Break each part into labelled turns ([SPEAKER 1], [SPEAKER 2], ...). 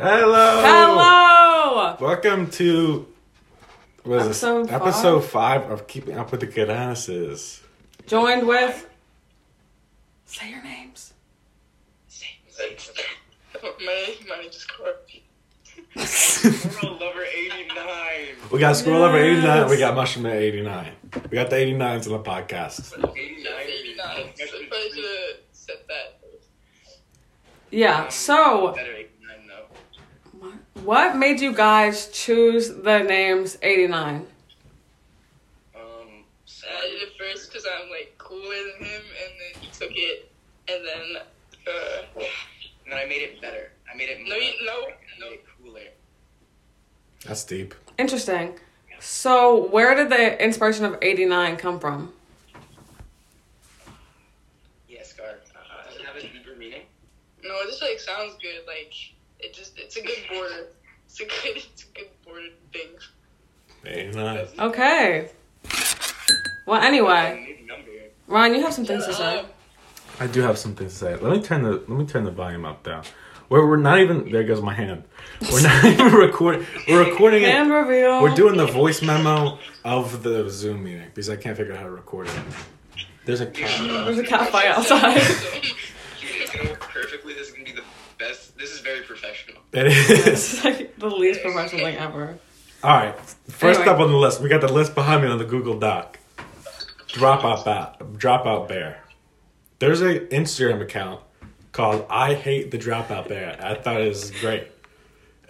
[SPEAKER 1] Hello.
[SPEAKER 2] Hello.
[SPEAKER 1] Welcome to what is
[SPEAKER 2] Episode
[SPEAKER 1] this?
[SPEAKER 2] five?
[SPEAKER 1] episode five of Keeping Up with the Godanesses.
[SPEAKER 2] Joined with. Say your names.
[SPEAKER 3] My money just corrupt. Girl Lover 89.
[SPEAKER 1] We got Squirrel Lover
[SPEAKER 2] Yes.
[SPEAKER 1] 89, we got Mushroom at 89. We got the 89s on the podcast.
[SPEAKER 3] 89.
[SPEAKER 4] Probably should have said that.
[SPEAKER 2] Yeah. So,
[SPEAKER 3] Better 89 though.
[SPEAKER 2] what made you guys choose the names 89?
[SPEAKER 4] I
[SPEAKER 3] Um,
[SPEAKER 4] did it first because I'm like cooler than him, and then you took it, and then uh,
[SPEAKER 3] no, I made it better. I made it
[SPEAKER 4] No,
[SPEAKER 3] more-
[SPEAKER 4] you- no,
[SPEAKER 3] I made
[SPEAKER 4] no.
[SPEAKER 3] it cooler.
[SPEAKER 1] That's deep.
[SPEAKER 2] Interesting. So, where did the inspiration of 89 come from?
[SPEAKER 3] Yes, Gar. Uh, does it have a deeper meaning?
[SPEAKER 4] no, it just like sounds good. Like it just, it's a good border. It's a good, it's a good border thing.
[SPEAKER 1] 89.
[SPEAKER 2] Okay. Well, anyway,
[SPEAKER 3] Maybe number.
[SPEAKER 2] Ryan, you have some things to say.
[SPEAKER 4] Um,
[SPEAKER 1] I do have something to say. Let me turn the let me turn the volume up though. We're, we're not even there goes my hand. We're not even recording we're recording it
[SPEAKER 2] Hand reveal.
[SPEAKER 1] We're doing the voice memo of the Zoom meeting because I can't figure out how to record it. There's a cat.
[SPEAKER 2] There's a cat fight outside.
[SPEAKER 3] It's gonna work perfectly. This is gonna be the best. This is very professional.
[SPEAKER 1] It is.
[SPEAKER 2] it's like the least professional thing ever.
[SPEAKER 1] All right. First
[SPEAKER 2] Anyway.
[SPEAKER 1] up on the list, we got the list behind me on the Google Doc. Dropout bat, dropout bear. There's an Instagram account called "I Hate the Dropout Bear." I thought it was great,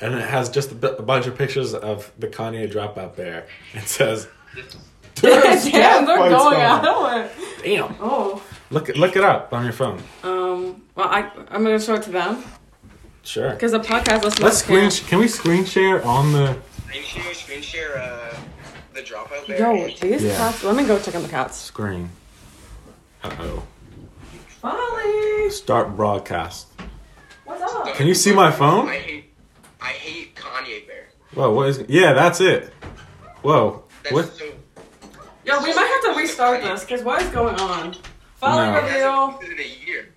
[SPEAKER 1] and it has just a, bu- a bunch of pictures of the Kanye dropout bear. It says, "There's
[SPEAKER 2] Damn,
[SPEAKER 1] cat
[SPEAKER 2] they're
[SPEAKER 1] fights
[SPEAKER 2] going
[SPEAKER 1] on."
[SPEAKER 2] out.
[SPEAKER 1] Damn,
[SPEAKER 2] Oh.
[SPEAKER 1] look it- look it up on your phone.
[SPEAKER 2] Um. Well, I I'm gonna show it to them
[SPEAKER 1] Sure.
[SPEAKER 2] because the podcast listeners.
[SPEAKER 1] Let's screen.
[SPEAKER 2] can't-
[SPEAKER 1] Sh- can we screen share on the?
[SPEAKER 3] Screen share, screen share, uh, the dropout there.
[SPEAKER 2] Yo, these
[SPEAKER 1] Yeah.
[SPEAKER 2] cats. Let me go check on the cats.
[SPEAKER 1] Screen. Uh oh.
[SPEAKER 2] Molly,
[SPEAKER 1] Start broadcast.
[SPEAKER 2] what's up?
[SPEAKER 1] Can you see my
[SPEAKER 3] I
[SPEAKER 1] phone?
[SPEAKER 3] hate, I hate Kanye Bear.
[SPEAKER 1] Whoa, what is? Yeah, that's it. Whoa,
[SPEAKER 3] That's
[SPEAKER 1] what?
[SPEAKER 3] so.
[SPEAKER 2] Yo, we might have to restart this because what is going on? Follow
[SPEAKER 1] No.
[SPEAKER 2] reveal.
[SPEAKER 3] That's in a year.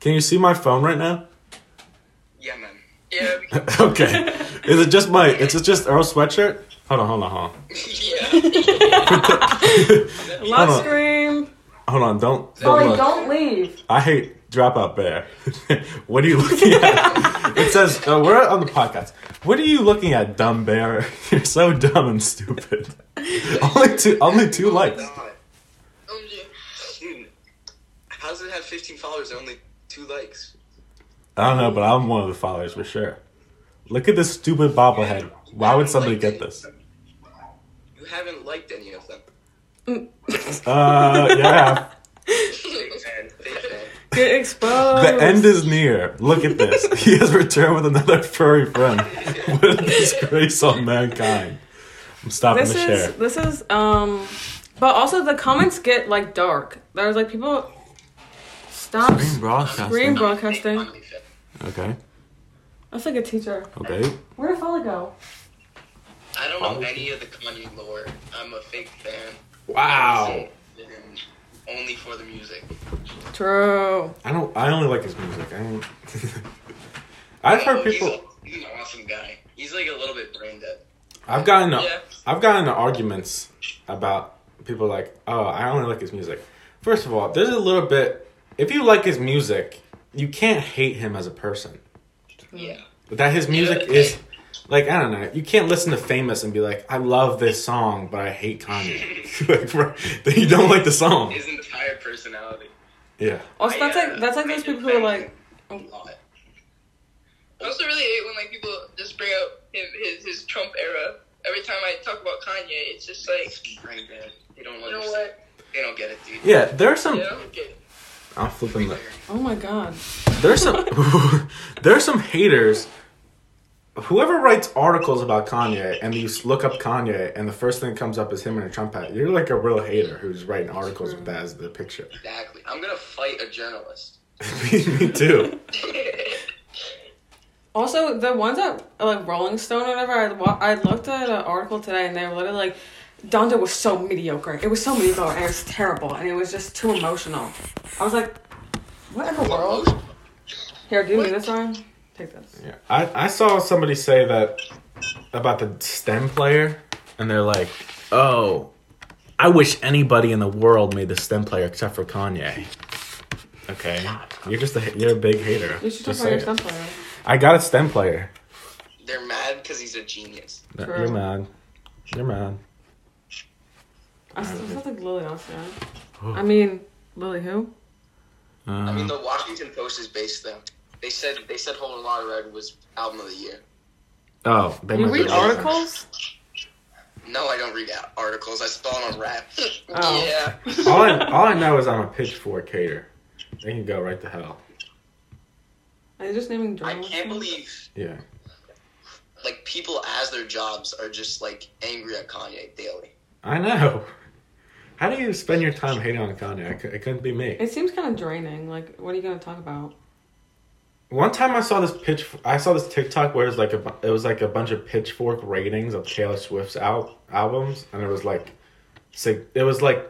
[SPEAKER 1] Can you see my phone right now?
[SPEAKER 3] Yeah, man.
[SPEAKER 4] yeah, we can-
[SPEAKER 1] okay. Is it just my? Is it just Earl sweatshirt? Hold on, hold on, hold
[SPEAKER 3] yeah.
[SPEAKER 1] on.
[SPEAKER 2] Love
[SPEAKER 1] Hold on,
[SPEAKER 2] scream.
[SPEAKER 1] hold on. Don't don't
[SPEAKER 2] Molly,
[SPEAKER 1] look.
[SPEAKER 2] don't leave.
[SPEAKER 1] I hate dropout bear. what are you looking at? it says uh, we're on the podcast. What are you looking at, dumb bear? You're so dumb and stupid. only two, only two likes.
[SPEAKER 3] God.
[SPEAKER 4] OMG.
[SPEAKER 3] Dude, how does it have 15 followers and only two likes?
[SPEAKER 1] I don't know, but I'm one of the followers for sure. Look at this stupid bobblehead. Why would somebody get this?
[SPEAKER 3] You haven't liked any of them.
[SPEAKER 1] Uh, yeah.
[SPEAKER 3] Big fan. Big fan.
[SPEAKER 2] Get exposed.
[SPEAKER 1] The end is near. Look at this. He has returned with another furry friend. What a disgrace on mankind. I'm stopping
[SPEAKER 2] This
[SPEAKER 1] the
[SPEAKER 2] is
[SPEAKER 1] share.
[SPEAKER 2] this is um, but also the comments get like dark. There's like people. Stop
[SPEAKER 1] Green
[SPEAKER 2] screen
[SPEAKER 1] broadcasting.
[SPEAKER 2] broadcasting.
[SPEAKER 3] Kanye fan.
[SPEAKER 1] Okay.
[SPEAKER 2] That's like a teacher.
[SPEAKER 1] Okay.
[SPEAKER 2] Where did Folly go?
[SPEAKER 3] I don't know any of the Kanye lore. I'm a fake fan.
[SPEAKER 1] Wow.
[SPEAKER 3] And Only for the music.
[SPEAKER 2] True.
[SPEAKER 1] I don't. I only like his music. I don't. I've heard
[SPEAKER 3] Oh, he's
[SPEAKER 1] people.
[SPEAKER 3] a- He's, an awesome guy. He's like a little bit brain dead.
[SPEAKER 1] I've gotten
[SPEAKER 4] Yeah.
[SPEAKER 1] I've gotten into arguments about people like, oh, I only like his music. First of all, there's a little bit. If you like his music, you can't hate him as a person.
[SPEAKER 3] Yeah.
[SPEAKER 1] That his music
[SPEAKER 3] Yeah.
[SPEAKER 1] is like I don't know. You can't listen to Famous and be like, I love this song, but I hate Kanye. like, right, then you don't like the song.
[SPEAKER 3] His entire personality.
[SPEAKER 1] Yeah.
[SPEAKER 2] Also, Oh, that's
[SPEAKER 3] I,
[SPEAKER 2] like that's like
[SPEAKER 3] uh,
[SPEAKER 2] those
[SPEAKER 3] I
[SPEAKER 2] people who are
[SPEAKER 3] defend
[SPEAKER 2] like.
[SPEAKER 3] him a lot.
[SPEAKER 4] I also really hate when like people just bring up him, his his Trump era. Every time I talk about Kanye, it's just like,
[SPEAKER 3] Brain dead. They don't
[SPEAKER 4] you know
[SPEAKER 3] understand.
[SPEAKER 4] what?
[SPEAKER 3] They don't get it, dude.
[SPEAKER 1] Yeah, there are some.
[SPEAKER 4] Yeah, I don't get it.
[SPEAKER 1] I'm flipping the.
[SPEAKER 2] Oh my god.
[SPEAKER 1] There's some there's some haters. Whoever writes articles about Kanye and you look up Kanye and the first thing that comes up is him in a Trump hat, you're like a real hater who's writing articles with that as the picture.
[SPEAKER 3] Exactly. I'm gonna fight a journalist.
[SPEAKER 1] Me too.
[SPEAKER 2] Also, the ones that are, like Rolling Stone, or whatever. I wa- I looked at an article today, and they were literally like, "Donda was so mediocre. It was so mediocre, and it was terrible, and it was just too emotional." I was like, "What in the world?" Here, give me this one. pick this.
[SPEAKER 1] Yeah. I, I saw somebody say that about the STEM player, and they're like, oh, I wish anybody in the world made the STEM player except for Kanye. Okay, you're just a you're a big hater.
[SPEAKER 2] You should
[SPEAKER 1] Just
[SPEAKER 2] talk about
[SPEAKER 1] say
[SPEAKER 2] your
[SPEAKER 1] it.
[SPEAKER 2] stem player.
[SPEAKER 1] I got a STEM player.
[SPEAKER 3] They're mad because he's a genius.
[SPEAKER 2] True.
[SPEAKER 1] You're mad. You're mad.
[SPEAKER 2] I still I think Lily Austin. I mean, Lily who?
[SPEAKER 3] I mean,
[SPEAKER 1] Um,
[SPEAKER 3] the Washington Post is based them. They said they said "Hold a Lot of Red" was album of the year.
[SPEAKER 1] oh, they
[SPEAKER 2] You
[SPEAKER 1] must
[SPEAKER 2] read
[SPEAKER 1] have-
[SPEAKER 2] articles?
[SPEAKER 3] No, I don't read out articles. I saw it on rap.
[SPEAKER 2] Oh.
[SPEAKER 4] Yeah.
[SPEAKER 1] all, I, all I know is I'm a pitchfork hater. They can go right to hell.
[SPEAKER 2] Are you just naming
[SPEAKER 3] I
[SPEAKER 2] journalists?
[SPEAKER 3] can't believe
[SPEAKER 1] Yeah.
[SPEAKER 3] like people as their jobs are just like angry at Kanye daily.
[SPEAKER 1] I know. How do you spend your time hating on Kanye? I cou- It couldn't be me.
[SPEAKER 2] It seems kind of draining. Like, what are you gonna talk about?
[SPEAKER 1] One time I saw this pitch. I saw this TikTok where it was like a bu- it was like a bunch of pitchfork ratings of Taylor Swift's al- albums, and it was like, sig- it was like,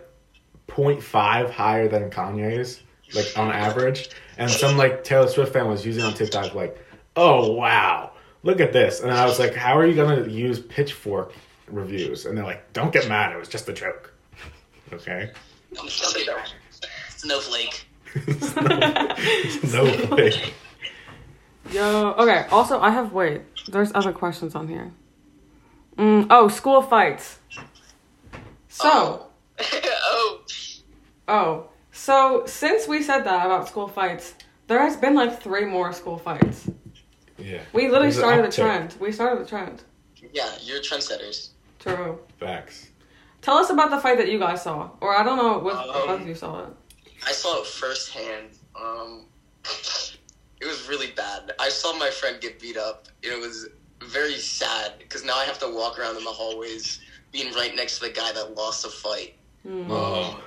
[SPEAKER 1] 0.5 higher than Kanye's, like on average. And some like Taylor Swift fan was using on TikTok like, oh wow, look at this. And I was like, how are you gonna use pitchfork reviews? And they're like, don't get mad, it was just a joke. Okay.
[SPEAKER 3] Snowflake.
[SPEAKER 1] No way.
[SPEAKER 2] Yo, okay. Also, I have wait. There's other questions on here. Mm, oh, school fights. So,
[SPEAKER 4] oh.
[SPEAKER 2] oh, so since we said that about school fights, there has been like three more school fights.
[SPEAKER 1] Yeah.
[SPEAKER 2] We literally
[SPEAKER 1] There's an
[SPEAKER 2] started a
[SPEAKER 1] uptick.
[SPEAKER 2] trend. We started a trend.
[SPEAKER 3] Yeah, you're trendsetters.
[SPEAKER 2] True.
[SPEAKER 1] Facts.
[SPEAKER 2] Tell us about the fight that you guys saw, or I don't know what
[SPEAKER 3] Um,
[SPEAKER 2] both of you saw it.
[SPEAKER 3] I saw it firsthand. Um, it was really bad. I saw my friend get beat up. It was very sad because now I have to walk around in the hallways being right next to the guy that lost the fight.
[SPEAKER 2] Mm,
[SPEAKER 1] Oh.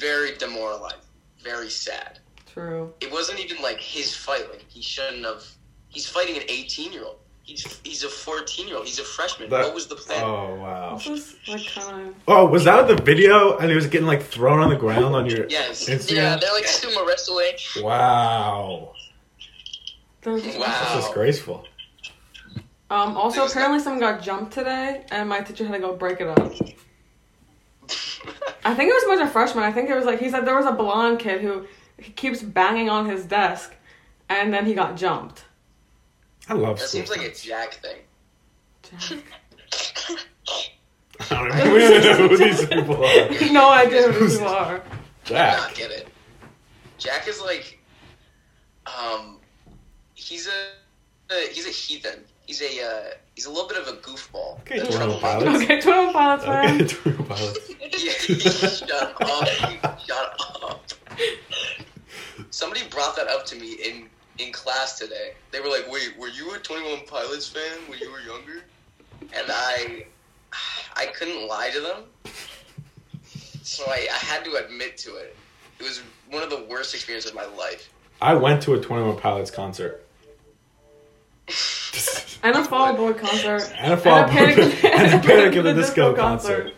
[SPEAKER 3] Very demoralized. Very sad.
[SPEAKER 2] True.
[SPEAKER 3] It wasn't even like his fight. Like he shouldn't have. He's fighting an 18 year old. He's he's a 14 year old. He's a freshman.
[SPEAKER 1] That-
[SPEAKER 3] what was the plan?
[SPEAKER 1] Oh wow.
[SPEAKER 2] This is like kind of.
[SPEAKER 1] Oh, was that the video? And it was getting like thrown on the ground on your
[SPEAKER 3] Yes.
[SPEAKER 4] Yeah,
[SPEAKER 1] Instagram.
[SPEAKER 4] they're like sumo wrestling.
[SPEAKER 1] Wow,
[SPEAKER 2] There's just
[SPEAKER 3] Wow.
[SPEAKER 1] that's disgraceful.
[SPEAKER 2] Um, also,
[SPEAKER 3] There's
[SPEAKER 2] apparently someone got jumped today, and my teacher had to go break it up. I think it was a bunch of freshmen. I think it was like he said there was a blonde kid who he keeps banging on his desk, and then he got jumped.
[SPEAKER 1] I love
[SPEAKER 3] that
[SPEAKER 1] school.
[SPEAKER 3] seems like a Jack thing.
[SPEAKER 1] I don't even know who these people are.
[SPEAKER 2] no idea who these people are.
[SPEAKER 3] not
[SPEAKER 1] Jack.
[SPEAKER 3] get it. Jack is like, um, he's a, a he's a heathen. He's a uh, he's a little bit of a goofball.
[SPEAKER 1] Okay,
[SPEAKER 3] A
[SPEAKER 1] Twin Oak
[SPEAKER 3] troublemaker.
[SPEAKER 1] Pilots.
[SPEAKER 2] Okay, Twin Pilots
[SPEAKER 1] Okay,
[SPEAKER 2] man.
[SPEAKER 1] Twin Pilots.
[SPEAKER 3] Yeah, shut up! Shut up! Somebody brought that up to me in in class today. They were like, "Wait, were you a Twenty One Pilots fan when you were younger?" And I, I couldn't lie to them, so I, I had to admit to it. It was one of the worst experiences of my life.
[SPEAKER 1] I went to a Twenty One Pilots concert.
[SPEAKER 2] And a Fall Out Boy concert.
[SPEAKER 1] And a fall
[SPEAKER 2] And a Panic-
[SPEAKER 1] and a Panic at the Disco concert.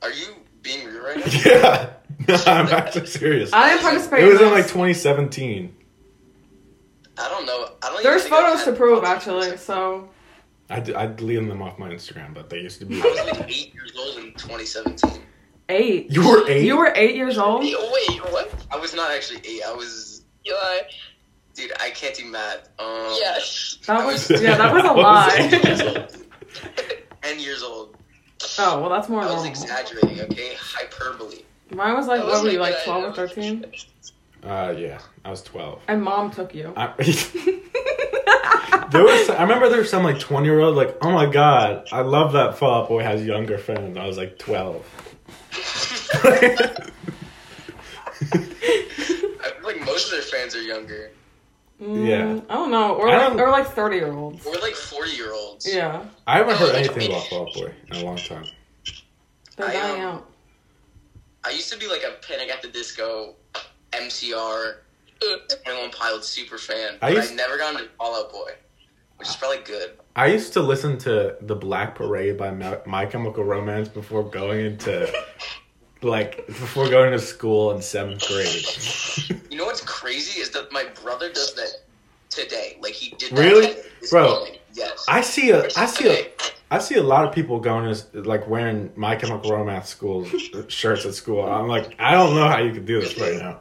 [SPEAKER 3] Are you being real right now?
[SPEAKER 1] Yeah, no, I'm actually serious.
[SPEAKER 2] I didn't participate.
[SPEAKER 1] It was
[SPEAKER 2] in
[SPEAKER 1] in like
[SPEAKER 2] this.
[SPEAKER 1] 2017.
[SPEAKER 3] I don't know. I don't.
[SPEAKER 2] There's
[SPEAKER 3] even think I've
[SPEAKER 2] photos to
[SPEAKER 3] had-
[SPEAKER 2] prove, actually. So
[SPEAKER 1] I d- I deleted them off my Instagram, but they used to be.
[SPEAKER 3] I was like eight years old in 2017.
[SPEAKER 2] eight.
[SPEAKER 1] You were eight.
[SPEAKER 2] You were eight years old.
[SPEAKER 4] Wait, wait, what?
[SPEAKER 3] I was not actually eight. I was,
[SPEAKER 4] You lie.
[SPEAKER 3] dude. I can't do math. Um,
[SPEAKER 4] Yeah.
[SPEAKER 2] That was yeah. That was a lie.
[SPEAKER 3] ten years old.
[SPEAKER 2] oh well, that's more
[SPEAKER 3] I was
[SPEAKER 2] normal.
[SPEAKER 3] exaggerating, okay? Hyperbole.
[SPEAKER 2] Mine was like
[SPEAKER 4] That
[SPEAKER 2] what
[SPEAKER 4] was
[SPEAKER 2] were you
[SPEAKER 4] my
[SPEAKER 2] like
[SPEAKER 4] good
[SPEAKER 2] twelve or
[SPEAKER 4] idea.
[SPEAKER 2] thirteen?
[SPEAKER 1] Uh, yeah, I was 12.
[SPEAKER 2] And mom took you.
[SPEAKER 1] I, There was, I remember there was some like 20 year old, like, oh my god, I love that Fall Out Boy has younger friends. I was like 12.
[SPEAKER 3] I feel like most of their fans are younger.
[SPEAKER 1] Yeah.
[SPEAKER 2] Mm, I don't know, or
[SPEAKER 1] I
[SPEAKER 2] like,
[SPEAKER 1] don't-
[SPEAKER 2] or like thirty year olds.
[SPEAKER 3] We're like 40 year olds.
[SPEAKER 2] Yeah,
[SPEAKER 1] I haven't heard anything about Fall Out Boy in a long time.
[SPEAKER 2] they're
[SPEAKER 3] I,
[SPEAKER 2] dying
[SPEAKER 3] um,
[SPEAKER 2] out.
[SPEAKER 3] I used to be like a Panic at the Disco, MCR, 21 Pilot super fan.
[SPEAKER 1] I
[SPEAKER 3] I,
[SPEAKER 1] used-
[SPEAKER 3] I never got into Fall Out Boy, which is probably good.
[SPEAKER 1] I used to listen to The Black Parade by My, My Chemical Romance before going into, like, before going to school in seventh grade.
[SPEAKER 3] You know what's crazy is that my brother does that today. Like he did. That
[SPEAKER 1] Really?
[SPEAKER 3] today. This
[SPEAKER 1] Bro.
[SPEAKER 3] morning. Yes.
[SPEAKER 1] I see a, I see a,
[SPEAKER 3] Today.
[SPEAKER 1] I see a lot of people going as like wearing My Chemical Romance school shirts at school. I'm like, I don't know how you could do this right now.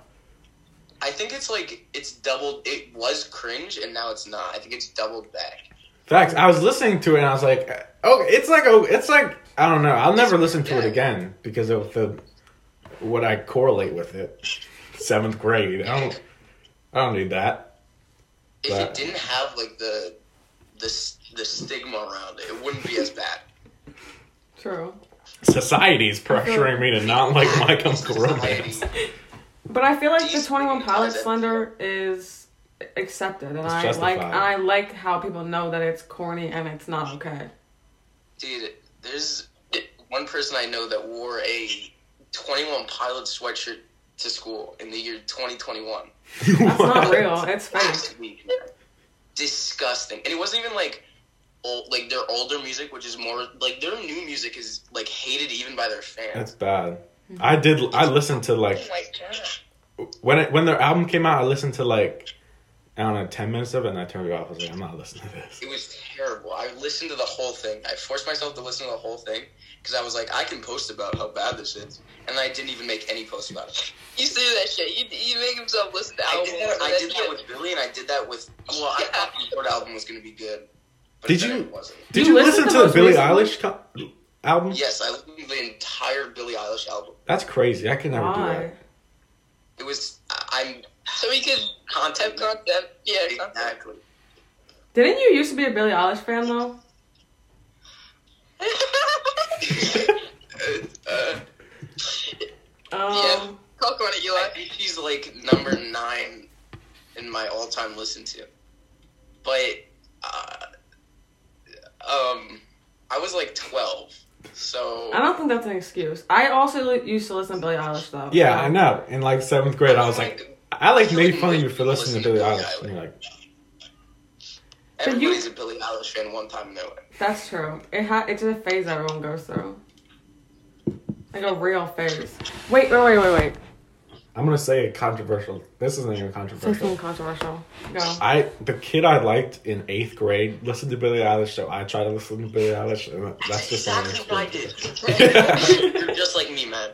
[SPEAKER 3] I think it's like it's doubled. It was cringe, and now it's not. I think it's doubled back.
[SPEAKER 1] Facts. I was listening to it and I was like, oh, it's like a, it's like I don't know. I'll never listen to it again because of the what I correlate with it. Seventh grade. I don't, I don't need that.
[SPEAKER 3] If
[SPEAKER 1] Right.
[SPEAKER 3] it didn't have like the the s- the stigma around it, it wouldn't be as bad.
[SPEAKER 2] True.
[SPEAKER 1] Society's pressuring me to not like My Chemical
[SPEAKER 3] Society-
[SPEAKER 1] Romance.
[SPEAKER 2] But I feel like the
[SPEAKER 3] These-
[SPEAKER 2] Twenty One Pilots
[SPEAKER 3] Closet.
[SPEAKER 2] slander is accepted, and
[SPEAKER 1] It's
[SPEAKER 2] I
[SPEAKER 1] justified.
[SPEAKER 2] like and I like how people know that it's corny and it's not okay.
[SPEAKER 3] Dude, there's one person I know that wore a 21 Pilot sweatshirt to school in the year 2021.
[SPEAKER 2] That's not real. It's fake.
[SPEAKER 3] Last week, man. Disgusting. And it wasn't even like old, like their older music, which is more like their new music is like hated even by their fans.
[SPEAKER 1] That's bad. I did. I listened to like
[SPEAKER 4] Oh my god.
[SPEAKER 1] when it, when their album came out. I listened to like I don't know ten minutes of it and I turned it off. I was like, I'm not listening to this.
[SPEAKER 3] It was terrible. I listened to the whole thing. I forced myself to listen to the whole thing because I was like, I can post about how bad this is, and I didn't even make any posts about it.
[SPEAKER 4] You used to do that shit. You you make himself listen to
[SPEAKER 3] I
[SPEAKER 4] albums.
[SPEAKER 3] did that.
[SPEAKER 4] and
[SPEAKER 3] I did that
[SPEAKER 4] shit.
[SPEAKER 3] with Billy, and I did that with. Well, I thought the Ford album was gonna be good. But
[SPEAKER 1] Did
[SPEAKER 3] then
[SPEAKER 1] you-
[SPEAKER 3] It wasn't.
[SPEAKER 1] Did
[SPEAKER 2] You
[SPEAKER 1] you listen
[SPEAKER 2] listened to
[SPEAKER 1] to the
[SPEAKER 2] those
[SPEAKER 1] Billie
[SPEAKER 2] recently?
[SPEAKER 1] Eilish co- album?
[SPEAKER 3] Yes, I listened to the entire Billie Eilish album.
[SPEAKER 1] That's crazy. I could never do
[SPEAKER 2] Why?
[SPEAKER 1] that.
[SPEAKER 3] It was. I- I'm
[SPEAKER 4] So we could have
[SPEAKER 3] content.
[SPEAKER 4] content. Yeah, content.
[SPEAKER 3] Exactly.
[SPEAKER 2] Didn't you used to be a Billie Eilish fan though?
[SPEAKER 3] Uh,
[SPEAKER 2] Um,
[SPEAKER 4] Talk on it,
[SPEAKER 3] I
[SPEAKER 4] Eli.
[SPEAKER 3] think she's like number nine in my all-time listen to, but uh, um, I was like twelve, so
[SPEAKER 2] I don't think that's an excuse. I also li- used to listen to Billie Eilish though.
[SPEAKER 1] Yeah, I know. In like seventh grade, I was like, I like made fun of you for listening to Billie Eilish. And you're like,
[SPEAKER 2] you-
[SPEAKER 3] everybody's a Billie Eilish fan one time in their life.
[SPEAKER 2] That's true. It ha- it's a phase everyone goes through. Like a real phase. Wait, wait, wait, wait, wait.
[SPEAKER 1] I'm gonna say a controversial. This isn't even
[SPEAKER 2] Something
[SPEAKER 1] controversial.
[SPEAKER 2] controversial. Go.
[SPEAKER 1] I the kid I liked in eighth grade listened to Billie Eilish, so I tried to listen to Billie Eilish, and that's just not an
[SPEAKER 3] exactly what I
[SPEAKER 1] excuse.
[SPEAKER 3] did. You're just like me, man.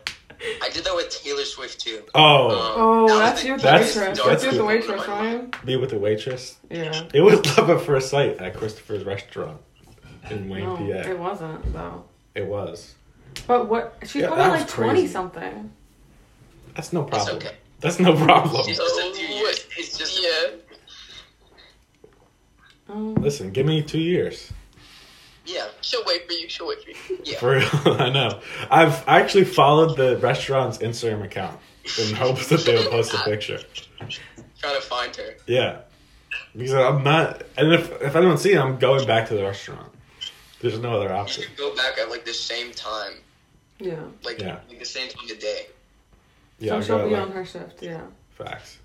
[SPEAKER 3] I did that with Taylor Swift too. Um,
[SPEAKER 1] Oh,
[SPEAKER 2] Oh, that's you with the
[SPEAKER 1] That's-
[SPEAKER 2] waitress.
[SPEAKER 1] that's
[SPEAKER 2] That's you with the
[SPEAKER 1] good.
[SPEAKER 2] waitress, Ryan.
[SPEAKER 1] be with the waitress.
[SPEAKER 2] Yeah.
[SPEAKER 1] It was love at first sight at Christopher's restaurant in Wayne,
[SPEAKER 2] No,
[SPEAKER 1] PA.
[SPEAKER 2] it wasn't though.
[SPEAKER 1] It was.
[SPEAKER 2] But what? She's
[SPEAKER 1] Yeah,
[SPEAKER 2] probably
[SPEAKER 1] that was
[SPEAKER 2] like twenty
[SPEAKER 1] crazy.
[SPEAKER 2] something.
[SPEAKER 1] That's no problem.
[SPEAKER 3] okay.
[SPEAKER 1] That's no problem.
[SPEAKER 3] It's just a few years. It's just
[SPEAKER 4] Yeah.
[SPEAKER 2] Um,
[SPEAKER 1] Listen, give me two years.
[SPEAKER 3] yeah.
[SPEAKER 4] She'll wait for you. She'll wait for you.
[SPEAKER 1] For real, I know. I've actually followed the restaurant's Instagram account in hopes that they would post a picture.
[SPEAKER 3] Trying to find her.
[SPEAKER 1] Yeah, because I'm not, and if if I don't see it, I'm going back to the restaurant. There's no other
[SPEAKER 3] You
[SPEAKER 1] option.
[SPEAKER 3] should go back at like the same time,
[SPEAKER 2] yeah.
[SPEAKER 3] like,
[SPEAKER 1] Yeah.
[SPEAKER 3] like the same time of day.
[SPEAKER 1] Yeah, I
[SPEAKER 2] so she'll
[SPEAKER 1] got
[SPEAKER 2] be on
[SPEAKER 1] like,
[SPEAKER 2] her shift. Yeah.
[SPEAKER 1] facts.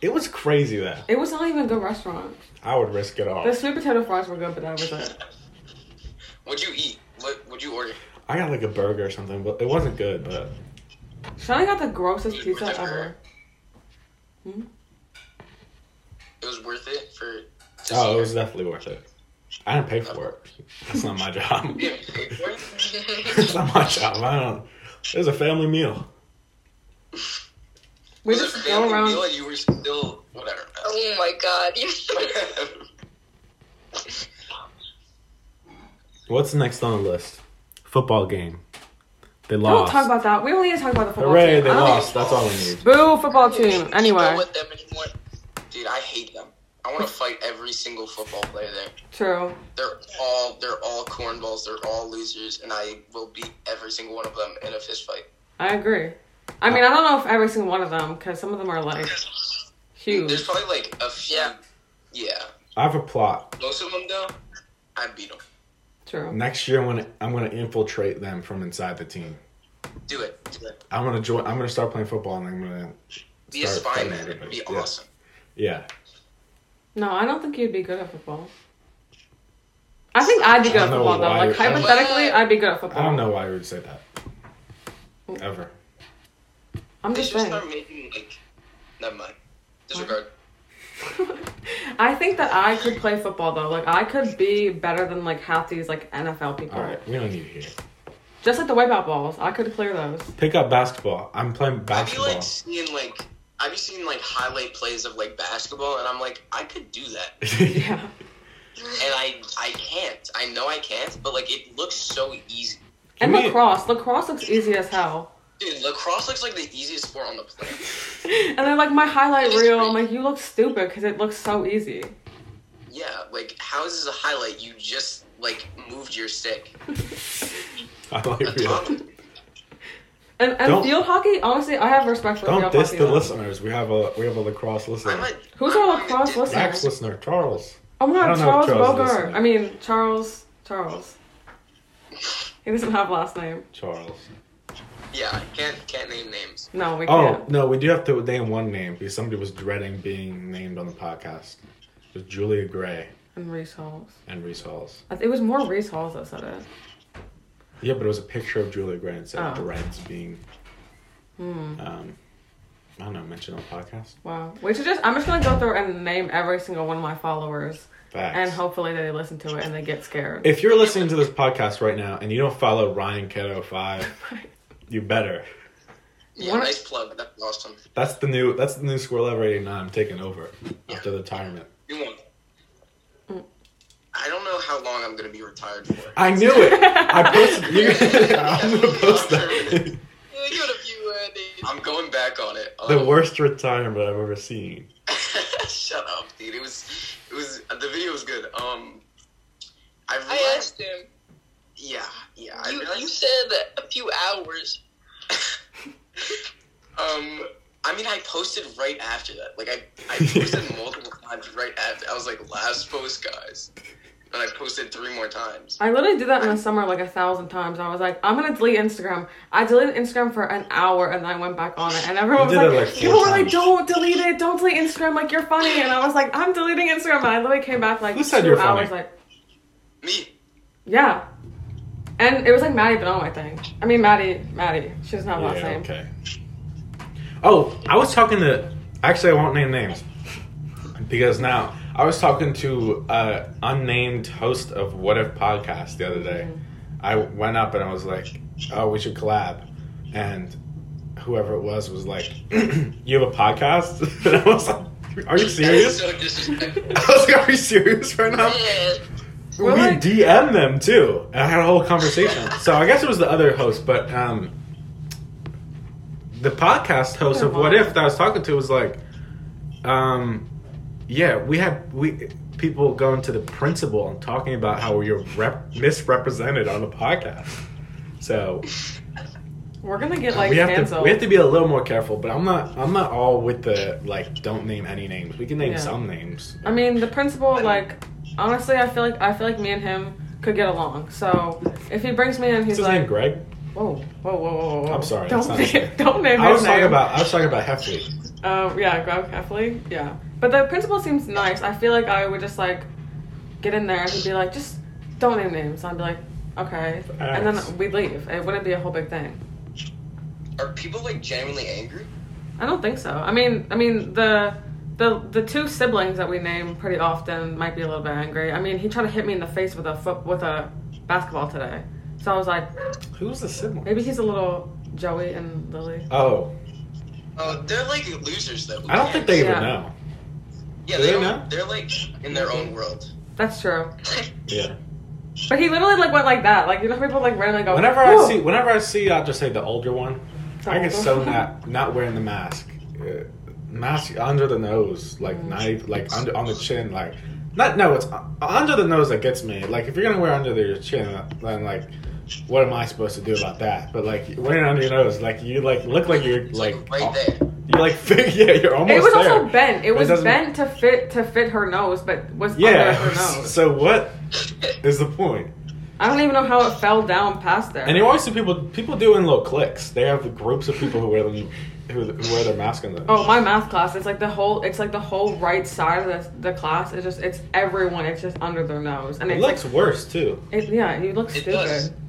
[SPEAKER 1] It was crazy though.
[SPEAKER 2] It was not even a good restaurant.
[SPEAKER 1] I would risk it all.
[SPEAKER 2] The sweet potato fries were good, but that was it.
[SPEAKER 3] What'd you eat? What would you order?
[SPEAKER 1] I got like a burger or something, but it wasn't good. But
[SPEAKER 2] Shani got the grossest pizza ever.
[SPEAKER 3] It was worth it for. To
[SPEAKER 1] oh, it
[SPEAKER 3] see her?
[SPEAKER 1] was definitely worth it. I didn't pay for it. That's not my job.
[SPEAKER 3] You didn't pay for it?
[SPEAKER 1] That's not my job. I don't. It was a family meal.
[SPEAKER 2] We
[SPEAKER 3] Was it
[SPEAKER 2] just
[SPEAKER 3] family
[SPEAKER 2] go around.
[SPEAKER 3] meal and you were still whatever.
[SPEAKER 4] Oh my god. You're so-
[SPEAKER 1] What's next on the list? Football game. They
[SPEAKER 2] Don't
[SPEAKER 1] lost.
[SPEAKER 2] talk about that. We don't need to talk about the football
[SPEAKER 1] Hooray,
[SPEAKER 2] team.
[SPEAKER 1] they
[SPEAKER 2] I don't-
[SPEAKER 1] lost. That's all we need.
[SPEAKER 2] Boo, football
[SPEAKER 4] You
[SPEAKER 2] team.
[SPEAKER 4] don't
[SPEAKER 2] Anyway,
[SPEAKER 4] go with them anymore.
[SPEAKER 3] Dude, I hate them. I want to fight every single football player there.
[SPEAKER 2] true.
[SPEAKER 3] They're all they're all cornballs. They're all losers, and I will beat every single one of them in a fist fight.
[SPEAKER 2] I agree. I mean, I don't know if every single one of them, because some of them are like
[SPEAKER 3] There's
[SPEAKER 2] huge.
[SPEAKER 3] probably like a few. Yeah.
[SPEAKER 4] Yeah.
[SPEAKER 1] I have a plot.
[SPEAKER 3] most of them though, I beat them.
[SPEAKER 2] True.
[SPEAKER 1] Next year, I'm gonna I'm gonna infiltrate them from inside the team.
[SPEAKER 3] Do it. Do it.
[SPEAKER 1] I'm gonna join. I'm gonna start playing football, and I'm gonna
[SPEAKER 3] Be
[SPEAKER 1] Start
[SPEAKER 3] a spy
[SPEAKER 1] fighting
[SPEAKER 3] man. It'd
[SPEAKER 1] everybody.
[SPEAKER 3] be
[SPEAKER 1] Yeah.
[SPEAKER 3] awesome.
[SPEAKER 1] yeah.
[SPEAKER 2] No, I don't think you'd be good at football. I think I'd be good
[SPEAKER 1] I don't
[SPEAKER 2] at
[SPEAKER 1] know
[SPEAKER 2] football though.
[SPEAKER 1] why-
[SPEAKER 2] Like
[SPEAKER 1] I don't-
[SPEAKER 2] hypothetically, I'd be good at
[SPEAKER 1] I
[SPEAKER 2] football.
[SPEAKER 1] don't know why I would say that. Ever.
[SPEAKER 2] I'm
[SPEAKER 3] They
[SPEAKER 2] just
[SPEAKER 3] should
[SPEAKER 2] saying.
[SPEAKER 3] start making like. Never mind. Disregard.
[SPEAKER 2] I think that I could play football though. Like I could be better than like half these like NFL people.
[SPEAKER 1] All right, we don't need to hear.
[SPEAKER 2] Just like the wipeout balls, I could clear those.
[SPEAKER 1] Pick up basketball. I'm playing
[SPEAKER 3] I'd be
[SPEAKER 1] basketball.
[SPEAKER 3] like seeing like I'd be seeing like highlight plays of like basketball, and I'm like, I could do that, and
[SPEAKER 2] Yeah.
[SPEAKER 3] I I can't. I know I can't, but like it looks so easy.
[SPEAKER 2] And
[SPEAKER 1] Give me-
[SPEAKER 2] lacrosse. Lacrosse looks easy as hell.
[SPEAKER 3] Dude, lacrosse looks like the easiest sport on the planet.
[SPEAKER 2] And they're like my highlight reel. I'm like, you look stupid because it looks so easy.
[SPEAKER 3] Yeah, like how is this a highlight? You just like moved your stick.
[SPEAKER 1] I like real.
[SPEAKER 3] Tom-
[SPEAKER 2] And and
[SPEAKER 1] Don't-
[SPEAKER 2] field hockey, honestly, I have respect for
[SPEAKER 1] Don't
[SPEAKER 2] field
[SPEAKER 1] diss
[SPEAKER 2] hockey.
[SPEAKER 1] the
[SPEAKER 2] though.
[SPEAKER 1] listeners. We have a we have a lacrosse listener.
[SPEAKER 3] I'm a,
[SPEAKER 2] Who's our
[SPEAKER 3] I'm a
[SPEAKER 2] lacrosse
[SPEAKER 3] dip-
[SPEAKER 2] listener?
[SPEAKER 1] Max listener Charles.
[SPEAKER 2] Oh my
[SPEAKER 1] I don't
[SPEAKER 2] god,
[SPEAKER 1] know if
[SPEAKER 2] Charles,
[SPEAKER 1] Charles is
[SPEAKER 2] Bogart.
[SPEAKER 1] listening.
[SPEAKER 2] I mean Charles Charles. He doesn't have last name.
[SPEAKER 1] Charles.
[SPEAKER 3] Yeah, I can't can't name names.
[SPEAKER 2] No, we
[SPEAKER 1] Oh
[SPEAKER 2] can't.
[SPEAKER 1] no, we do have to name one name because somebody was dreading being named on the podcast. It was Julia Gray
[SPEAKER 2] And Reese Halls.
[SPEAKER 1] and Reese Halls.
[SPEAKER 2] I th- It was more Reese Halls that said it.
[SPEAKER 1] Yeah, but it was a picture of Julia Gray and said
[SPEAKER 2] Oh. Hmm.
[SPEAKER 1] dreads being. Um, I don't know. Mentioned on the podcast.
[SPEAKER 2] Wow. We should just I'm just gonna go through and name every single one of my followers.
[SPEAKER 1] Facts.
[SPEAKER 2] And hopefully they listen to it and they get scared.
[SPEAKER 1] If you're listening to this podcast right now and you don't follow Ryan Keto Five, you better.
[SPEAKER 3] Yeah,
[SPEAKER 2] What?
[SPEAKER 3] nice plug. That's awesome.
[SPEAKER 1] That's the new. That's the new Squirrel Ever 89 I'm taking over after retirement.
[SPEAKER 3] You won't.
[SPEAKER 4] Mm.
[SPEAKER 3] I don't know how long I'm gonna be retired for.
[SPEAKER 1] I knew it. I posted. You, I'm gonna post that.
[SPEAKER 4] Yeah, give it a few uh, days.
[SPEAKER 3] I'm going back on it.
[SPEAKER 1] the
[SPEAKER 3] Um,
[SPEAKER 1] worst retirement I've ever seen.
[SPEAKER 3] Shut up, dude. It was, it was. The video was good. Um, I
[SPEAKER 4] I
[SPEAKER 3] realized.
[SPEAKER 4] asked him.
[SPEAKER 3] Yeah, yeah. I
[SPEAKER 4] You, you
[SPEAKER 3] realized.
[SPEAKER 4] said a few hours.
[SPEAKER 3] Um, I mean, I posted right after that. Like, I, I posted multiple times right after. I was like, last post, guys, and I posted three more times.
[SPEAKER 2] I literally did that in the summer like a thousand times. I was like, I'm gonna delete Instagram. I deleted Instagram for an hour and then I went back on it. And everyone was
[SPEAKER 1] You did
[SPEAKER 2] like,
[SPEAKER 1] it, like,
[SPEAKER 2] people
[SPEAKER 1] four
[SPEAKER 2] were like,
[SPEAKER 1] times.
[SPEAKER 2] don't delete it. Don't delete Instagram. Like, you're funny. And I was like, I'm deleting Instagram. And I literally came back like
[SPEAKER 1] Who
[SPEAKER 2] two
[SPEAKER 1] said you're funny?
[SPEAKER 2] hours like,
[SPEAKER 3] Me.
[SPEAKER 2] yeah. And it was like Maddie Bonham, I think. I mean, Maddie, Maddie. She doesn't have a last
[SPEAKER 1] Yeah,
[SPEAKER 2] name.
[SPEAKER 1] okay. Oh, I was talking to. Actually, I won't name names because now I was talking to uh, unnamed host of What If podcast the other day. I went up and I was like, "Oh, we should collab," and whoever it was was like, "You have a podcast?" and I was like, "Are you serious?" Um,
[SPEAKER 3] So disrespectful.
[SPEAKER 1] I was like, "Are you serious right now?"
[SPEAKER 4] Yeah.
[SPEAKER 2] We're
[SPEAKER 1] we
[SPEAKER 2] like-
[SPEAKER 1] DM them too. And I had a whole conversation. so I guess it was the other host, but um, the podcast host of What If that I was talking to was like, um, yeah, we had we people going to the principal and talking about how you're rep- misrepresented on the podcast. So
[SPEAKER 2] We're gonna get like
[SPEAKER 1] we have to
[SPEAKER 2] canceled.
[SPEAKER 1] we have to be a little more careful. But I'm not I'm not all with the like don't name any names. We can name
[SPEAKER 2] Yeah.
[SPEAKER 1] some names.
[SPEAKER 2] I mean, the principal, like, honestly, I feel like I feel like me and him could get along. So if he brings me in,
[SPEAKER 1] What's
[SPEAKER 2] he's
[SPEAKER 1] his
[SPEAKER 2] like,
[SPEAKER 1] name? Greg.
[SPEAKER 2] Whoa, whoa, whoa, whoa, whoa!
[SPEAKER 1] I'm sorry,
[SPEAKER 2] Don't
[SPEAKER 1] that's not his
[SPEAKER 2] name,
[SPEAKER 1] name.
[SPEAKER 2] don't name
[SPEAKER 1] I
[SPEAKER 2] his
[SPEAKER 1] was talking
[SPEAKER 2] name.
[SPEAKER 1] about I was talking about Heffley.
[SPEAKER 2] Um, yeah, Greg Heffley. Yeah, but the principal seems nice. I feel like I would just like get in there and he'd be like, just don't name names. I'd be like, okay, and
[SPEAKER 1] Thanks.
[SPEAKER 2] then we'd leave. It wouldn't be a whole big thing.
[SPEAKER 3] Are people like genuinely angry?
[SPEAKER 2] I don't think so. I mean, I mean the. The, the two siblings that we name pretty often might be a little bit angry. I mean, he tried to hit me in the face with a foot with a basketball today, so I was like,
[SPEAKER 1] Who's the sibling?
[SPEAKER 2] maybe he's a little Joey and Lily.
[SPEAKER 1] Oh,
[SPEAKER 3] Oh, they're like losers though.
[SPEAKER 1] I don't think they even
[SPEAKER 2] Yeah.
[SPEAKER 1] know.
[SPEAKER 3] Yeah,
[SPEAKER 1] do
[SPEAKER 3] they
[SPEAKER 1] they
[SPEAKER 3] don't,
[SPEAKER 1] know?
[SPEAKER 3] They're like in their own world.
[SPEAKER 2] That's true.
[SPEAKER 1] Yeah.
[SPEAKER 2] But he literally like went like that. Like you know, how people like randomly go.
[SPEAKER 1] Whenever I
[SPEAKER 2] "Whoa."
[SPEAKER 1] see, whenever I see, I'll just say the older one. I get
[SPEAKER 2] older
[SPEAKER 1] so
[SPEAKER 2] one.
[SPEAKER 1] not not wearing the mask, Uh, mask under the nose,
[SPEAKER 2] Mm.
[SPEAKER 1] like not even- like under on the chin, like not no, it's u- under the nose that gets me. Like if you're gonna wear under your chin, then like. What am I supposed to do about that? But like wearing it under your nose, like you like look like you're
[SPEAKER 3] It's,
[SPEAKER 1] like uh,
[SPEAKER 3] like, right there.
[SPEAKER 1] You're like fake, yeah, you're almost.
[SPEAKER 2] It was
[SPEAKER 1] there.
[SPEAKER 2] also bent. It
[SPEAKER 1] But
[SPEAKER 2] was
[SPEAKER 1] doesn't-
[SPEAKER 2] bent to fit to fit her nose, but was under her
[SPEAKER 1] Yeah.
[SPEAKER 2] nose.
[SPEAKER 1] So what is the point?
[SPEAKER 2] I don't even know how it fell down past there.
[SPEAKER 1] And you always see people people doing little cliques. They have groups of people who wear them who, who wear their mask on them.
[SPEAKER 2] oh, my math class. It's like the whole. It's like the whole right side of the, the class. It's just. It's everyone. It's just under their nose, and
[SPEAKER 1] it
[SPEAKER 2] it's
[SPEAKER 1] looks
[SPEAKER 2] like.
[SPEAKER 1] worse too.
[SPEAKER 2] It, yeah, you look
[SPEAKER 3] It
[SPEAKER 2] stupid.
[SPEAKER 3] does.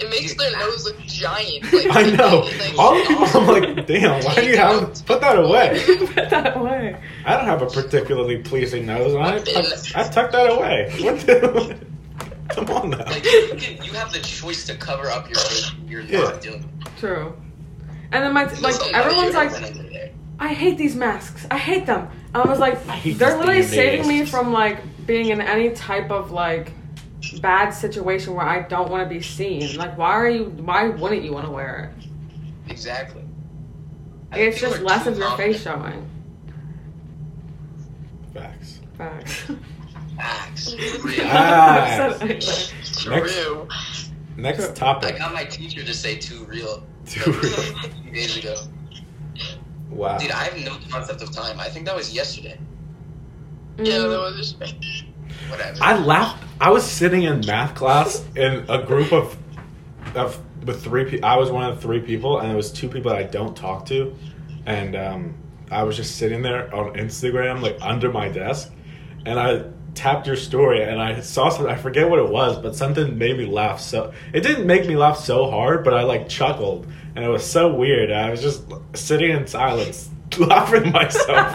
[SPEAKER 4] It makes their nose look giant. Like,
[SPEAKER 1] I know.
[SPEAKER 4] it's like-
[SPEAKER 1] All the people, I'm like, damn, why do you have. Put that away.
[SPEAKER 2] Put that away.
[SPEAKER 1] I don't have a particularly pleasing nose, and I, I, I tucked that away. What the. Come on now.
[SPEAKER 3] Like you can, you have the choice to cover up your face. You're
[SPEAKER 1] Yeah.
[SPEAKER 3] not doing. it.
[SPEAKER 2] True. And then my like
[SPEAKER 3] It's not
[SPEAKER 2] everyone's
[SPEAKER 3] like
[SPEAKER 2] like,
[SPEAKER 3] you're under there.
[SPEAKER 2] I hate these masks. I hate them. And I was like,
[SPEAKER 1] hate
[SPEAKER 2] they're
[SPEAKER 1] these
[SPEAKER 2] literally
[SPEAKER 1] damn
[SPEAKER 2] saving me
[SPEAKER 1] masks.
[SPEAKER 2] from like being in any type of like bad situation where I don't want to be seen. Like, why are you? Why wouldn't you want to wear it?
[SPEAKER 3] Exactly.
[SPEAKER 2] Like, it's
[SPEAKER 3] People
[SPEAKER 2] just
[SPEAKER 3] are
[SPEAKER 2] less
[SPEAKER 3] too
[SPEAKER 2] of your
[SPEAKER 3] confident.
[SPEAKER 2] face showing.
[SPEAKER 1] Facts.
[SPEAKER 2] Facts.
[SPEAKER 3] Facts.
[SPEAKER 2] I
[SPEAKER 1] Facts.
[SPEAKER 2] said it.
[SPEAKER 1] Next,
[SPEAKER 3] True.
[SPEAKER 1] next
[SPEAKER 3] I
[SPEAKER 2] um,
[SPEAKER 1] topic.
[SPEAKER 3] got my teacher to say too real.
[SPEAKER 1] Too real.
[SPEAKER 3] a few days ago.
[SPEAKER 1] Wow.
[SPEAKER 3] Dude, I have no concept of time. I think that was yesterday.
[SPEAKER 4] Yeah, that
[SPEAKER 2] Mm.
[SPEAKER 4] was respect.
[SPEAKER 3] Whatever.
[SPEAKER 1] I laughed. I was sitting in math class in a group of of with three. Pe- I was one of three people, and it was two people that I don't talk to, and um, I was just sitting there on Instagram, like under my desk, and I tapped your story, and I saw something. I forget what it was, but something made me laugh. So it didn't make me laugh so hard, but I like chuckled, and it was so weird. I was just sitting in silence. Laughing myself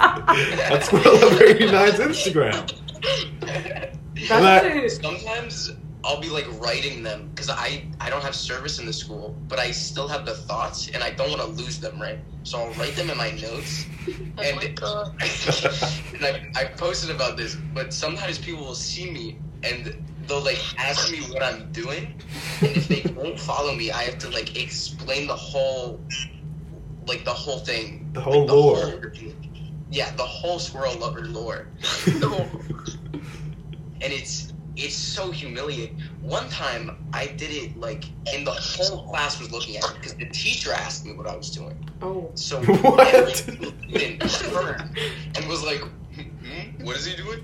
[SPEAKER 1] at Squirrel 89's Instagram.
[SPEAKER 2] That's
[SPEAKER 1] Like-
[SPEAKER 2] actually-
[SPEAKER 3] Sometimes I'll be like writing them because I I don't have service in the school, but I still have the thoughts and I don't want to lose them, right? So I'll write them in my notes,
[SPEAKER 4] Oh my
[SPEAKER 3] and
[SPEAKER 4] god.
[SPEAKER 3] and I, I posted about this, but sometimes people will see me and they'll like ask me what I'm doing, and if they don't follow me, I have to like explain the whole, like the whole thing,
[SPEAKER 1] The whole
[SPEAKER 3] Like,
[SPEAKER 1] lore.
[SPEAKER 3] whole- yeah, the whole squirrel lover lore, and it's it's so humiliating. One time I did it like, and the whole class was looking at me because the teacher asked me what I was doing.
[SPEAKER 2] oh,
[SPEAKER 3] So
[SPEAKER 1] What?
[SPEAKER 3] every student turned and was like, "Hmm? "What is he doing?"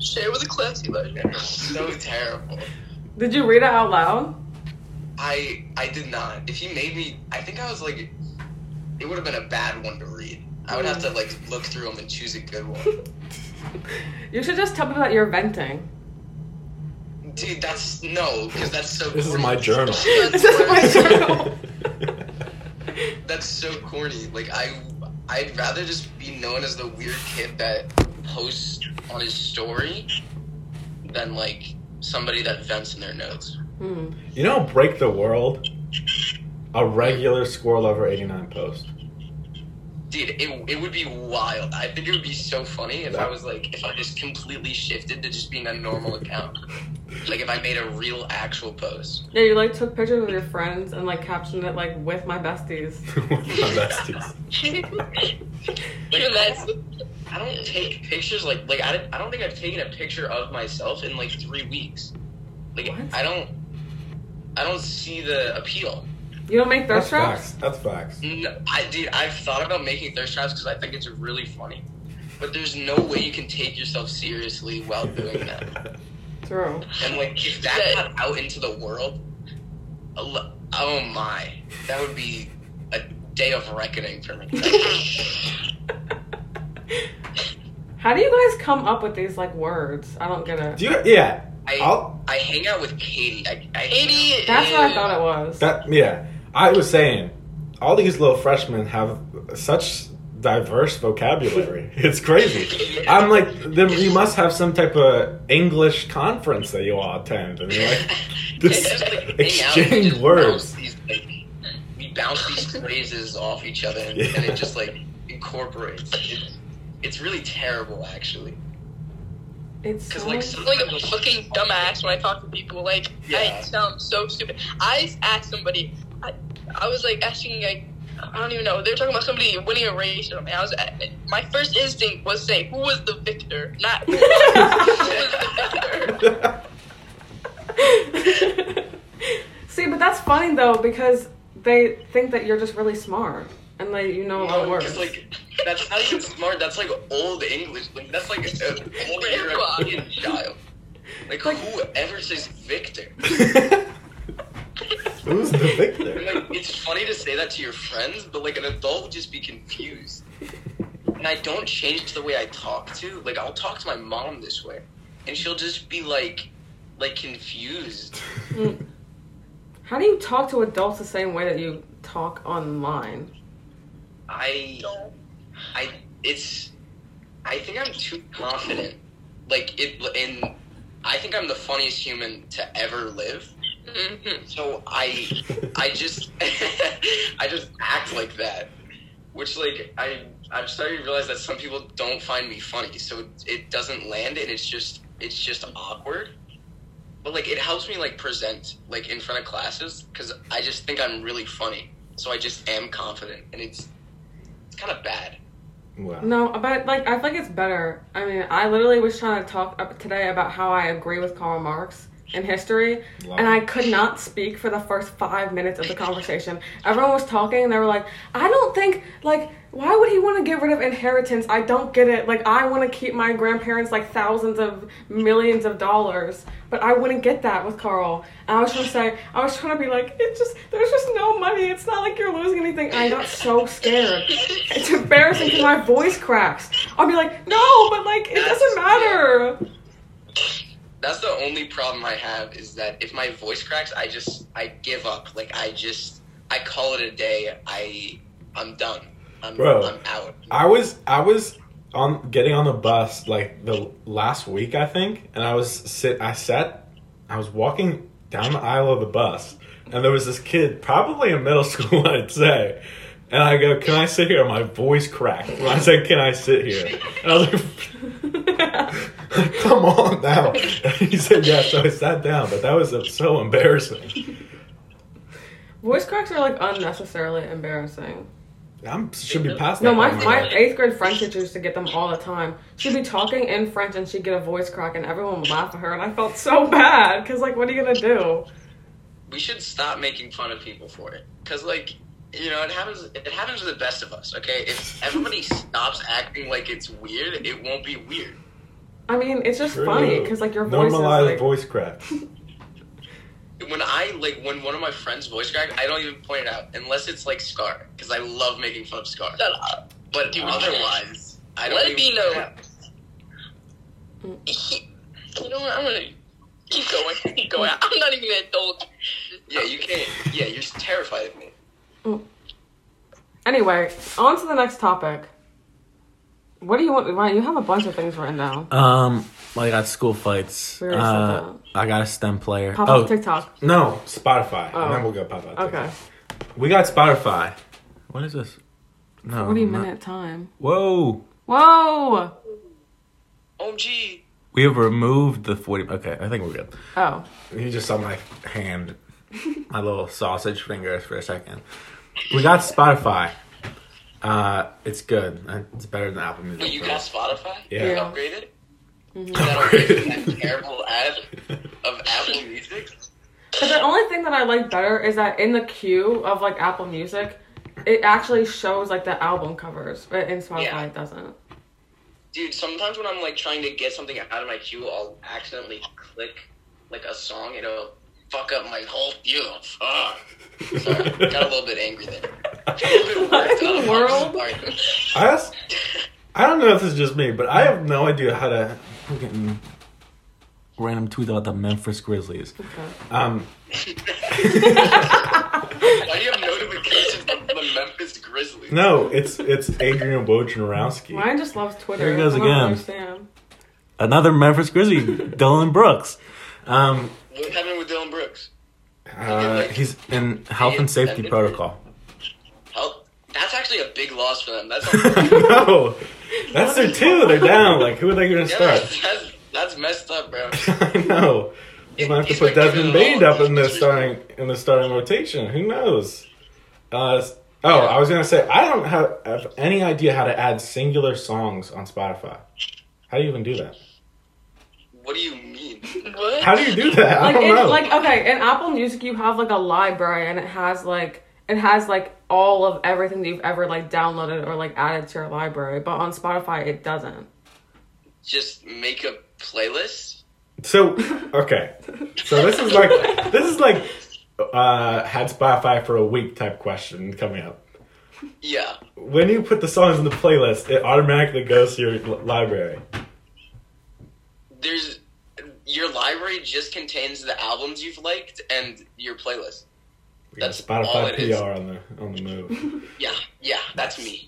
[SPEAKER 4] Share with the class, you like.
[SPEAKER 3] So terrible.
[SPEAKER 2] did you read it out loud?
[SPEAKER 3] I I did not. If he made me, I think I was like, it would have been a bad one to read. I would have to like look through them and choose a good one.
[SPEAKER 2] You should just tell me that you're venting.
[SPEAKER 3] Dude, that's no, because that's so.
[SPEAKER 1] This is
[SPEAKER 3] corny.
[SPEAKER 1] my journal.
[SPEAKER 2] This is my journal.
[SPEAKER 3] That's so corny. Like I, I'd rather just be known as the weird kid that posts on his story, than like somebody that vents in their notes.
[SPEAKER 2] Hmm.
[SPEAKER 1] you know, break the world. A regular score lover eighty nine post.
[SPEAKER 3] Dude, it, it would be wild. I think it would be so funny if I was like, if I just completely shifted to just being a normal account. like if I made a real actual post.
[SPEAKER 2] Yeah, you like took pictures with your friends and like captioned it like with my besties.
[SPEAKER 1] One of my besties.
[SPEAKER 4] Even that's
[SPEAKER 3] I don't take pictures like like I, don't- I don't think I've taken a picture of myself in like three weeks. Like
[SPEAKER 2] What?
[SPEAKER 3] I don't I don't see the appeal.
[SPEAKER 2] You don't make
[SPEAKER 1] That's facts.
[SPEAKER 2] thirst traps?
[SPEAKER 1] That's facts.
[SPEAKER 3] No, I dude, I've thought about making thirst traps because I think it's really funny. But there's no way you can take yourself seriously while doing that.
[SPEAKER 2] True.
[SPEAKER 3] And like if that got out into the world, a lo- oh my, that would be a day of reckoning for me.
[SPEAKER 2] How do you guys come up with these like words? I don't get it.
[SPEAKER 1] Do you? Yeah.
[SPEAKER 3] I
[SPEAKER 1] I'll,
[SPEAKER 3] I hang out with Katie. I, I hang out-
[SPEAKER 4] Katie.
[SPEAKER 2] That's what I thought it was.
[SPEAKER 1] that yeah. I was saying, all these little freshmen have such diverse vocabulary. It's crazy. I'm like, then you must have some type of English conference that you all attend, and you're like,
[SPEAKER 3] It's
[SPEAKER 1] this
[SPEAKER 3] just, like, hang out and
[SPEAKER 1] exchange
[SPEAKER 3] just bounce
[SPEAKER 1] words.
[SPEAKER 3] these, like, we bounce these phrases off each other, and, and it just like incorporates. It's, it's really terrible, actually.
[SPEAKER 2] it's
[SPEAKER 3] Because
[SPEAKER 2] so,
[SPEAKER 3] like,
[SPEAKER 4] I'm like
[SPEAKER 3] sometimes-
[SPEAKER 4] a fucking dumbass when I talk to people. Like
[SPEAKER 3] Yeah.
[SPEAKER 4] I sound so stupid. I asked somebody. I, I was like asking like I don't even know. They were talking about somebody winning a race or something. I was uh, my first instinct was say who was the victor, not who was the victor.
[SPEAKER 2] See, but that's funny though because they think that you're just really smart and like you know a lot of
[SPEAKER 3] No, 'cause,
[SPEAKER 2] words.
[SPEAKER 3] Oh, like that's not even smart. That's like old English. Like that's like an old
[SPEAKER 4] Grandpa.
[SPEAKER 3] European child. Like, whoever says Victor.
[SPEAKER 1] Who's the
[SPEAKER 3] And,
[SPEAKER 1] victor?
[SPEAKER 3] like it's funny to say that to your friends, but like an adult would just be confused. And I don't change the way I talk to. Like I'll talk to my mom this way, and she'll just be like, like confused.
[SPEAKER 2] How do you talk to adults the same way that you talk online?
[SPEAKER 3] I,
[SPEAKER 4] Don't.
[SPEAKER 3] I, it's, I think I'm too confident. Like it, and I think I'm the funniest human to ever live.
[SPEAKER 4] Mm-hmm.
[SPEAKER 3] So I, I just, I just act like that, which like I, I'm starting to realize that some people don't find me funny, so it, it doesn't land, and it's just, it's just awkward. But like, it helps me like present like in front of classes because I just think I'm really funny, so I just am confident, and it's, it's kind of bad.
[SPEAKER 1] Wow.
[SPEAKER 2] No, but like I think it's better. I mean, I literally was trying to talk up today about how I agree with Karl Marx in history,
[SPEAKER 1] Wow.
[SPEAKER 2] and I could not speak for the first five minutes of the conversation. Everyone was talking, and they were like, "I don't think like why would he want to get rid of inheritance? I don't get it. Like I want to keep my grandparents like thousands of millions of dollars, but I wouldn't get that with Carl." And I was trying to say, I was trying to be like, "It just there's just no money. It's not like you're losing anything." And I got so scared. It's embarrassing because my voice cracks. I'll be like, no, but like it doesn't matter.
[SPEAKER 3] That's the only problem I have is that if my voice cracks, I just I give up. Like I just I call it a day. I I'm done. I'm
[SPEAKER 1] Bro.
[SPEAKER 3] I'm out.
[SPEAKER 1] I was I was on getting on the bus like the last week I think, and I was sit I sat I was walking down the aisle of the bus, and there was this kid probably in middle school I'd say, and I go, "Can I sit here?" My voice cracked when I said, "Can I sit here?" And I was like. Come on now. he said yes, so I sat down, but that was uh, so embarrassing.
[SPEAKER 2] voice cracks are like unnecessarily embarrassing.
[SPEAKER 1] I should be past that.
[SPEAKER 2] No, my,
[SPEAKER 1] by now.
[SPEAKER 2] my eighth grade French teacher used to get them all the time. She'd be talking in French and she'd get a voice crack and everyone would laugh at her and I felt so bad because like what are you gonna do?
[SPEAKER 3] We should stop making fun of people for it. Cause like you know it happens. It happens to the best of us. Okay, if everybody stops acting like it's weird, it won't be weird.
[SPEAKER 2] I mean, it's just
[SPEAKER 1] True.
[SPEAKER 2] funny because like your voice
[SPEAKER 1] Normalized
[SPEAKER 2] is like,
[SPEAKER 1] voice cracks.
[SPEAKER 3] When I like when one of my friends voice crack, I don't even point it out unless it's like Scar, because I love making fun of Scar.
[SPEAKER 4] Shut up.
[SPEAKER 3] But
[SPEAKER 4] Dude.
[SPEAKER 3] otherwise, I don't.
[SPEAKER 4] Let
[SPEAKER 3] even
[SPEAKER 4] it be
[SPEAKER 3] point it
[SPEAKER 4] known.
[SPEAKER 3] out.
[SPEAKER 4] He- you know what? I'm gonna keep going. Keep going. I'm not even an adult.
[SPEAKER 3] Yeah, you can't. Yeah, you're terrified of me.
[SPEAKER 2] Anyway, on to the next topic. What do you want? Ryan, you have a bunch of things written down.
[SPEAKER 5] Um, well, I got school fights.
[SPEAKER 2] We already said
[SPEAKER 5] Uh, I got a STEM player.
[SPEAKER 2] Pop
[SPEAKER 5] oh,
[SPEAKER 2] up TikTok.
[SPEAKER 1] No, Spotify.
[SPEAKER 2] Oh.
[SPEAKER 1] And then we'll go Spotify.
[SPEAKER 2] Okay.
[SPEAKER 5] Oh,
[SPEAKER 1] We got Spotify.
[SPEAKER 5] what is this? No.
[SPEAKER 2] Forty
[SPEAKER 5] not-
[SPEAKER 2] minute time.
[SPEAKER 5] Whoa.
[SPEAKER 2] Whoa!
[SPEAKER 3] OMG.
[SPEAKER 5] We have removed the 40. Okay, I think we're good.
[SPEAKER 2] Oh,
[SPEAKER 5] You just saw my hand, my little sausage fingers for a second. We got Spotify. Uh, it's good. Uh, It's better than Apple Music.
[SPEAKER 3] Wait, you
[SPEAKER 5] Pro.
[SPEAKER 3] got Spotify?
[SPEAKER 1] Yeah.
[SPEAKER 2] Yeah.
[SPEAKER 3] Upgraded? Is that upgraded? that terrible ad of Apple Music?
[SPEAKER 2] but the only thing that I like better is that in the queue of like Apple Music, it actually shows like the album covers, but in Spotify
[SPEAKER 3] Yeah.
[SPEAKER 2] it doesn't.
[SPEAKER 3] Dude, sometimes when I'm like trying to get something out of my queue, I'll accidentally click like a song. It'll fuck up my whole queue. Fuck. Sorry, got a little bit angry there. Got a little bit
[SPEAKER 2] What in the
[SPEAKER 3] worked up.
[SPEAKER 2] world?
[SPEAKER 3] I'm sorry.
[SPEAKER 1] I asked, I don't know if this is just me, but I have no idea how to.
[SPEAKER 5] I'm getting random tweet about the Memphis Grizzlies.
[SPEAKER 1] Um,
[SPEAKER 3] Why do you have notifications from the Memphis Grizzlies?
[SPEAKER 1] no, it's it's Adrian Wojnarowski.
[SPEAKER 2] Ryan just loves Twitter.
[SPEAKER 5] Here he goes
[SPEAKER 2] I don't
[SPEAKER 5] again.
[SPEAKER 2] Understand.
[SPEAKER 5] Another Memphis Grizzly, Dylan Brooks. Um,
[SPEAKER 3] What happened with Dylan Brooks?
[SPEAKER 5] uh, he's in health and safety protocol.
[SPEAKER 3] Help. That's actually a big loss for them. That's
[SPEAKER 1] no, that's their two. They're down. Like, who are they going to
[SPEAKER 3] Yeah,
[SPEAKER 1] start?
[SPEAKER 3] that's, that's, that's messed up, bro.
[SPEAKER 1] I know. You might have to
[SPEAKER 3] He's
[SPEAKER 1] put
[SPEAKER 3] been giving
[SPEAKER 1] Desmond
[SPEAKER 3] them
[SPEAKER 1] Bain
[SPEAKER 3] all
[SPEAKER 1] up in the
[SPEAKER 3] these-
[SPEAKER 1] starting in the starting rotation. Who knows? Uh, s- oh, I was gonna say I don't have, have any idea how to add singular songs on Spotify. How do you even do that?
[SPEAKER 3] What do you mean?
[SPEAKER 4] What?
[SPEAKER 1] How do you do that? I
[SPEAKER 2] Like,
[SPEAKER 1] don't
[SPEAKER 2] in,
[SPEAKER 1] know.
[SPEAKER 2] like okay, in Apple Music you have like a library and it has like it has like all of everything that you've ever like downloaded or like added to your library, but on Spotify it doesn't.
[SPEAKER 3] Just make a playlist?
[SPEAKER 1] so okay, so this is like this is like uh, had Spotify for a week type question coming up.
[SPEAKER 3] Yeah.
[SPEAKER 1] When you put the songs in the playlist, it automatically goes to your li- library.
[SPEAKER 3] There's your library just contains the albums you've liked and your playlist.
[SPEAKER 6] Yeah,
[SPEAKER 3] That's all
[SPEAKER 6] Spotify
[SPEAKER 3] it
[SPEAKER 6] PR
[SPEAKER 3] is.
[SPEAKER 6] on the on the move.
[SPEAKER 3] Yeah, yeah, that's me.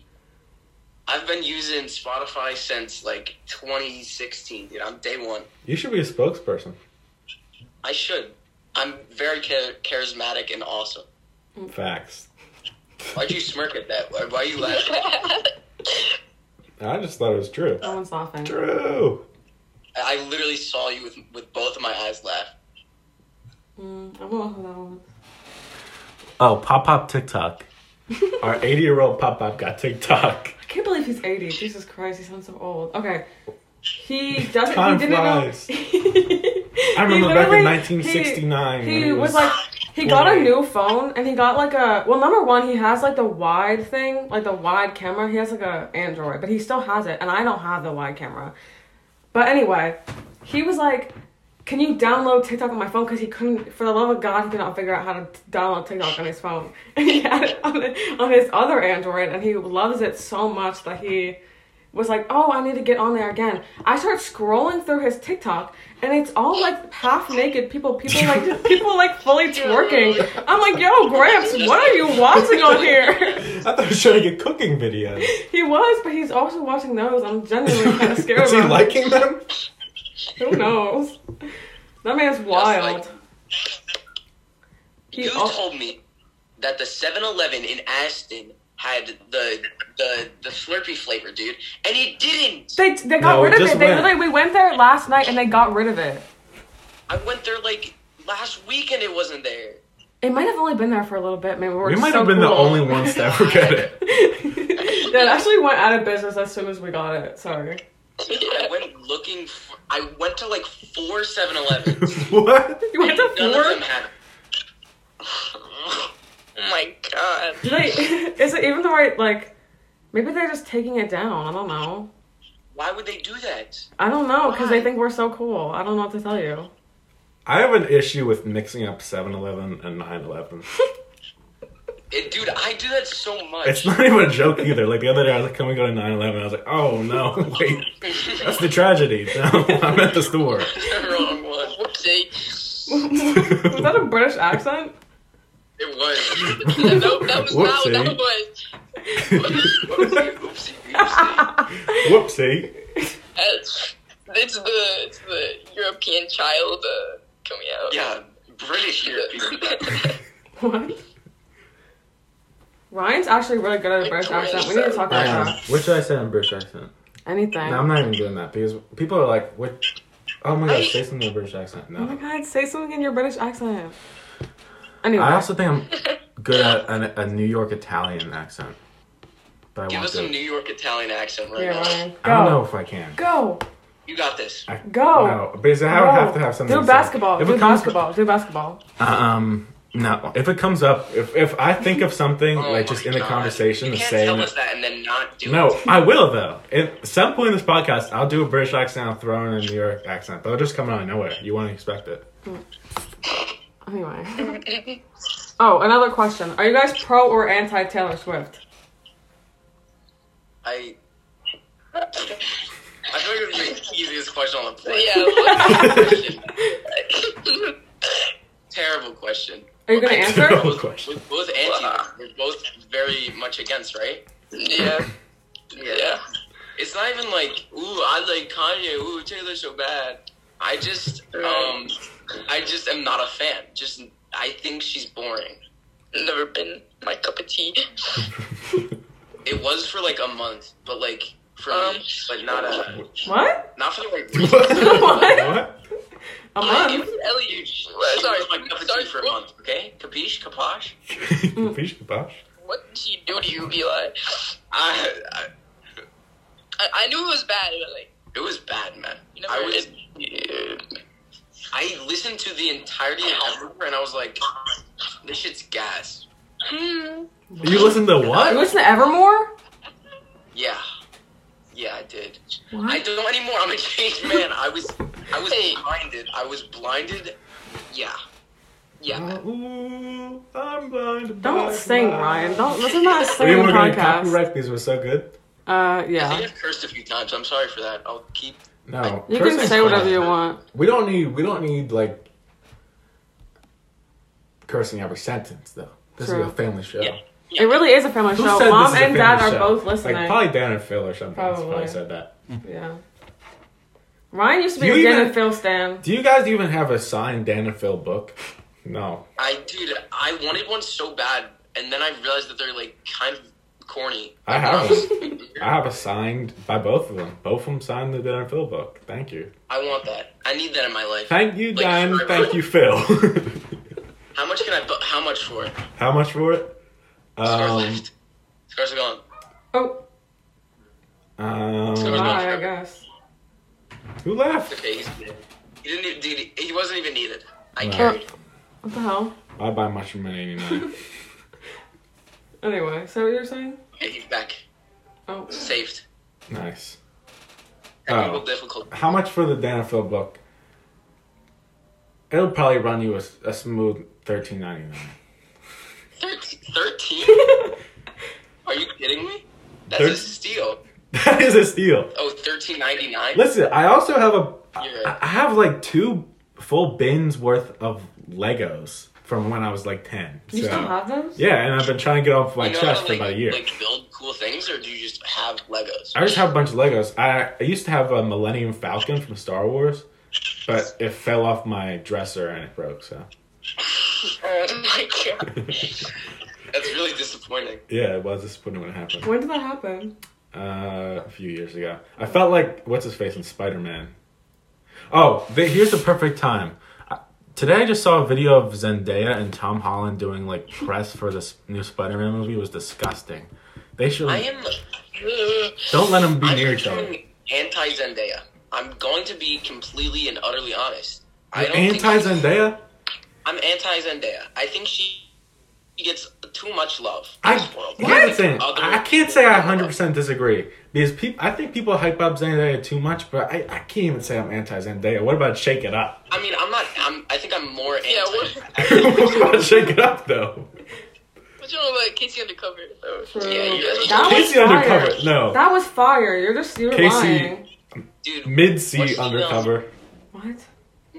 [SPEAKER 3] I've been using Spotify since like 2016, dude. I'm day one.
[SPEAKER 6] You should be a spokesperson.
[SPEAKER 3] I should. I'm very char- charismatic and awesome.
[SPEAKER 6] Facts.
[SPEAKER 3] Why'd you smirk at that? Why, why are you laughing?
[SPEAKER 6] I just thought it was true.
[SPEAKER 2] No one's laughing.
[SPEAKER 6] True.
[SPEAKER 3] I I literally saw you with with both of my eyes laugh.
[SPEAKER 2] Mm, I'm gonna hold on.
[SPEAKER 1] Oh, pop pop TikTok.
[SPEAKER 6] Our 80 year old pop up got TikTok.
[SPEAKER 2] I can't believe he's 80. Jesus Christ, he sounds so old. Okay. He doesn't.
[SPEAKER 6] Time
[SPEAKER 2] he didn't
[SPEAKER 6] flies.
[SPEAKER 2] know.
[SPEAKER 6] I
[SPEAKER 2] He
[SPEAKER 6] remember back in
[SPEAKER 2] literally-
[SPEAKER 6] 1969.
[SPEAKER 2] He,
[SPEAKER 6] when
[SPEAKER 2] he
[SPEAKER 6] it
[SPEAKER 2] was like, he got a new phone and he got like a. Well, number one, he has like the wide thing, like the wide camera. He has like a Android, but he still has it, and I don't have the wide camera. But anyway, he was like, "Can you download TikTok on my phone?" Because he couldn't, for the love of God, he could not figure out how to t- download TikTok on his phone, and he had it on, it on his other Android, and he loves it so much that he was like, oh, I need to get on there again. I start scrolling through his TikTok, and it's all like half naked people, people like people like fully twerking. I'm like, yo, Gramps, what are you watching on here?
[SPEAKER 6] I thought I was trying to get cooking videos.
[SPEAKER 2] he was, but he's also watching those. I'm genuinely kind of scared.
[SPEAKER 6] Is he
[SPEAKER 2] about it.
[SPEAKER 6] liking them?
[SPEAKER 2] Who knows? That man's wild.
[SPEAKER 3] like-
[SPEAKER 2] He
[SPEAKER 3] you
[SPEAKER 2] al-
[SPEAKER 3] told me that the 7-Eleven in Aston had the the the Slurpee flavor, dude, and it didn't.
[SPEAKER 2] they they got
[SPEAKER 6] No, it
[SPEAKER 2] rid of
[SPEAKER 6] just
[SPEAKER 2] it. They
[SPEAKER 6] went.
[SPEAKER 2] literally we went there last night and they got rid of it.
[SPEAKER 3] I went there like last week and it wasn't there.
[SPEAKER 2] It might have only been there for a little bit. Maybe we were
[SPEAKER 1] We
[SPEAKER 2] just
[SPEAKER 1] might
[SPEAKER 2] so
[SPEAKER 1] have been the
[SPEAKER 2] cool.
[SPEAKER 1] only ones to ever get it.
[SPEAKER 2] yeah, it actually went out of business as soon as we got it. Sorry.
[SPEAKER 3] I went looking. For, I went to like four 7-Elevens.
[SPEAKER 6] what?
[SPEAKER 2] You went to
[SPEAKER 3] None of them
[SPEAKER 2] four.
[SPEAKER 3] had.
[SPEAKER 4] Oh my god.
[SPEAKER 2] Do they, is it even the right like? Maybe they're just taking it down. I don't know.
[SPEAKER 3] Why would they do that?
[SPEAKER 2] I don't know because they
[SPEAKER 4] Why?
[SPEAKER 2] think we're so cool. I don't know what to tell you.
[SPEAKER 6] I have an issue with mixing up 7 Eleven and 9 11.
[SPEAKER 3] It, dude, I do that so much.
[SPEAKER 6] It's not even a joke either. Like the other day, I was like, can we go to 9 11? I was like, oh no, wait, that's the tragedy. No, I'm at the store.
[SPEAKER 3] wrong one.
[SPEAKER 4] Whoopsie.
[SPEAKER 2] Was that a British accent?
[SPEAKER 3] It was.
[SPEAKER 4] nope, that was not what
[SPEAKER 6] Whoopsie.
[SPEAKER 4] that was.
[SPEAKER 3] Oopsie, oopsie, oopsie.
[SPEAKER 6] Whoopsie.
[SPEAKER 3] uh,
[SPEAKER 4] That's- It's the, it's the European child uh, coming out.
[SPEAKER 3] Yeah, British European.
[SPEAKER 2] What? Ryan's actually really good at a British accent. We need to talk
[SPEAKER 1] I
[SPEAKER 2] about
[SPEAKER 1] am.
[SPEAKER 2] that.
[SPEAKER 1] What should I say in British accent?
[SPEAKER 2] Anything.
[SPEAKER 1] No, I'm not even doing that because people are like, "What? Oh my god, say something in British accent."
[SPEAKER 2] Oh my
[SPEAKER 1] No,
[SPEAKER 2] god, say something in your British accent. Anyway,
[SPEAKER 1] I also think I'm good at an, a New York Italian accent, but I
[SPEAKER 3] Give
[SPEAKER 1] want
[SPEAKER 3] us some New
[SPEAKER 1] to.
[SPEAKER 3] York Italian accent right
[SPEAKER 2] here,
[SPEAKER 3] now.
[SPEAKER 2] Ryan. Go.
[SPEAKER 1] I don't know if I can.
[SPEAKER 2] Go.
[SPEAKER 3] You got this.
[SPEAKER 1] I,
[SPEAKER 2] Go.
[SPEAKER 1] No, because I would
[SPEAKER 2] Go.
[SPEAKER 1] have to have something.
[SPEAKER 2] Do
[SPEAKER 1] to say.
[SPEAKER 2] basketball.
[SPEAKER 1] If
[SPEAKER 2] Do
[SPEAKER 1] it comes,
[SPEAKER 2] basketball. Do basketball.
[SPEAKER 1] Um, no. If it comes up, if if I think of something like
[SPEAKER 3] Oh my
[SPEAKER 1] just in the
[SPEAKER 3] God.
[SPEAKER 1] conversation
[SPEAKER 3] you
[SPEAKER 1] to
[SPEAKER 3] can't
[SPEAKER 1] say.
[SPEAKER 3] tell
[SPEAKER 1] in a-
[SPEAKER 3] us that and then not do
[SPEAKER 1] No,
[SPEAKER 3] it.
[SPEAKER 1] I will though. At some point in this podcast, I'll do a British accent, I'll throw in a New York accent. They'll just come out of nowhere. You won't expect it.
[SPEAKER 2] Anyway. oh, another question. Are you guys pro or anti Taylor Swift?
[SPEAKER 3] I. I feel like this is the easiest question on the planet.
[SPEAKER 4] Yeah. what-
[SPEAKER 3] Terrible question.
[SPEAKER 2] Are you gonna answer?
[SPEAKER 1] Terrible question.
[SPEAKER 3] We're both anti. We're both very much against, right?
[SPEAKER 4] yeah. Yeah.
[SPEAKER 3] It's not even like, ooh, I like Kanye. Ooh, Taylor's so bad. I just, um, I just am not a fan. Just, I think she's boring.
[SPEAKER 4] Never been my cup of tea.
[SPEAKER 3] It was for like a month, but like for
[SPEAKER 4] Um,
[SPEAKER 3] me, but not a,
[SPEAKER 2] What?
[SPEAKER 3] not for like.
[SPEAKER 2] what?
[SPEAKER 1] What?
[SPEAKER 2] A
[SPEAKER 4] It
[SPEAKER 2] month?
[SPEAKER 4] was Elliot.
[SPEAKER 3] Sorry,
[SPEAKER 4] Sorry,
[SPEAKER 3] my cup of
[SPEAKER 4] sorry.
[SPEAKER 3] tea for a month. Okay, capiche, caposh.
[SPEAKER 1] Capiche, capiche?
[SPEAKER 4] What did she do to you, Eli?
[SPEAKER 3] I, I,
[SPEAKER 4] I, I knew it was bad, but like,
[SPEAKER 3] it was bad, man.
[SPEAKER 4] you never.
[SPEAKER 3] I was,
[SPEAKER 4] it-
[SPEAKER 3] I listened to the entirety of Evermore, and I was like, this shit's gas.
[SPEAKER 4] Hmm.
[SPEAKER 1] You listen to
[SPEAKER 2] You
[SPEAKER 1] what?
[SPEAKER 2] listen to Evermore?
[SPEAKER 3] Yeah, yeah, I did. I
[SPEAKER 2] What?
[SPEAKER 3] don't anymore. I'm a changed man. I was, I was
[SPEAKER 4] Hey.
[SPEAKER 3] blinded. I was blinded. Yeah, yeah.
[SPEAKER 1] Ooh, I'm blind.
[SPEAKER 2] Don't sing, Ryan. Don't listen to that
[SPEAKER 1] We
[SPEAKER 2] singing
[SPEAKER 1] were going to
[SPEAKER 2] podcast.
[SPEAKER 1] copyright these were so good.
[SPEAKER 2] Uh,
[SPEAKER 3] I
[SPEAKER 2] yeah.
[SPEAKER 3] think I've cursed a few times. I'm sorry for that. I'll keep.
[SPEAKER 1] No.
[SPEAKER 2] You
[SPEAKER 1] cursing's
[SPEAKER 2] can say
[SPEAKER 1] fine.
[SPEAKER 2] whatever you want.
[SPEAKER 1] We don't need. We don't need like cursing every sentence though. This
[SPEAKER 2] True.
[SPEAKER 1] is a family show.
[SPEAKER 4] Yeah.
[SPEAKER 2] It really is a family
[SPEAKER 1] Who
[SPEAKER 2] show.
[SPEAKER 1] said
[SPEAKER 2] Mom
[SPEAKER 1] this is a
[SPEAKER 2] and dad
[SPEAKER 1] family
[SPEAKER 2] are
[SPEAKER 1] show?
[SPEAKER 2] both listening.
[SPEAKER 1] Like probably Dan and Phil or something. Probably,
[SPEAKER 2] Probably.
[SPEAKER 1] said that.
[SPEAKER 2] Yeah. Ryan used to be
[SPEAKER 1] You
[SPEAKER 2] a Dan
[SPEAKER 1] even-
[SPEAKER 2] and Phil stan.
[SPEAKER 1] Do you guys even have a signed Dan and Phil book? No.
[SPEAKER 3] I dude, I wanted one so bad, and then I realized that they're like kind of corny. Um,
[SPEAKER 1] I have
[SPEAKER 3] I,
[SPEAKER 1] I have a signed by both of them. Both of them signed the Dan and Phil book. Thank you.
[SPEAKER 3] want that. I need that in my life.
[SPEAKER 1] Thank you,
[SPEAKER 3] Like,
[SPEAKER 1] Dan.
[SPEAKER 3] forever.
[SPEAKER 1] Thank you, Phil.
[SPEAKER 3] How much can I? bu- How much for it?
[SPEAKER 1] How much for it?
[SPEAKER 3] Scar
[SPEAKER 1] Um,
[SPEAKER 3] left. Scars are gone.
[SPEAKER 2] Oh,
[SPEAKER 1] um,
[SPEAKER 3] Sorry.
[SPEAKER 2] bye, I guess.
[SPEAKER 1] who left?
[SPEAKER 3] Okay, he's dead. He didn't. even- Dude, he wasn't even needed. I
[SPEAKER 1] Wow.
[SPEAKER 3] carried.
[SPEAKER 2] What the hell?
[SPEAKER 1] I buy mushroom at eighty nine.
[SPEAKER 2] Anyway, so what you're saying?
[SPEAKER 3] Yeah, he's back.
[SPEAKER 2] Oh,
[SPEAKER 3] Saved.
[SPEAKER 1] nice.
[SPEAKER 3] Technical
[SPEAKER 1] Oh.
[SPEAKER 3] difficult.
[SPEAKER 1] How much for the Dan and Phil book? It'll probably run you a, a smooth thirteen ninety nine.
[SPEAKER 3] Thirteen? Are you kidding me? That's
[SPEAKER 1] Thir-
[SPEAKER 3] a steal.
[SPEAKER 1] That is a steal.
[SPEAKER 3] Oh, thirteen ninety nine.
[SPEAKER 1] Listen, I also have a I
[SPEAKER 3] Yeah.
[SPEAKER 1] I have like two full bins worth of Legos from when I was like ten.
[SPEAKER 2] you
[SPEAKER 1] So-
[SPEAKER 2] still have those?
[SPEAKER 1] Yeah, and I've been trying to get off my
[SPEAKER 3] you know
[SPEAKER 1] chest
[SPEAKER 3] how,
[SPEAKER 1] for
[SPEAKER 3] like,
[SPEAKER 1] about a year.
[SPEAKER 3] Like build cool things, or do you just have Legos?
[SPEAKER 1] I just have a bunch of Legos. I, I used to have a Millennium Falcon from Star Wars, but it fell off my dresser and it broke. So
[SPEAKER 3] Oh my god, that's really disappointing.
[SPEAKER 1] yeah, it was disappointing when it happened.
[SPEAKER 2] When did that happen?
[SPEAKER 1] Uh, a few years ago, I felt like what's his face in Spider Man. Oh, the, here's the perfect time. I- Today I just saw a video of Zendaya and Tom Holland doing like press for this new Spider Man movie. It was disgusting. They should
[SPEAKER 3] I am. uh,
[SPEAKER 1] don't let them be
[SPEAKER 3] I'm
[SPEAKER 1] near each other.
[SPEAKER 3] Anti Zendaya. I'm going to be completely and utterly honest. I don't think-
[SPEAKER 1] Anti Zendaya.
[SPEAKER 3] I'm anti Zendaya. I think she she gets too much love.
[SPEAKER 1] I
[SPEAKER 3] in this world.
[SPEAKER 1] can't say
[SPEAKER 3] Other-
[SPEAKER 1] I can't say I 100 percent disagree because peop I think people hype up Zendaya too much, but I, I can't even say I'm anti Zendaya. What about Shake It Up?
[SPEAKER 3] I mean, I'm not. I'm. I think I'm more anti.
[SPEAKER 4] Yeah, what-
[SPEAKER 1] what about Shake It Up though?
[SPEAKER 4] But you know, like Casey undercover. So.
[SPEAKER 2] True.
[SPEAKER 3] Yeah, yeah.
[SPEAKER 2] That
[SPEAKER 1] Casey
[SPEAKER 2] was fire.
[SPEAKER 1] Undercover, no.
[SPEAKER 2] That was fire. You're just you're
[SPEAKER 1] Casey-
[SPEAKER 2] lying.
[SPEAKER 3] dude.
[SPEAKER 1] Mid C
[SPEAKER 3] What's the-
[SPEAKER 1] undercover.
[SPEAKER 2] What?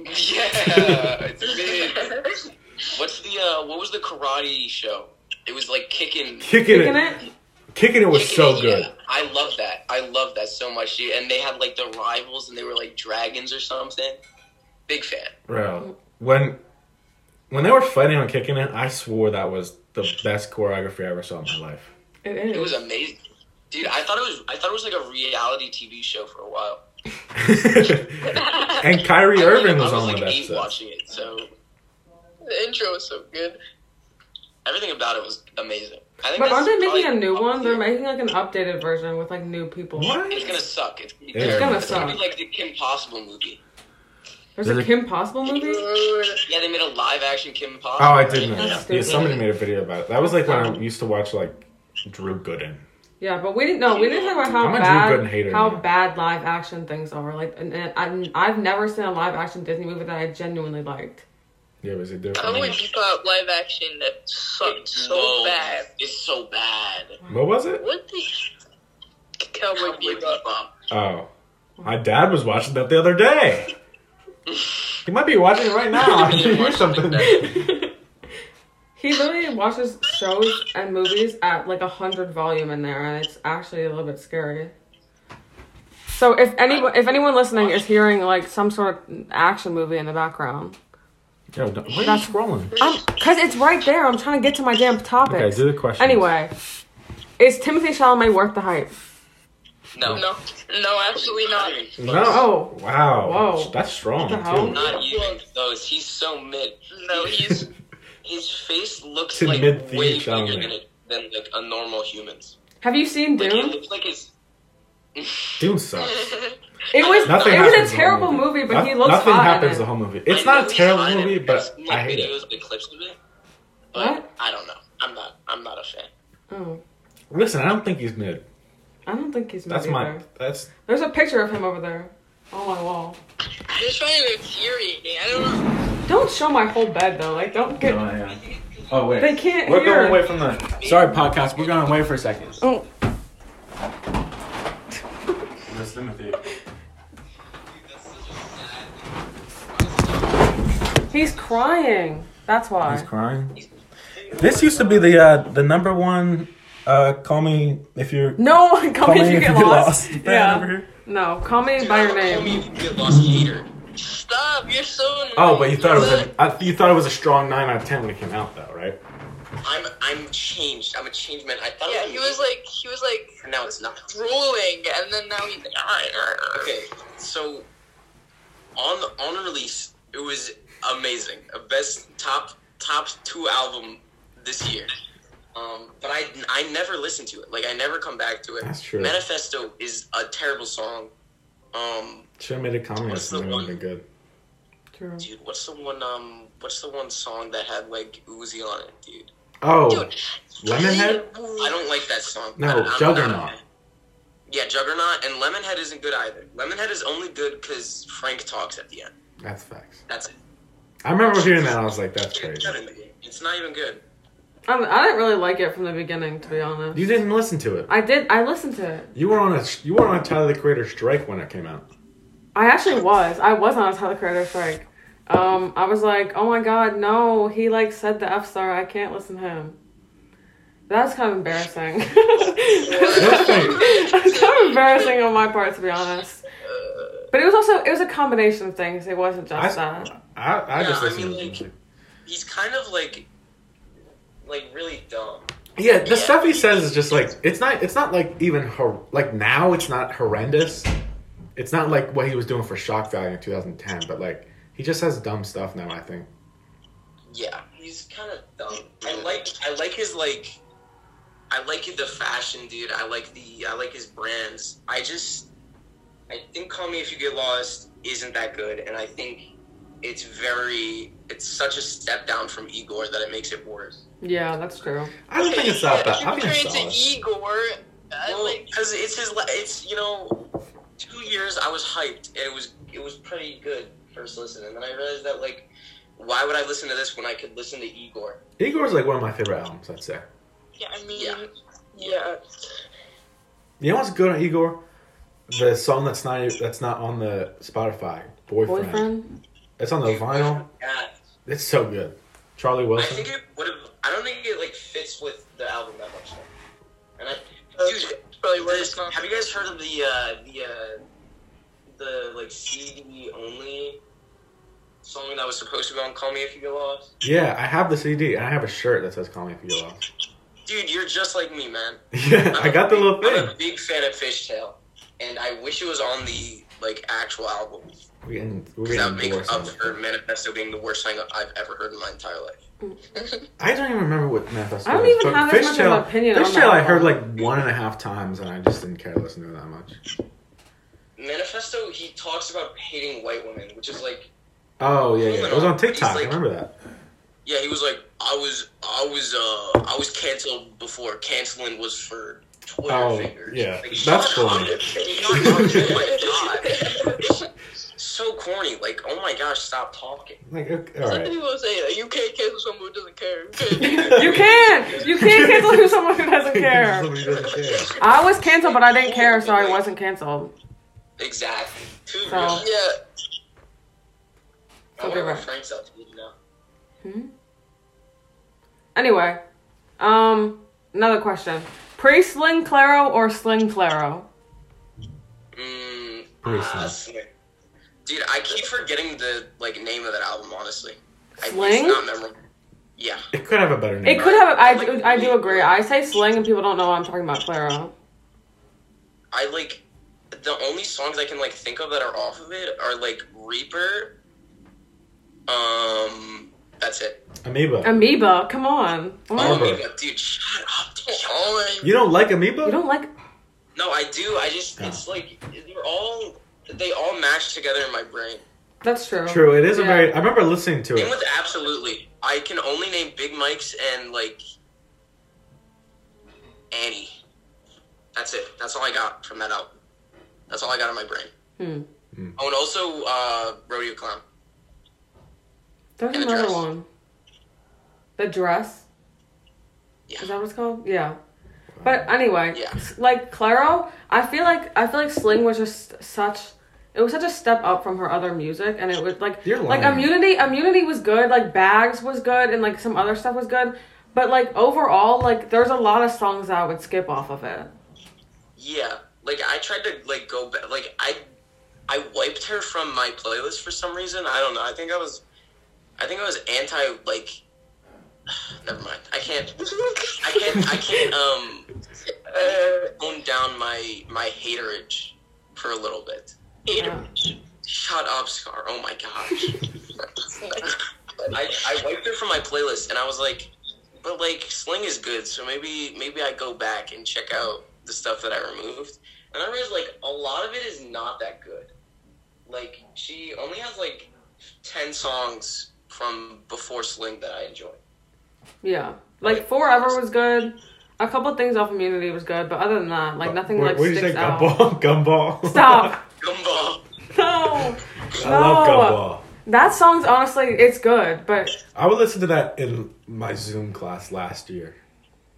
[SPEAKER 3] Yeah, it's mid. What's the? uh What was the karate show? It was like kicking.
[SPEAKER 1] Kicking
[SPEAKER 2] Kicking
[SPEAKER 1] it,
[SPEAKER 2] it?
[SPEAKER 1] kicking it was
[SPEAKER 3] Kicking
[SPEAKER 1] so
[SPEAKER 3] it,
[SPEAKER 1] good.
[SPEAKER 3] yeah. I love that. I love that so much. dude. And they had like the rivals, and they were like dragons or something. Big fan.
[SPEAKER 1] Bro, when when they were fighting on kicking it, I swore that was the best choreography I ever saw in my life.
[SPEAKER 2] It is.
[SPEAKER 3] It was amazing, dude. I thought it was. I thought it was like a reality TV show for a while.
[SPEAKER 1] and Kyrie
[SPEAKER 3] I
[SPEAKER 1] Irving
[SPEAKER 3] I
[SPEAKER 1] was on
[SPEAKER 3] like
[SPEAKER 1] that
[SPEAKER 3] eight
[SPEAKER 1] episode.
[SPEAKER 3] watching it, so
[SPEAKER 4] The intro is so good.
[SPEAKER 3] everything about it was amazing. I think
[SPEAKER 2] But aren't
[SPEAKER 3] that's
[SPEAKER 2] they making a
[SPEAKER 3] probably-
[SPEAKER 2] new one? They're making like an updated version with like new people.
[SPEAKER 3] It's gonna suck. It's, gonna be
[SPEAKER 1] It's
[SPEAKER 3] terrible.
[SPEAKER 2] gonna
[SPEAKER 3] it's gonna be
[SPEAKER 2] suck.
[SPEAKER 3] like the Kim Possible movie.
[SPEAKER 2] There's
[SPEAKER 1] There's
[SPEAKER 2] a
[SPEAKER 1] a-
[SPEAKER 2] Kim Possible movie.
[SPEAKER 3] Yeah, they made a live action Kim Possible.
[SPEAKER 1] Oh, I did know
[SPEAKER 3] right?
[SPEAKER 1] that.
[SPEAKER 2] Yeah.
[SPEAKER 1] Yeah, somebody made a video about it. That was like when
[SPEAKER 3] Uh-huh.
[SPEAKER 1] I used to watch like Drew Gooden.
[SPEAKER 2] Yeah, but we didn't know. We didn't talk about how
[SPEAKER 1] I'm a Drew Gooden
[SPEAKER 2] bad
[SPEAKER 1] hater
[SPEAKER 2] how
[SPEAKER 1] now.
[SPEAKER 2] bad live action things are. Like, and, and I, I've never seen a live action Disney movie that I genuinely liked.
[SPEAKER 1] Yeah, was it
[SPEAKER 3] Oh,
[SPEAKER 4] I don't
[SPEAKER 1] different?
[SPEAKER 4] like Bebop live action that
[SPEAKER 2] Oh,
[SPEAKER 4] sucked
[SPEAKER 3] It's
[SPEAKER 4] so
[SPEAKER 3] so
[SPEAKER 4] bad.
[SPEAKER 3] It's so bad.
[SPEAKER 1] What was it?
[SPEAKER 4] What the Cowboy
[SPEAKER 3] Cowboy
[SPEAKER 4] Bebop?
[SPEAKER 3] Bebop.
[SPEAKER 1] Oh, my dad was watching that the other day. He might be watching it right now. I can hear something.
[SPEAKER 2] He literally watches shows and movies at like a hundred volume in there, and it's actually a little bit scary. So if anyone if anyone listening is hearing like some sort of action movie in the background,
[SPEAKER 1] Yo, don't- why are you
[SPEAKER 2] That's-
[SPEAKER 1] scrolling?
[SPEAKER 2] because it's right there. I'm trying to get to my damn topic.
[SPEAKER 1] Okay, do the question.
[SPEAKER 2] Anyway, is Timothy Chalamet worth the hype?
[SPEAKER 3] No,
[SPEAKER 4] No, no, absolutely not.
[SPEAKER 1] No.
[SPEAKER 2] Oh.
[SPEAKER 1] Wow.
[SPEAKER 2] Whoa.
[SPEAKER 1] That's strong
[SPEAKER 2] What the hell?
[SPEAKER 1] too.
[SPEAKER 3] Not even those. He's so mid.
[SPEAKER 4] No, he's
[SPEAKER 3] His face looks
[SPEAKER 1] To
[SPEAKER 3] like
[SPEAKER 1] mid-thief
[SPEAKER 3] way
[SPEAKER 1] down
[SPEAKER 3] bigger
[SPEAKER 1] there.
[SPEAKER 3] than, a, than like a normal human's.
[SPEAKER 2] Have you seen
[SPEAKER 3] Like, it
[SPEAKER 2] Dune?
[SPEAKER 3] looks like his.
[SPEAKER 1] Dune sucks.
[SPEAKER 2] It was
[SPEAKER 1] Nothing
[SPEAKER 2] it was
[SPEAKER 1] happens
[SPEAKER 2] a
[SPEAKER 1] in the
[SPEAKER 2] terrible
[SPEAKER 1] whole
[SPEAKER 2] movie, but
[SPEAKER 1] Noth-
[SPEAKER 2] he looks
[SPEAKER 1] Nothing
[SPEAKER 2] hot in
[SPEAKER 1] happens
[SPEAKER 2] it.
[SPEAKER 1] the whole movie. It's not a terrible movie, but I hate it.
[SPEAKER 3] videos, it. The clips of it, but
[SPEAKER 2] What?
[SPEAKER 3] I don't know. I'm not. I'm not a fan.
[SPEAKER 2] Oh,
[SPEAKER 1] Listen, I don't think he's mid.
[SPEAKER 2] I don't think he's.
[SPEAKER 1] That's
[SPEAKER 2] movie
[SPEAKER 1] my.
[SPEAKER 2] there.
[SPEAKER 1] That's
[SPEAKER 2] There's a picture of him over there on my wall.
[SPEAKER 4] this one is infuriating. I don't know.
[SPEAKER 2] Don't show my whole bed though. Like, don't get.
[SPEAKER 1] Oh wait.
[SPEAKER 2] They can't We're hear. going away
[SPEAKER 1] from the. Sorry, podcast. We're going away for a second.
[SPEAKER 2] Oh.
[SPEAKER 1] Miss Timothy.
[SPEAKER 2] He's crying. That's why.
[SPEAKER 1] He's crying. This used to be the uh, the number one. Uh, call me if you're.
[SPEAKER 2] No, call, me if you get lost.
[SPEAKER 1] fan over
[SPEAKER 2] Yeah.
[SPEAKER 1] here.
[SPEAKER 2] No, call me by your
[SPEAKER 3] Call me
[SPEAKER 2] name.
[SPEAKER 3] if you get lost hater.
[SPEAKER 4] Stop! You're so annoying.
[SPEAKER 1] Oh, but you thought it was
[SPEAKER 4] Look,
[SPEAKER 1] a, I, you thought it was a strong nine out of ten when it came out, though, right?
[SPEAKER 3] I'm I'm changed. I'm a changed man. I thought
[SPEAKER 4] Yeah, he was like he was like
[SPEAKER 3] like now it's not.
[SPEAKER 4] drooling, and then now he's like,
[SPEAKER 3] Okay, so on the, on release, it was amazing. A best top top two album this year. Um, but I I never listened to it. Like I never come back to it.
[SPEAKER 1] That's true.
[SPEAKER 3] Manifesto is a terrible song. Um,
[SPEAKER 1] Should have made a comment. or
[SPEAKER 3] What's the
[SPEAKER 1] something, it would
[SPEAKER 3] one?
[SPEAKER 1] have been good.
[SPEAKER 2] True.
[SPEAKER 3] dude, what's the one? Um, what's the one song that had like Uzi on it, dude?
[SPEAKER 1] Oh,
[SPEAKER 4] Dude,
[SPEAKER 1] Lemonhead.
[SPEAKER 3] I don't like that song.
[SPEAKER 1] No,
[SPEAKER 3] I- I'm not-
[SPEAKER 1] Juggernaut.
[SPEAKER 3] Yeah, Juggernaut and Lemonhead isn't good either. Lemonhead is only good because Frank talks at the end.
[SPEAKER 1] That's facts.
[SPEAKER 3] That's it.
[SPEAKER 1] I remember hearing that. I was like, that's crazy.
[SPEAKER 3] It's not even good.
[SPEAKER 2] I, don't- I didn't really like it from the beginning, to be honest.
[SPEAKER 1] You didn't listen to it.
[SPEAKER 2] I did. I listened to it.
[SPEAKER 1] You were on a you were on a Tyler the Creator strike when it came out.
[SPEAKER 2] I actually was. I was on a Tyler Creator strike. Um, I was like, oh my god, no, he like said the F star. I can't listen to him. That's kind of embarrassing.
[SPEAKER 1] That's
[SPEAKER 2] That's
[SPEAKER 1] fake.
[SPEAKER 2] kind of embarrassing on my part, to be honest. But it was also it was a combination of things. It wasn't
[SPEAKER 1] I,
[SPEAKER 2] just that.
[SPEAKER 1] I, I
[SPEAKER 3] Yeah,
[SPEAKER 1] just
[SPEAKER 3] I
[SPEAKER 1] listened
[SPEAKER 3] mean,
[SPEAKER 1] to the
[SPEAKER 3] like-
[SPEAKER 1] music.
[SPEAKER 3] He's kind of like, like really dumb.
[SPEAKER 1] Yeah, the stuff he says is just like it's not. It's not like even hor- like now. It's not horrendous. It's not like what he was doing for shock value in 2010. But like he just says dumb stuff now. I think.
[SPEAKER 3] Yeah, he's kind of dumb. I like, I like his like, I like the fashion, dude. I like the, I like his brands. I just, I think "Call Me If You Get Lost" isn't that good, and I think it's very, it's such a step down from Igor that it makes it worse.
[SPEAKER 2] Yeah, that's true.
[SPEAKER 1] I don't think it's that bad. I think
[SPEAKER 4] If you're
[SPEAKER 1] it's
[SPEAKER 4] comparing
[SPEAKER 1] solid.
[SPEAKER 4] to Igor, I
[SPEAKER 3] Well,
[SPEAKER 4] like.
[SPEAKER 3] because it's his, la- it's you know, two years I was hyped and it was it was pretty good first listen, and then I realized that like, why would I listen to this when I could listen to Igor?
[SPEAKER 1] Igor's like one of my favorite albums. I'd say.
[SPEAKER 4] Yeah, I mean,
[SPEAKER 3] Yeah.
[SPEAKER 4] yeah.
[SPEAKER 1] You know what's good on Igor? The song that's not that's not on the Spotify. Boyfriend.
[SPEAKER 2] Boyfriend.
[SPEAKER 1] It's on the vinyl.
[SPEAKER 3] Yeah,
[SPEAKER 1] It's so good. Charlie
[SPEAKER 3] I
[SPEAKER 1] Wilson.
[SPEAKER 3] think it would have. I don't think it like fits with the album that much. though. And I, dude,
[SPEAKER 4] probably
[SPEAKER 3] this,
[SPEAKER 4] worse. now.
[SPEAKER 3] have you guys heard of the uh, the uh, the like CD only song that was supposed to be on "Call Me If You Get Lost"?
[SPEAKER 1] Yeah, I have the CD and I have a shirt that says "Call Me if you get lost."
[SPEAKER 3] Dude, you're just like me, man.
[SPEAKER 1] Yeah, I got the little
[SPEAKER 3] I'm a
[SPEAKER 1] thing.
[SPEAKER 3] big fan of Fishtail, and I wish it was on the like actual album
[SPEAKER 1] We can we
[SPEAKER 3] because that would
[SPEAKER 1] can
[SPEAKER 3] make
[SPEAKER 1] endorse
[SPEAKER 3] up
[SPEAKER 1] something.
[SPEAKER 3] for Manifesto being the worst thing I've ever heard in my entire life.
[SPEAKER 1] I don't even remember what Manifesto.
[SPEAKER 2] I don't
[SPEAKER 1] was,
[SPEAKER 2] even
[SPEAKER 1] but
[SPEAKER 2] have as much of an opinion on
[SPEAKER 1] Fishtail,
[SPEAKER 2] that
[SPEAKER 1] I heard
[SPEAKER 2] album.
[SPEAKER 1] like one and a half times, and I just didn't care to listen to it that much.
[SPEAKER 3] Manifesto, he talks about hating white women, which is like,
[SPEAKER 1] Oh yeah, yeah.
[SPEAKER 3] Moving
[SPEAKER 1] it was on
[SPEAKER 3] on.
[SPEAKER 1] TikTok. I
[SPEAKER 3] He's like-
[SPEAKER 1] remember that.
[SPEAKER 3] yeah, he was like, I was, I was, uh, I was canceled before canceling was for Twitter
[SPEAKER 1] Oh,
[SPEAKER 3] fingers.
[SPEAKER 1] yeah.
[SPEAKER 3] Like,
[SPEAKER 1] That's
[SPEAKER 3] shut
[SPEAKER 1] corny.
[SPEAKER 3] up. Oh my God. so corny. Like, oh my gosh, stop talking.
[SPEAKER 1] Like okay, all
[SPEAKER 4] Some
[SPEAKER 1] right.
[SPEAKER 4] people say like, you can't cancel someone who doesn't care. You can't.
[SPEAKER 2] You can. You can cancel who someone who doesn't care.
[SPEAKER 1] Somebody doesn't care.
[SPEAKER 2] I was canceled, but I didn't care, so I wasn't canceled.
[SPEAKER 3] Exactly. Too
[SPEAKER 2] So-
[SPEAKER 3] real.
[SPEAKER 4] yeah,
[SPEAKER 3] I
[SPEAKER 2] Okay,
[SPEAKER 3] wonder what
[SPEAKER 2] right.
[SPEAKER 3] Frank's up to you know.
[SPEAKER 2] Hmm? Anyway, um, another question: pre sling Claro or sling Claro?
[SPEAKER 3] Mm,
[SPEAKER 1] Pretty
[SPEAKER 3] ah,
[SPEAKER 1] slim.
[SPEAKER 3] Slim. Dude, I keep forgetting the like name of that album. Honestly, I,
[SPEAKER 2] Sling?
[SPEAKER 3] It's not memorable. Yeah,
[SPEAKER 1] It could have a better name.
[SPEAKER 2] It could have. I do, I do agree. I say sling, and people don't know I'm talking about Claro.
[SPEAKER 3] I like the only songs I can like think of that are off of it are like Reaper. Um, that's it.
[SPEAKER 1] Amoeba.
[SPEAKER 2] Um, Amoeba, come on.
[SPEAKER 3] Oh,
[SPEAKER 2] What?
[SPEAKER 1] Arbor.
[SPEAKER 3] Amoeba, dude, shut up. Dude.
[SPEAKER 4] oh,
[SPEAKER 1] you don't like Amoeba?
[SPEAKER 2] You don't like?
[SPEAKER 3] No, I do. I just it's like they're all they all mash together in my brain.
[SPEAKER 2] That's true.
[SPEAKER 1] True. It is a
[SPEAKER 2] Yeah.
[SPEAKER 1] very. I remember listening to
[SPEAKER 3] Same
[SPEAKER 1] it.
[SPEAKER 3] with absolutely. I can only name Big Mike's and like Annie. That's it. That's all I got from that album. That's all I got in my brain.
[SPEAKER 2] Hmm.
[SPEAKER 3] Oh, and also uh, Rodeo Clown.
[SPEAKER 2] There's
[SPEAKER 3] And the
[SPEAKER 2] another
[SPEAKER 3] dress.
[SPEAKER 2] one. The dress.
[SPEAKER 3] Yeah. Uh,
[SPEAKER 2] Is that what it's called? Yeah. But anyway,
[SPEAKER 3] Yeah.
[SPEAKER 2] s- like Claro, I feel like I feel like Sling was just such. It was such a step up from her other music, and it was like
[SPEAKER 1] You're
[SPEAKER 2] like
[SPEAKER 1] lying.
[SPEAKER 2] immunity. Immunity was good. Like Bags was good, and like some other stuff was good. But like overall, like there's a lot of songs that I would skip off of it.
[SPEAKER 3] Yeah, like I tried to like go back. Like I, I wiped her from my playlist for some reason. I don't know. I think I was, I think I was anti like. Never mind. I can't. I can't. I can't. Um,
[SPEAKER 4] Uh,
[SPEAKER 3] tone down my my haterage for a little bit.
[SPEAKER 4] hater.
[SPEAKER 3] Shut up, Scar. Oh my gosh. I I wiped her from my playlist, and I was like, but like Sling is good, so maybe maybe I go back and check out the stuff that I removed, and I realized like a lot of it is not that good. Like she only has like ten songs from before Sling that I enjoy.
[SPEAKER 2] Yeah. Like Forever was good. A couple of things off Immunity was good, but other than that, like nothing
[SPEAKER 1] What-
[SPEAKER 2] like
[SPEAKER 1] what did you
[SPEAKER 2] sticks
[SPEAKER 1] say?
[SPEAKER 2] out.
[SPEAKER 1] Gumball. Gumball.
[SPEAKER 2] Stop.
[SPEAKER 3] Gumball.
[SPEAKER 2] No.
[SPEAKER 1] I love
[SPEAKER 2] No.
[SPEAKER 1] Gumball.
[SPEAKER 2] That song's honestly it's good, but
[SPEAKER 1] I would listen to that in my Zoom class last year,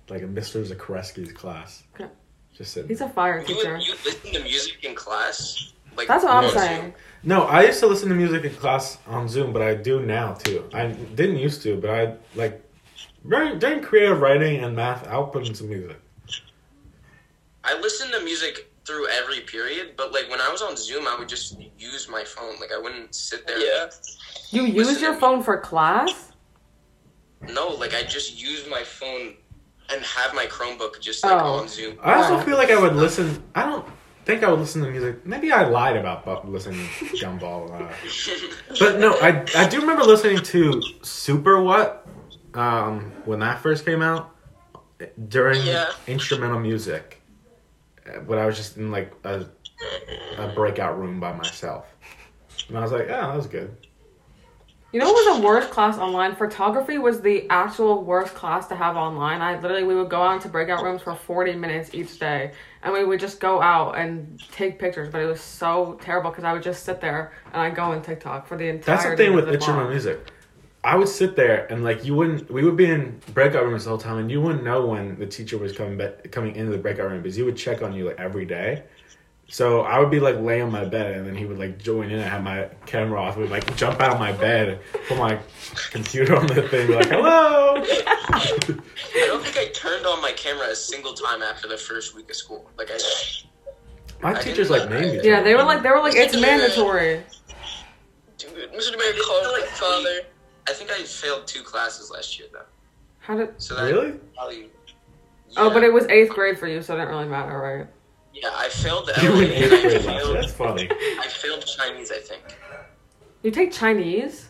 [SPEAKER 1] like in Mr. Zakreski's class.
[SPEAKER 2] Okay.
[SPEAKER 1] Just sitting.
[SPEAKER 2] he's a fire
[SPEAKER 3] You
[SPEAKER 2] teacher.
[SPEAKER 3] you listen to music in class? Like
[SPEAKER 2] That's what I'm
[SPEAKER 3] no,
[SPEAKER 2] saying.
[SPEAKER 1] No, I used to listen to music in class on Zoom, but I do now too. I didn't used to, but I like during, during creative writing and math, I'll put in some music.
[SPEAKER 3] I listened to music through every period, but like when I was on Zoom, I would just use my phone. Like I wouldn't sit there.
[SPEAKER 4] Yeah.
[SPEAKER 2] You use your phone for class?
[SPEAKER 3] No, like I just use my phone and have my Chromebook just like
[SPEAKER 2] Oh.
[SPEAKER 3] on Zoom.
[SPEAKER 1] I also
[SPEAKER 2] Right.
[SPEAKER 1] feel like I would listen. I don't think I would listen to music. Maybe I lied about bu- listening to Gumball. Uh, but no, I I do remember listening to Super What um, when that first came out during
[SPEAKER 4] Yeah.
[SPEAKER 1] instrumental music. uh, When I was just in like a a breakout room by myself, and I was like, "Oh, that was good."
[SPEAKER 2] You know what was the worst class online? Photography was the actual worst class to have online. I literally we would go out into breakout rooms for 40 minutes each day and we would just go out and take pictures, but it was so terrible because I would just sit there and I'd go on TikTok for the entire
[SPEAKER 1] That's the thing with
[SPEAKER 2] the
[SPEAKER 1] instrumental
[SPEAKER 2] vlog.
[SPEAKER 1] music. I would sit there and like you wouldn't. We would be in breakout rooms the whole time, and you wouldn't know when the teacher was coming back, coming into the breakout room because he would check on you like every day. So I would be like laying on my bed, and then he would like join in. I had my camera off. Would like jump out of my bed, put my computer on the thing, be like hello.
[SPEAKER 3] I don't think I turned on my camera a single time after the first week of school. Like I,
[SPEAKER 1] My
[SPEAKER 3] I
[SPEAKER 1] teachers
[SPEAKER 3] didn't-
[SPEAKER 1] like named me.
[SPEAKER 2] Yeah, they were like they were like it's mandatory.
[SPEAKER 4] Dude, Mr. Mayor called my father.
[SPEAKER 3] I think I failed two classes last year though.
[SPEAKER 2] How did
[SPEAKER 3] So that
[SPEAKER 1] really.
[SPEAKER 3] Probably,
[SPEAKER 2] Oh,
[SPEAKER 3] Yeah.
[SPEAKER 2] but it was 8th grade for you, so it didn't really matter, right?
[SPEAKER 3] yeah, I failed the
[SPEAKER 1] You were in
[SPEAKER 3] LA.
[SPEAKER 1] eighth grade
[SPEAKER 3] I
[SPEAKER 1] last year. That's
[SPEAKER 3] failed,
[SPEAKER 1] funny.
[SPEAKER 3] I failed Chinese. I think
[SPEAKER 2] You take Chinese?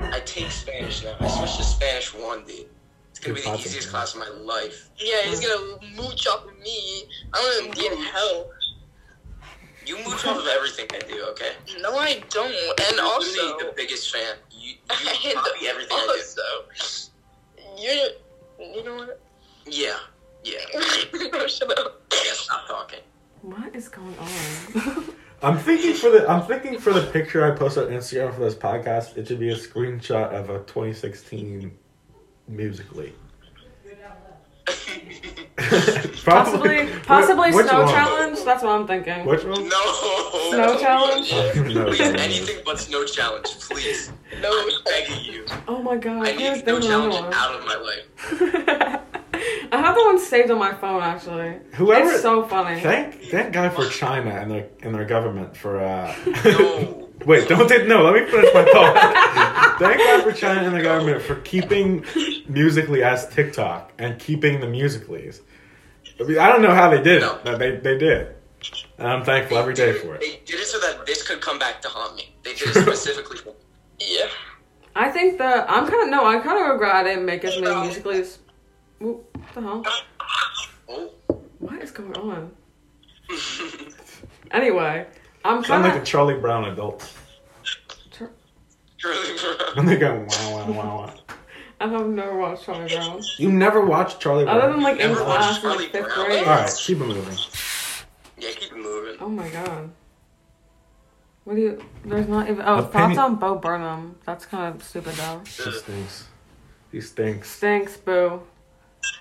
[SPEAKER 3] I take Spanish now. I switched to Spanish one, dude. It's gonna be the
[SPEAKER 1] Impossible.
[SPEAKER 3] easiest class of my life.
[SPEAKER 4] Yeah, he's gonna mooch off of me. I'm gonna be in hell.
[SPEAKER 3] You mooch off of everything I do, okay?
[SPEAKER 4] No, I don't. And
[SPEAKER 3] You're literally
[SPEAKER 4] also,
[SPEAKER 3] the biggest fan. You, you
[SPEAKER 4] and
[SPEAKER 3] copy everything I do.
[SPEAKER 4] also, you're, you know what?
[SPEAKER 3] Yeah, yeah.
[SPEAKER 4] No, Shut up.
[SPEAKER 3] Yeah, stop talking.
[SPEAKER 2] What is going on?
[SPEAKER 1] I'm thinking for the I'm thinking for the picture I post on Instagram for this podcast. It should be a screenshot of a 2016 musically.
[SPEAKER 2] possibly
[SPEAKER 1] What-
[SPEAKER 2] possibly
[SPEAKER 1] which
[SPEAKER 2] snow
[SPEAKER 1] one?
[SPEAKER 2] challenge? That's what I'm thinking.
[SPEAKER 1] Which one?
[SPEAKER 3] no.
[SPEAKER 2] Snow challenge?
[SPEAKER 1] No,
[SPEAKER 3] Please,
[SPEAKER 1] no.
[SPEAKER 3] anything but snow challenge, please.
[SPEAKER 4] No,
[SPEAKER 3] I'm begging you.
[SPEAKER 2] Oh my god,
[SPEAKER 3] I
[SPEAKER 2] I
[SPEAKER 3] need
[SPEAKER 2] was
[SPEAKER 3] snow
[SPEAKER 2] thinking another one.
[SPEAKER 3] challenge out of my life.
[SPEAKER 2] I have the one saved on my phone actually.
[SPEAKER 1] Whoever-
[SPEAKER 2] it's so funny.
[SPEAKER 1] Thank thank God for China and their and their government for uh
[SPEAKER 3] No.
[SPEAKER 1] Wait, don't take no, let me finish my thought. thank God for China and the government for keeping musically as TikTok and keeping the musicallys. I, mean, I don't know how they did
[SPEAKER 3] No.
[SPEAKER 1] it, but they they did. And I'm thankful every day for it.
[SPEAKER 3] They did it so that this could come back to haunt me. They did it specifically. for me.
[SPEAKER 4] yeah.
[SPEAKER 2] I think the I'm kinda no, I kinda regret I didn't make as many musically as Oop, what the hell?
[SPEAKER 3] oh.
[SPEAKER 2] What is going on? Anyway, I'm
[SPEAKER 1] Sound
[SPEAKER 2] kinda
[SPEAKER 1] like a Charlie Brown adult.
[SPEAKER 3] Charlie Brown.
[SPEAKER 1] And they go wow wow wow wow.
[SPEAKER 2] I have never watched Charlie Brown.
[SPEAKER 1] You never watched Charlie Brown.
[SPEAKER 2] Other than like in
[SPEAKER 3] Never watched
[SPEAKER 2] class in
[SPEAKER 3] Charlie
[SPEAKER 2] like fifth
[SPEAKER 3] Brown.
[SPEAKER 2] grade.
[SPEAKER 1] Alright, keep it moving.
[SPEAKER 3] Yeah, keep it moving.
[SPEAKER 2] Oh my god. What do you? There's not even. Oh, thoughts
[SPEAKER 1] Opinion-
[SPEAKER 2] on Bo Burnham. That's kind of stupid though.
[SPEAKER 1] He stinks. He stinks.
[SPEAKER 2] Stinks, boo.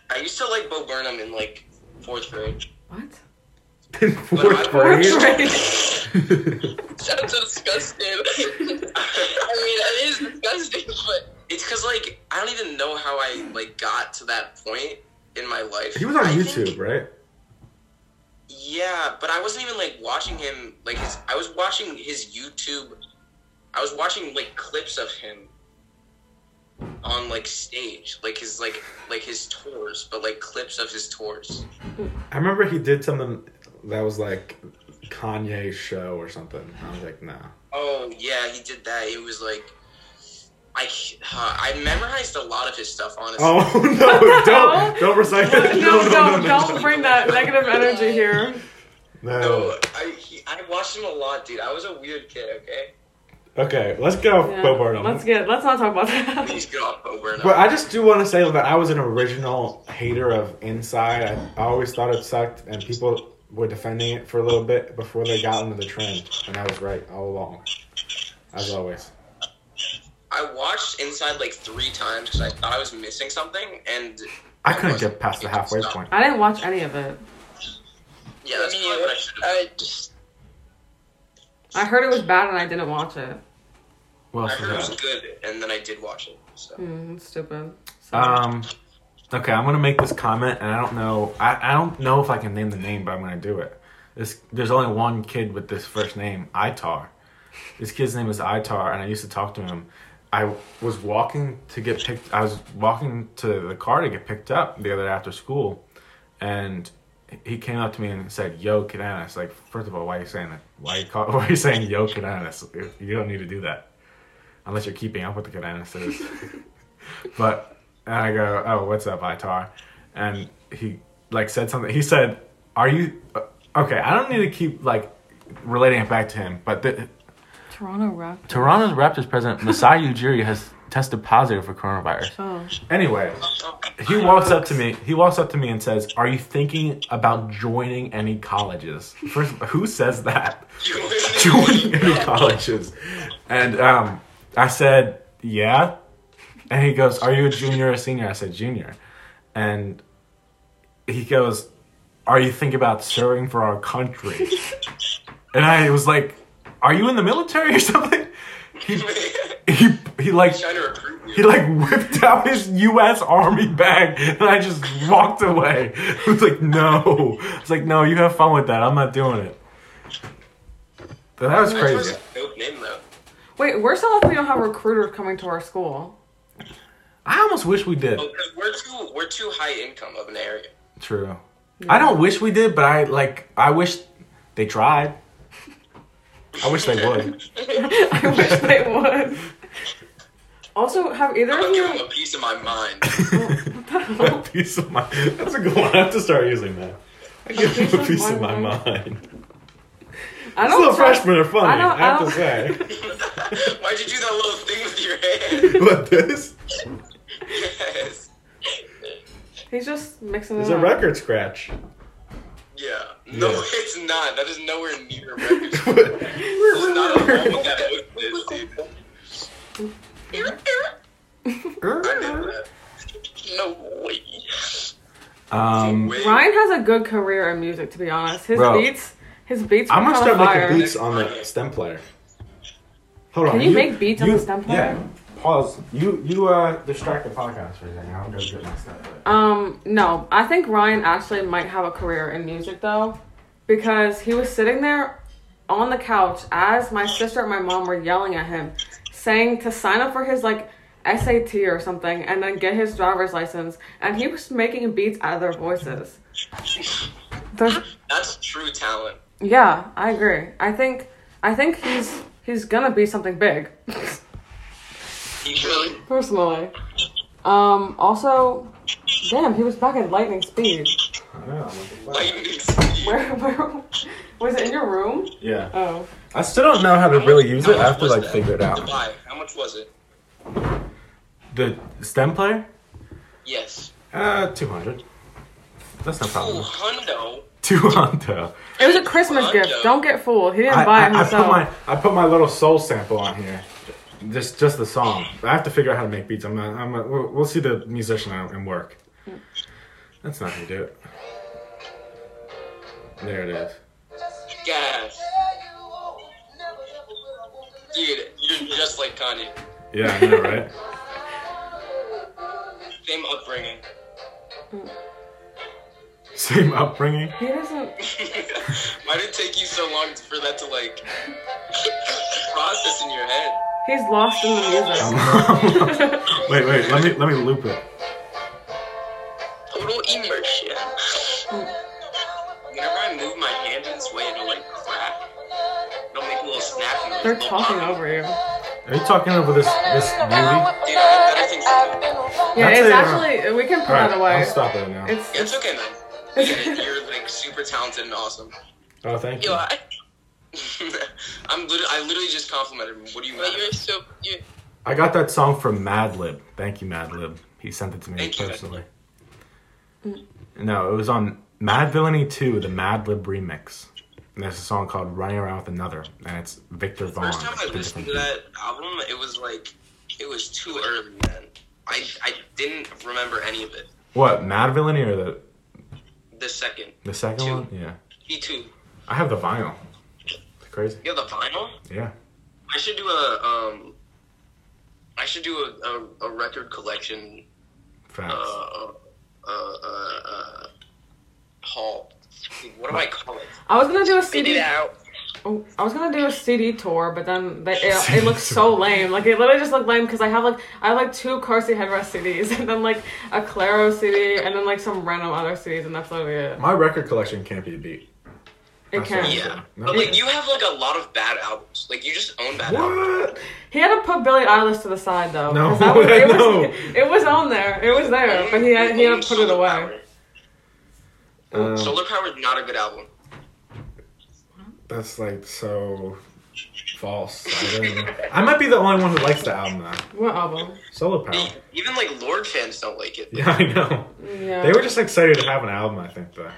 [SPEAKER 3] I used to like Bo Burnham in like fourth grade.
[SPEAKER 2] What?
[SPEAKER 1] In fourth
[SPEAKER 2] Fourth
[SPEAKER 1] grade.
[SPEAKER 2] grade.
[SPEAKER 4] Sounds so disgusting. I mean, it is disgusting, but
[SPEAKER 3] It's because like I don't even know how I like got to that point in my life.
[SPEAKER 1] He was on
[SPEAKER 3] I
[SPEAKER 1] YouTube,
[SPEAKER 3] think-
[SPEAKER 1] right?
[SPEAKER 3] Yeah, but I wasn't even like watching him. Like his, I was watching his YouTube. I was watching like clips of him on like stage, like his like like his tours, but like clips of his tours.
[SPEAKER 1] I remember he did something that was like Kanye's show or something. I was like, nah.
[SPEAKER 3] Oh yeah, he did that. It was like. I, uh, I memorized a lot of his stuff, honestly.
[SPEAKER 1] Oh no! Don't don't recycle. it.
[SPEAKER 2] No, don't, don't bring that negative energy here.
[SPEAKER 1] Oh.
[SPEAKER 3] No, I, he, I watched him a lot, dude. I was a weird kid, okay?
[SPEAKER 1] Okay, let's go,
[SPEAKER 2] Yeah.
[SPEAKER 1] Bo Burnham.
[SPEAKER 2] Let's get. Let's not talk about that.
[SPEAKER 3] Please get off Bo Burnham.
[SPEAKER 1] But I just do want to say that I was an original hater of Inside. I, I always thought it sucked, and people were defending it for a little bit before they got into the trend, and I was right all along, as always.
[SPEAKER 3] I watched Inside like three times because I thought I was missing something, and
[SPEAKER 1] I couldn't get past the halfway point.
[SPEAKER 2] I didn't watch any of it.
[SPEAKER 3] yeah, that's
[SPEAKER 4] me,
[SPEAKER 3] probably what I should have.
[SPEAKER 4] I just
[SPEAKER 2] I heard it was bad and I didn't watch it.
[SPEAKER 1] Well,
[SPEAKER 3] I heard it was good, and then I did watch it. So
[SPEAKER 2] Mm, stupid. So-
[SPEAKER 1] um, okay, I'm gonna make this comment, and I don't know, I, I don't know if I can name the name, but I'm gonna do it. This, there's only one kid with this first name, Itar. This kid's name is Itar, and I used to talk to him. I was walking to get picked. I was walking to the car to get picked up the other day after school, and he came up to me and said, "Yo, Kadanis." Like, first of all, why are you saying that? Why are you, call, why are you saying "Yo, Kadanis"? You don't need to do that, unless you're keeping up with the Kadanises. but and I go, "Oh, what's up, Itar?" And he like said something. He said, "Are you uh, okay?" I don't need to keep like relating it back to him, but. The,
[SPEAKER 2] Toronto Raptors.
[SPEAKER 1] Toronto Raptors president Masai Ujiri has tested positive for coronavirus.
[SPEAKER 2] Oh.
[SPEAKER 1] Anyway, he walks up to me. He walks up to me and says, "Are you thinking about joining any colleges?" First, who says that? Joining any colleges? And um, I said, "Yeah." And he goes, "Are you a junior or a senior?" I said, "Junior." And he goes, "Are you thinking about serving for our country?" and I was like, "Are you in the military or something?" He he he like
[SPEAKER 3] trying to recruit me.
[SPEAKER 1] he like whipped out his U.S. Army bag, and I just walked away. I was like, "No," it's like, "No, you have fun with that. I'm not doing it." But that was
[SPEAKER 3] That was
[SPEAKER 1] crazy.
[SPEAKER 3] a dope name though.
[SPEAKER 2] Wait, we're so lucky we don't have recruiters coming to our school.
[SPEAKER 1] I almost wish we did.
[SPEAKER 3] Oh, 'cause we're too we're too high income of an area.
[SPEAKER 1] True. I don't wish we did, but I like. I wish they tried. I wish they would.
[SPEAKER 2] I wish they would. Also, have either
[SPEAKER 3] I'm
[SPEAKER 2] of
[SPEAKER 3] gonna give him
[SPEAKER 2] you?
[SPEAKER 3] a piece of my mind.
[SPEAKER 1] piece of my. That's a good one. I have to start using that. I give
[SPEAKER 2] piece
[SPEAKER 1] them a
[SPEAKER 2] of
[SPEAKER 1] piece
[SPEAKER 2] my
[SPEAKER 1] of my
[SPEAKER 2] mind.
[SPEAKER 1] mind.
[SPEAKER 2] I don't.
[SPEAKER 1] Little
[SPEAKER 2] trust-
[SPEAKER 1] freshmen are funny.
[SPEAKER 2] I don't-
[SPEAKER 1] I have to
[SPEAKER 2] I
[SPEAKER 1] say.
[SPEAKER 3] Why'd you do that little thing with your hand?
[SPEAKER 1] What this?
[SPEAKER 3] yes.
[SPEAKER 2] He's just mixing it
[SPEAKER 1] It's a
[SPEAKER 2] up.
[SPEAKER 1] record scratch.
[SPEAKER 3] Yeah. No,
[SPEAKER 1] Yeah.
[SPEAKER 3] it's not. That is nowhere near a record. There's not a
[SPEAKER 1] Err.
[SPEAKER 3] moment that it exists, dude. I did that.
[SPEAKER 4] no way.
[SPEAKER 1] um,
[SPEAKER 3] Wait.
[SPEAKER 2] Ryan has a good career in music, to be honest. His
[SPEAKER 1] Bro.
[SPEAKER 2] beats, his beats.
[SPEAKER 1] I'm
[SPEAKER 2] were
[SPEAKER 1] gonna
[SPEAKER 2] kinda
[SPEAKER 1] start
[SPEAKER 2] fire.
[SPEAKER 1] making beats on the stem player. Hold on.
[SPEAKER 2] Can you make beats on the stem player?
[SPEAKER 1] Yeah. Pause. You you uh distract the podcast for a second. I'll go get my stem player.
[SPEAKER 2] Um, no, I think Ryan actually might have a career in music though, because he was sitting there on the couch as my sister and my mom were yelling at him, saying to sign up for his like SAT or something and then get his driver's license, and he was making beats out of their voices. There's,
[SPEAKER 3] That's true talent.
[SPEAKER 2] yeah, I agree. I think I think he's he's gonna be something big.
[SPEAKER 3] He really
[SPEAKER 2] Personally. Um, also, damn, he was back at lightning speed.
[SPEAKER 1] I know, what the fuck.
[SPEAKER 3] lightning speed.
[SPEAKER 2] Where, where was it in your room?
[SPEAKER 1] Yeah.
[SPEAKER 2] Oh,
[SPEAKER 1] I still don't know how to really use it. I have
[SPEAKER 3] How much
[SPEAKER 1] to
[SPEAKER 3] was
[SPEAKER 1] like
[SPEAKER 3] that?
[SPEAKER 1] figure it out.
[SPEAKER 3] Why? How much was it?
[SPEAKER 1] The stem player?
[SPEAKER 3] Yes.
[SPEAKER 1] Uh, two hundred. That's no
[SPEAKER 3] Ooh,
[SPEAKER 1] problem.
[SPEAKER 3] hundo.
[SPEAKER 1] Two hundred.
[SPEAKER 2] it was a Christmas
[SPEAKER 3] What
[SPEAKER 2] gift.
[SPEAKER 3] the-
[SPEAKER 2] Don't get fooled. He didn't
[SPEAKER 1] I,
[SPEAKER 2] buy it
[SPEAKER 1] I, I put
[SPEAKER 2] himself.
[SPEAKER 1] my I put my little soul sample on here. Just just the song. I have to figure out how to make beats. I'm not. I'm not we'll, we'll see the musician out and work. That's not gonna do it. There it is.
[SPEAKER 3] Gas. Dude, you're just like Kanye.
[SPEAKER 1] Yeah, I know, right?
[SPEAKER 3] Same upbringing.
[SPEAKER 1] Same upbringing.
[SPEAKER 2] He doesn't.
[SPEAKER 3] Why did it take you so long for that to like process in your head?
[SPEAKER 2] He's lost in the music.
[SPEAKER 1] wait, wait. Let me let me loop it.
[SPEAKER 3] Total immersion. Whenever I move my hand in this way, it'll like crack. It'll make a little snap noise.
[SPEAKER 2] They're
[SPEAKER 3] Little
[SPEAKER 2] talking
[SPEAKER 3] pop.
[SPEAKER 2] over you.
[SPEAKER 1] Are you talking over this this movie?
[SPEAKER 3] Dude, I, I think so.
[SPEAKER 2] Yeah,
[SPEAKER 1] That's
[SPEAKER 2] it's
[SPEAKER 1] it.
[SPEAKER 2] actually we can put
[SPEAKER 1] All right,
[SPEAKER 2] that away.
[SPEAKER 1] I'll stop it now.
[SPEAKER 2] It's
[SPEAKER 3] It's okay, man. We get it. You're like super talented and awesome.
[SPEAKER 1] Oh, thank
[SPEAKER 4] Yo,
[SPEAKER 1] you.
[SPEAKER 4] I,
[SPEAKER 3] I'm literally, I literally just complimented him. What do you mean?
[SPEAKER 4] but you're so you.
[SPEAKER 1] I got that song from Madlib. Thank you, Madlib. He sent it to me
[SPEAKER 3] Thank you,
[SPEAKER 1] personally. No, it was on Mad Villainy 2, the Madlib remix. And there's a song called Running Around with Another, and it's Victor Vaughn.
[SPEAKER 3] First time
[SPEAKER 1] It's a
[SPEAKER 3] I listened
[SPEAKER 1] different
[SPEAKER 3] to
[SPEAKER 1] beat.
[SPEAKER 3] that album, it was like, it was too early, man. I, I didn't remember any of it.
[SPEAKER 1] What, Mad Villainy or the,
[SPEAKER 3] The second.
[SPEAKER 1] the second
[SPEAKER 3] Two.
[SPEAKER 1] one? Yeah.
[SPEAKER 3] P2.
[SPEAKER 1] I have the vinyl. It's crazy.
[SPEAKER 3] You have the vinyl?
[SPEAKER 1] Yeah.
[SPEAKER 3] I should do a, um, I should do a, a, a record collection,
[SPEAKER 1] Facts.
[SPEAKER 3] uh, uh, uh, uh, haul. What do I call it?
[SPEAKER 2] I was gonna do a
[SPEAKER 4] Figure
[SPEAKER 2] CD.
[SPEAKER 4] it out.
[SPEAKER 2] Oh, I was gonna do a CD tour, but then they, it, it looked so lame. Like it literally just looked lame because I have like I have like two Carsey headrest CDs, and then like a Claro CD, and then like some random other CDs, and that's literally it.
[SPEAKER 1] My record collection can't be beat.
[SPEAKER 2] It can.
[SPEAKER 1] Okay.
[SPEAKER 3] Yeah.
[SPEAKER 1] No.
[SPEAKER 3] But, like, you have, like, a lot of bad albums. Like, you just own bad albums.
[SPEAKER 1] What?
[SPEAKER 2] He had to put Billie Eilish to the side though.
[SPEAKER 1] No,
[SPEAKER 2] 'cause that was, it, was,
[SPEAKER 1] no.
[SPEAKER 2] it was on there. It was there, but he had, he had to put it
[SPEAKER 3] Solar
[SPEAKER 2] away.
[SPEAKER 3] Power.
[SPEAKER 1] Um, Oh.
[SPEAKER 3] Solar Power is not a good album.
[SPEAKER 1] That's like so false. I, don't know. I might be the only one who likes the album now.
[SPEAKER 2] What album?
[SPEAKER 1] Solo Power.
[SPEAKER 3] E, Even like Lord fans don't like it.
[SPEAKER 1] Oh. Yeah, I know.
[SPEAKER 2] Yeah.
[SPEAKER 1] They were just excited to have an album, I think, though.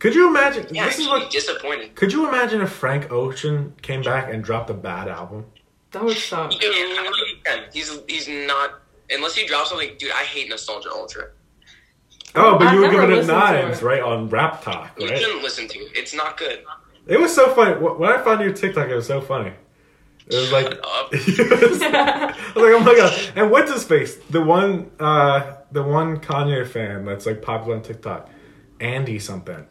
[SPEAKER 1] Could you imagine?
[SPEAKER 3] Yeah,
[SPEAKER 1] this is
[SPEAKER 3] actually
[SPEAKER 1] what.
[SPEAKER 3] disappointed.
[SPEAKER 1] Could you imagine if Frank Ocean came back and dropped a bad album?
[SPEAKER 2] that would suck.
[SPEAKER 3] Dude, I don't think he can. he's he's not unless he drops something. Dude, I hate Nostalgia Ultra.
[SPEAKER 1] Oh, but
[SPEAKER 2] I've
[SPEAKER 1] you were
[SPEAKER 2] never
[SPEAKER 1] giving it
[SPEAKER 2] listened to
[SPEAKER 1] nines,
[SPEAKER 2] it.
[SPEAKER 1] right? On Rap Talk,
[SPEAKER 3] You
[SPEAKER 1] right?
[SPEAKER 3] shouldn't listen to it. It's not good.
[SPEAKER 1] It was so funny. Wh- When I found your TikTok, it was so funny. It was like.
[SPEAKER 3] Shut up.
[SPEAKER 1] It was- I was like, oh my god! And what's his face? The one, uh, the one Kanye fan that's like popular on TikTok, Andy something,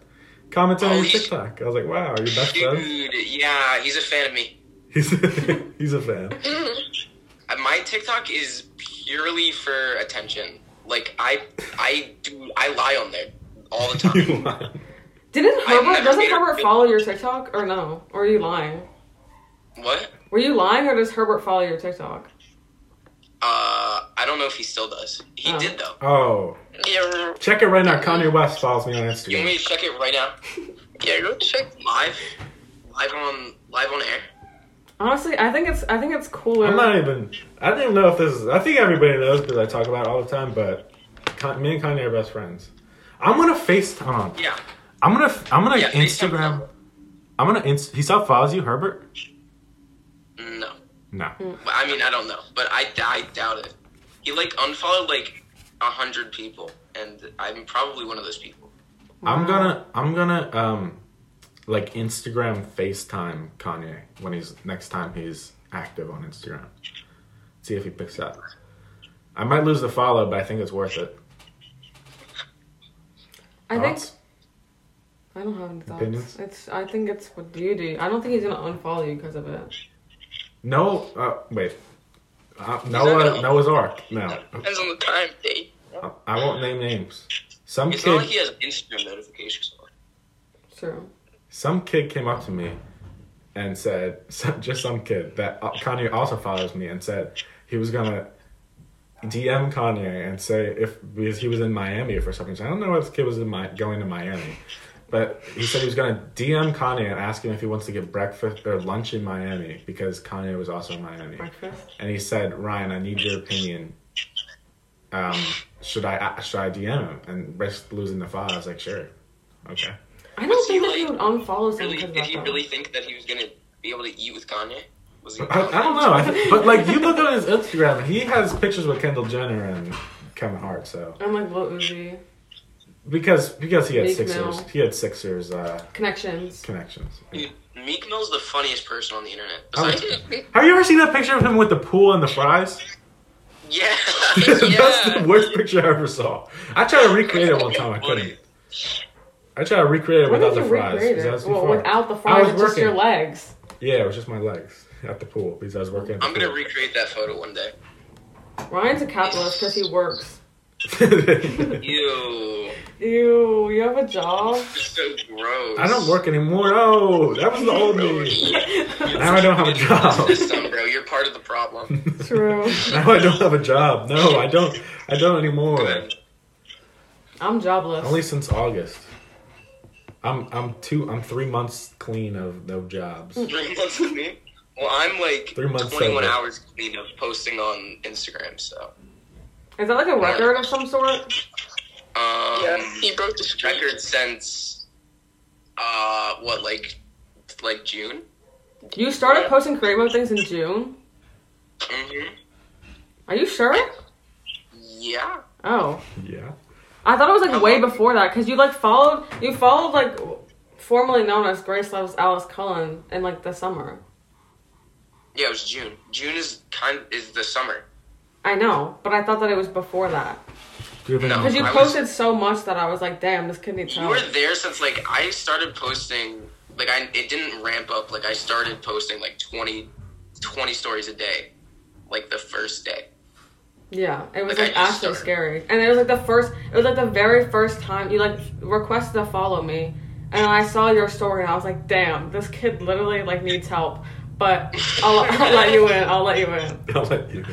[SPEAKER 1] commented on
[SPEAKER 3] Oh,
[SPEAKER 1] your
[SPEAKER 3] he's-
[SPEAKER 1] TikTok. I was like, wow, your best friend.
[SPEAKER 3] Dude, yeah, he's a fan of me.
[SPEAKER 1] He's he's a fan.
[SPEAKER 3] Uh, My TikTok is purely for attention. Like I I do I lie on there all the
[SPEAKER 1] You
[SPEAKER 3] time.
[SPEAKER 1] lied.
[SPEAKER 2] Didn't
[SPEAKER 3] I've
[SPEAKER 2] Herbert?
[SPEAKER 3] never
[SPEAKER 2] Doesn't
[SPEAKER 3] made a
[SPEAKER 2] Herbert
[SPEAKER 3] video.
[SPEAKER 2] follow your TikTok or no? Or are you lying?
[SPEAKER 3] what?
[SPEAKER 2] Were you lying or does Herbert follow your TikTok?
[SPEAKER 3] Uh, I don't know if he still does. He
[SPEAKER 2] Oh.
[SPEAKER 3] did though.
[SPEAKER 1] Oh,
[SPEAKER 4] Uh-huh. Yeah,
[SPEAKER 1] check it right now. Kanye West follows me on
[SPEAKER 3] You want
[SPEAKER 1] Instagram.
[SPEAKER 3] me to check it right now?
[SPEAKER 4] yeah, go check.
[SPEAKER 3] Live, live on live on air.
[SPEAKER 2] Honestly, I think it's I think it's cooler.
[SPEAKER 1] I'm not even. I don't even know if this is. I think everybody knows because I talk about it all the time. But Con- me and Kanye are best friends. I'm gonna FaceTime.
[SPEAKER 3] Yeah.
[SPEAKER 1] I'm gonna. f- I'm gonna
[SPEAKER 3] Yeah, FaceTime
[SPEAKER 1] Instagram.
[SPEAKER 3] someone.
[SPEAKER 1] I'm gonna. Inst- he still follows you, Herbert?
[SPEAKER 3] No.
[SPEAKER 1] No.
[SPEAKER 3] But, I mean, I don't know, but I, I doubt it. He like unfollowed like a hundred people, and I'm probably one of those people.
[SPEAKER 1] I'm gonna I'm gonna um like Instagram FaceTime Kanye when he's next time he's active on Instagram. See if he picks up. I might lose the follow, but I think it's worth it.
[SPEAKER 2] I think
[SPEAKER 1] Thoughts?
[SPEAKER 2] I don't have any thoughts.
[SPEAKER 1] Opinions?
[SPEAKER 2] It's I think it's what beauty. I don't think he's gonna unfollow you because of it.
[SPEAKER 1] No uh, wait. Uh,
[SPEAKER 3] not
[SPEAKER 1] Noah
[SPEAKER 3] gonna-
[SPEAKER 1] Noah's Ark. No.
[SPEAKER 4] Depends on the time, day.
[SPEAKER 1] I, I won't name names. Some
[SPEAKER 3] It's not like
[SPEAKER 1] kid
[SPEAKER 3] he has Instagram notifications. on.
[SPEAKER 2] True.
[SPEAKER 1] some kid came up to me and said some, just some kid that uh, Kanye also follows me and said he was gonna DM Kanye and say if because he was in Miami for some reason I don't know why this kid was in my, going to Miami, but he said he was gonna DM Kanye and ask him if he wants to get breakfast or lunch in Miami because Kanye was also in Miami
[SPEAKER 2] Breakfast.
[SPEAKER 1] and he said Ryan I need your opinion. Um, should I should I DM him and risk losing the file? I was like sure, okay.
[SPEAKER 2] I don't
[SPEAKER 3] Was he,
[SPEAKER 2] think that he would
[SPEAKER 3] like,
[SPEAKER 2] unfollow someone
[SPEAKER 3] Really,
[SPEAKER 2] because of
[SPEAKER 3] did
[SPEAKER 2] that.
[SPEAKER 3] he
[SPEAKER 2] though.
[SPEAKER 3] really think that he was gonna be able to eat with Kanye? Was he?
[SPEAKER 1] I, I don't know, I think, but like you look at his Instagram, he has pictures with Kendall Jenner and Kevin Hart. So
[SPEAKER 2] I'm like Lil Uzi
[SPEAKER 1] because because he had
[SPEAKER 2] Meek
[SPEAKER 1] Sixers,
[SPEAKER 2] Mill.
[SPEAKER 1] he had Sixers uh,
[SPEAKER 2] connections.
[SPEAKER 1] connections.
[SPEAKER 3] Dude, Meek Mill's the funniest person on the internet. Besides,
[SPEAKER 1] Have you ever seen that picture of him with the pool and the fries?
[SPEAKER 3] yeah,
[SPEAKER 1] That's the
[SPEAKER 3] yeah.
[SPEAKER 1] worst picture I ever saw. I tried to recreate it one time. I couldn't. I tried to recreate it
[SPEAKER 2] What
[SPEAKER 1] without the
[SPEAKER 2] did you
[SPEAKER 1] fries.
[SPEAKER 2] recreate
[SPEAKER 1] because I was
[SPEAKER 2] it?
[SPEAKER 1] too
[SPEAKER 2] Well,
[SPEAKER 1] far.
[SPEAKER 2] without the
[SPEAKER 1] I
[SPEAKER 2] fries,
[SPEAKER 1] was
[SPEAKER 2] it's just your
[SPEAKER 1] working.
[SPEAKER 2] legs.
[SPEAKER 1] Yeah, it was just my legs at the pool because I was working. At the
[SPEAKER 3] I'm gonna
[SPEAKER 1] pool.
[SPEAKER 3] recreate that photo one day.
[SPEAKER 2] Ryan's a capitalist because he works.
[SPEAKER 3] Ew,
[SPEAKER 2] Ew, you have a job?
[SPEAKER 3] it's so gross.
[SPEAKER 1] I don't work anymore. Oh, that was the old me. Now I don't have a job.
[SPEAKER 3] System, bro. You're part of the problem.
[SPEAKER 2] True.
[SPEAKER 1] Now I don't have a job. No, I don't. I don't anymore.
[SPEAKER 2] I'm jobless.
[SPEAKER 1] Only since August. I'm I'm two. I'm three months clean of no jobs.
[SPEAKER 2] Mm.
[SPEAKER 3] Three months of me. Well, I'm like
[SPEAKER 1] Three months
[SPEAKER 3] 21
[SPEAKER 1] sober.
[SPEAKER 3] hours clean of posting on Instagram. So,
[SPEAKER 2] Is that like a record of some sort?
[SPEAKER 3] um,
[SPEAKER 4] Yeah, he broke the streak.
[SPEAKER 3] record since uh, what like like June.
[SPEAKER 2] You started posting creative things in June?
[SPEAKER 3] Mm-hmm.
[SPEAKER 2] Are you sure?
[SPEAKER 3] Yeah.
[SPEAKER 2] Oh.
[SPEAKER 1] Yeah.
[SPEAKER 2] I thought it was like way before that because you like followed, you followed like formerly known as Grace Loves Alice Cullen in like the summer.
[SPEAKER 3] Yeah, it was June. June is kind of, is the summer.
[SPEAKER 2] I know, but I thought that it was before that.
[SPEAKER 1] Do you have any-
[SPEAKER 3] No.
[SPEAKER 2] Because you
[SPEAKER 3] Oh, I was-
[SPEAKER 2] posted so much that I was like, damn, this couldn't
[SPEAKER 3] You
[SPEAKER 2] tell.
[SPEAKER 3] were there since like I started posting. Like I, it didn't ramp up. Like I started posting like 20, 20 stories a day, like the first day.
[SPEAKER 2] Yeah, it was
[SPEAKER 3] Like, I
[SPEAKER 2] like
[SPEAKER 3] just
[SPEAKER 2] actually
[SPEAKER 3] started.
[SPEAKER 2] scary. And it was like the first, it was like the very first time you like requested to follow me. And I saw your story and I was like, damn, this kid literally like needs help. But I'll, I'll let you in. I'll let you in.
[SPEAKER 1] I'll let you.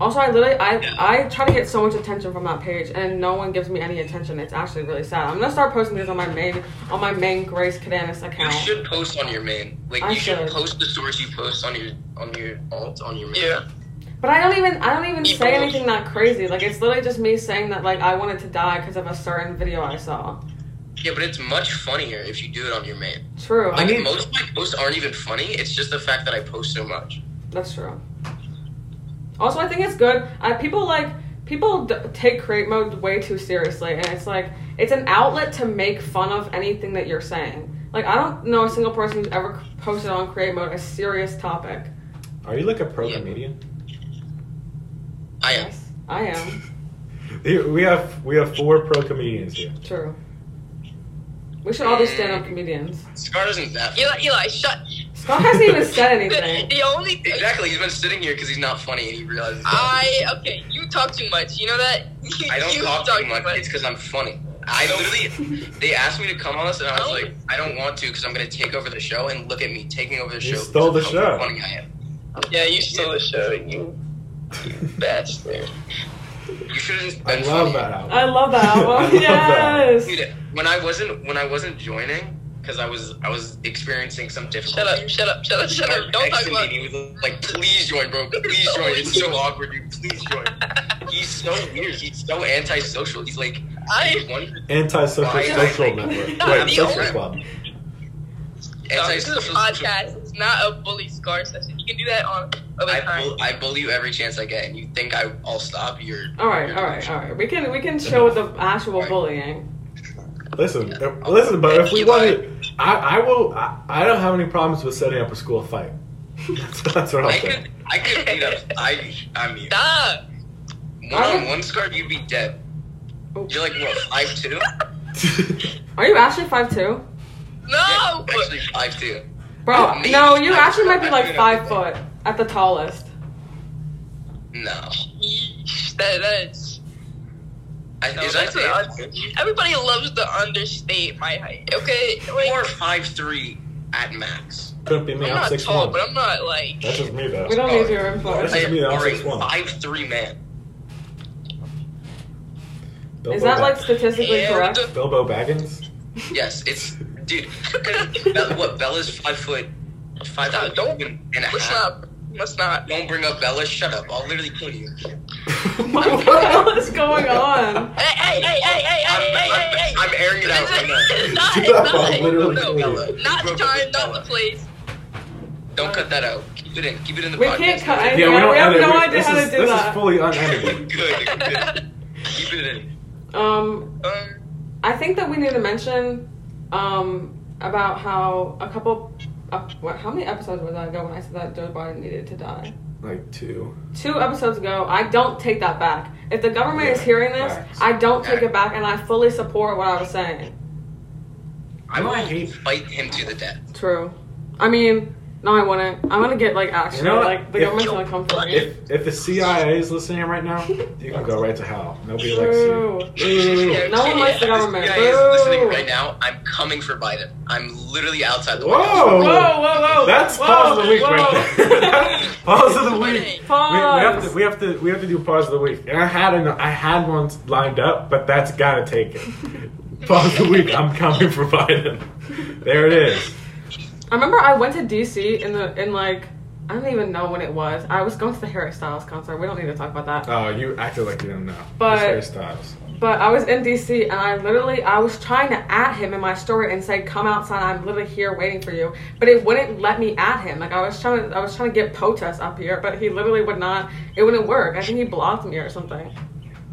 [SPEAKER 2] Also, I literally, I, I try to get so much attention from that page, and no one gives me any attention. It's actually really sad. I'm gonna start posting this on my main, on my main Grace Cadanis
[SPEAKER 3] You
[SPEAKER 2] account.
[SPEAKER 3] should post on your main. Like
[SPEAKER 2] I
[SPEAKER 3] you should
[SPEAKER 2] should.
[SPEAKER 3] post the stories you post on your on your alt on your main.
[SPEAKER 4] Yeah.
[SPEAKER 2] But I don't even, I don't even say
[SPEAKER 3] Yeah.
[SPEAKER 2] anything that crazy. Like it's literally just me saying that like I wanted to die because of a certain video I saw.
[SPEAKER 3] Yeah, but it's much funnier if you do it on your main.
[SPEAKER 2] True,
[SPEAKER 1] I need-
[SPEAKER 3] Most of my posts aren't even funny. It's just the fact that I post so much.
[SPEAKER 2] that's true. Also, I think it's good. I, people like people d- take create mode way too seriously, and it's like it's an outlet to make fun of anything that you're saying. Like I don't know a single person who's ever posted on create mode a serious topic.
[SPEAKER 1] Are you like a pro
[SPEAKER 3] Yeah.
[SPEAKER 1] comedian?
[SPEAKER 3] I am.
[SPEAKER 2] Yes, I am.
[SPEAKER 1] Here, We have we have four pro comedians here.
[SPEAKER 2] True. We should all be stand up comedians.
[SPEAKER 3] Scar isn't that.
[SPEAKER 4] Eli, Eli, shut.
[SPEAKER 2] Scott hasn't even said
[SPEAKER 4] The,
[SPEAKER 2] anything.
[SPEAKER 4] the only thing
[SPEAKER 3] Exactly. He's been sitting here because he's not funny, and he realizes.
[SPEAKER 4] I okay, you talk too much. You know that. You,
[SPEAKER 3] I don't
[SPEAKER 4] you
[SPEAKER 3] talk too much. It's because I'm funny. I literally, they asked me to come on this, and I was
[SPEAKER 4] Oh.
[SPEAKER 3] like, I don't want to because I'm gonna take over the show. And look at me taking over the
[SPEAKER 1] You
[SPEAKER 3] show.
[SPEAKER 1] stole
[SPEAKER 3] because
[SPEAKER 1] the
[SPEAKER 3] of how
[SPEAKER 1] show.
[SPEAKER 3] Funny I am.
[SPEAKER 4] Yeah, you stole the show. You bastard.
[SPEAKER 3] You shouldn't.
[SPEAKER 1] I love that album.
[SPEAKER 2] I love that
[SPEAKER 1] I love
[SPEAKER 2] album.
[SPEAKER 1] that.
[SPEAKER 2] yes.
[SPEAKER 3] Dude, when I wasn't when I wasn't joining because I was I was experiencing some
[SPEAKER 4] Shut
[SPEAKER 3] difficulties.
[SPEAKER 4] up! Shut up! Shut up! Shut
[SPEAKER 3] Our
[SPEAKER 4] up! Don't talk
[SPEAKER 3] next
[SPEAKER 4] about.
[SPEAKER 3] meeting was like, please join, bro. Please join. It's so awkward, dude. Please join. He's so weird. He's so antisocial. He's like,
[SPEAKER 4] I
[SPEAKER 3] one
[SPEAKER 1] Anti-social
[SPEAKER 3] Why?
[SPEAKER 1] social network.
[SPEAKER 4] I'm
[SPEAKER 1] Wait,
[SPEAKER 4] the
[SPEAKER 1] social
[SPEAKER 4] only-
[SPEAKER 1] club.
[SPEAKER 4] no, this is a
[SPEAKER 3] antisocial.
[SPEAKER 4] podcast. It's not a bully scar session. You can do that on other
[SPEAKER 3] I,
[SPEAKER 4] time.
[SPEAKER 3] bull- I bully you every chance I get, and you think I, I'll stop your.
[SPEAKER 2] All right, all right, all right. We can we can show the actual bullying.
[SPEAKER 1] Listen, if- listen, but if we
[SPEAKER 3] Eli.
[SPEAKER 1] wanted, I, I will. I, I don't have any problems with setting up a school fight. That's what
[SPEAKER 3] I
[SPEAKER 1] I'll
[SPEAKER 3] could,
[SPEAKER 1] say.
[SPEAKER 3] I could beat up. I, I mean,
[SPEAKER 4] Stop!
[SPEAKER 3] one on one scar, you'd be dead.
[SPEAKER 2] Oh.
[SPEAKER 3] You're like what, five two?
[SPEAKER 2] Are you actually five two?
[SPEAKER 4] No!
[SPEAKER 3] Actually, five two.
[SPEAKER 2] Bro, no, you actually might be like five foot at the tallest.
[SPEAKER 3] No,
[SPEAKER 4] Yeesh, that, that's,
[SPEAKER 3] I,
[SPEAKER 4] no,
[SPEAKER 3] is
[SPEAKER 4] that's an
[SPEAKER 3] that
[SPEAKER 4] un- everybody loves to understate my height. Okay, like,
[SPEAKER 3] four five three at max?
[SPEAKER 1] Couldn't be me.
[SPEAKER 4] I'm
[SPEAKER 1] I'm
[SPEAKER 4] not
[SPEAKER 1] six
[SPEAKER 4] tall,
[SPEAKER 1] one.
[SPEAKER 4] but I'm not like.
[SPEAKER 1] That's just me though.
[SPEAKER 2] We don't need your influence.
[SPEAKER 1] That's
[SPEAKER 3] I
[SPEAKER 1] just me, I'm
[SPEAKER 3] are a
[SPEAKER 1] 6'1".
[SPEAKER 3] five three man.
[SPEAKER 1] Bilbo
[SPEAKER 2] Is that like
[SPEAKER 1] Bag-
[SPEAKER 2] statistically
[SPEAKER 4] Yeah,
[SPEAKER 2] correct?
[SPEAKER 4] the-
[SPEAKER 1] Bilbo Baggins?
[SPEAKER 3] Yes, it's dude. Bella, what Bella's five foot, five
[SPEAKER 4] Stop,
[SPEAKER 3] foot
[SPEAKER 4] don't-
[SPEAKER 3] and a
[SPEAKER 4] Let's
[SPEAKER 3] half.
[SPEAKER 4] not. Let's not.
[SPEAKER 3] Don't bring up Bella. Shut up. I'll literally kill you.
[SPEAKER 2] What the hell is going on?
[SPEAKER 4] Hey, hey, hey, hey, hey,
[SPEAKER 3] I'm,
[SPEAKER 4] hey, hey, hey, hey!
[SPEAKER 3] I'm, I'm airing it out right now.
[SPEAKER 4] Not,
[SPEAKER 1] Dude, I'm
[SPEAKER 4] not,
[SPEAKER 1] literally
[SPEAKER 4] no,
[SPEAKER 1] kidding.
[SPEAKER 4] not the time, not the place.
[SPEAKER 3] Don't cut that out. Keep it in. Keep it in the
[SPEAKER 2] We
[SPEAKER 3] podcast.
[SPEAKER 2] can't cut
[SPEAKER 1] Yeah,
[SPEAKER 2] anything.
[SPEAKER 1] we don't
[SPEAKER 2] we have
[SPEAKER 1] edit.
[SPEAKER 2] no
[SPEAKER 1] We-
[SPEAKER 2] idea
[SPEAKER 1] this
[SPEAKER 2] how
[SPEAKER 1] is,
[SPEAKER 2] to do
[SPEAKER 1] This is
[SPEAKER 2] that.
[SPEAKER 1] fully
[SPEAKER 3] Good,
[SPEAKER 1] unedited.
[SPEAKER 3] good. Keep it in.
[SPEAKER 2] Um,
[SPEAKER 4] Um,
[SPEAKER 2] I think that we need to mention um, about how a couple, uh, what, how many episodes was that ago when I said that Joe Biden needed to die?
[SPEAKER 1] Like two.
[SPEAKER 2] Two episodes ago, I don't take that back. If the government is hearing this,
[SPEAKER 1] Facts.
[SPEAKER 2] I don't take it back, and I fully support what I was saying.
[SPEAKER 3] I
[SPEAKER 6] No,
[SPEAKER 3] will
[SPEAKER 6] I hate-
[SPEAKER 3] fight him to the death.
[SPEAKER 2] True. I mean, no, I wouldn't. I'm gonna get like action.
[SPEAKER 1] You know what?
[SPEAKER 2] like the
[SPEAKER 1] If-
[SPEAKER 2] government's gonna come for me.
[SPEAKER 1] If if the CIA is listening right now, you can go right to hell. Nobody likes you.
[SPEAKER 2] True. No one likes the
[SPEAKER 3] If this
[SPEAKER 2] government.
[SPEAKER 3] guy is listening
[SPEAKER 2] Boo.
[SPEAKER 3] right now. I'm coming for Biden. I'm literally outside the White House.
[SPEAKER 1] Oh, Whoa!
[SPEAKER 2] Whoa, whoa, whoa!
[SPEAKER 1] That's
[SPEAKER 2] whoa,
[SPEAKER 1] pause of the week
[SPEAKER 2] whoa.
[SPEAKER 1] right there. pause of the week. We, we have
[SPEAKER 2] Pause.
[SPEAKER 1] to we have to we have to do pause of the week. And I had an, I had one lined up, but that's gotta take it. pause of the week. I'm coming for Biden. There it is.
[SPEAKER 2] I remember I went to DC in the in like I don't even know when it was. I was going to the Harry Styles concert. We don't need to talk about that.
[SPEAKER 1] Oh, you acted like you didn't know.
[SPEAKER 2] But-
[SPEAKER 1] It's Harry Styles.
[SPEAKER 2] But I was in DC and I literally I was trying to at him in my story and say, "Come outside. I'm literally here waiting for you." But it wouldn't let me at him. Like I was trying to I was trying to get POTUS up here, but he literally would not. It wouldn't work. I think he blocked me or something.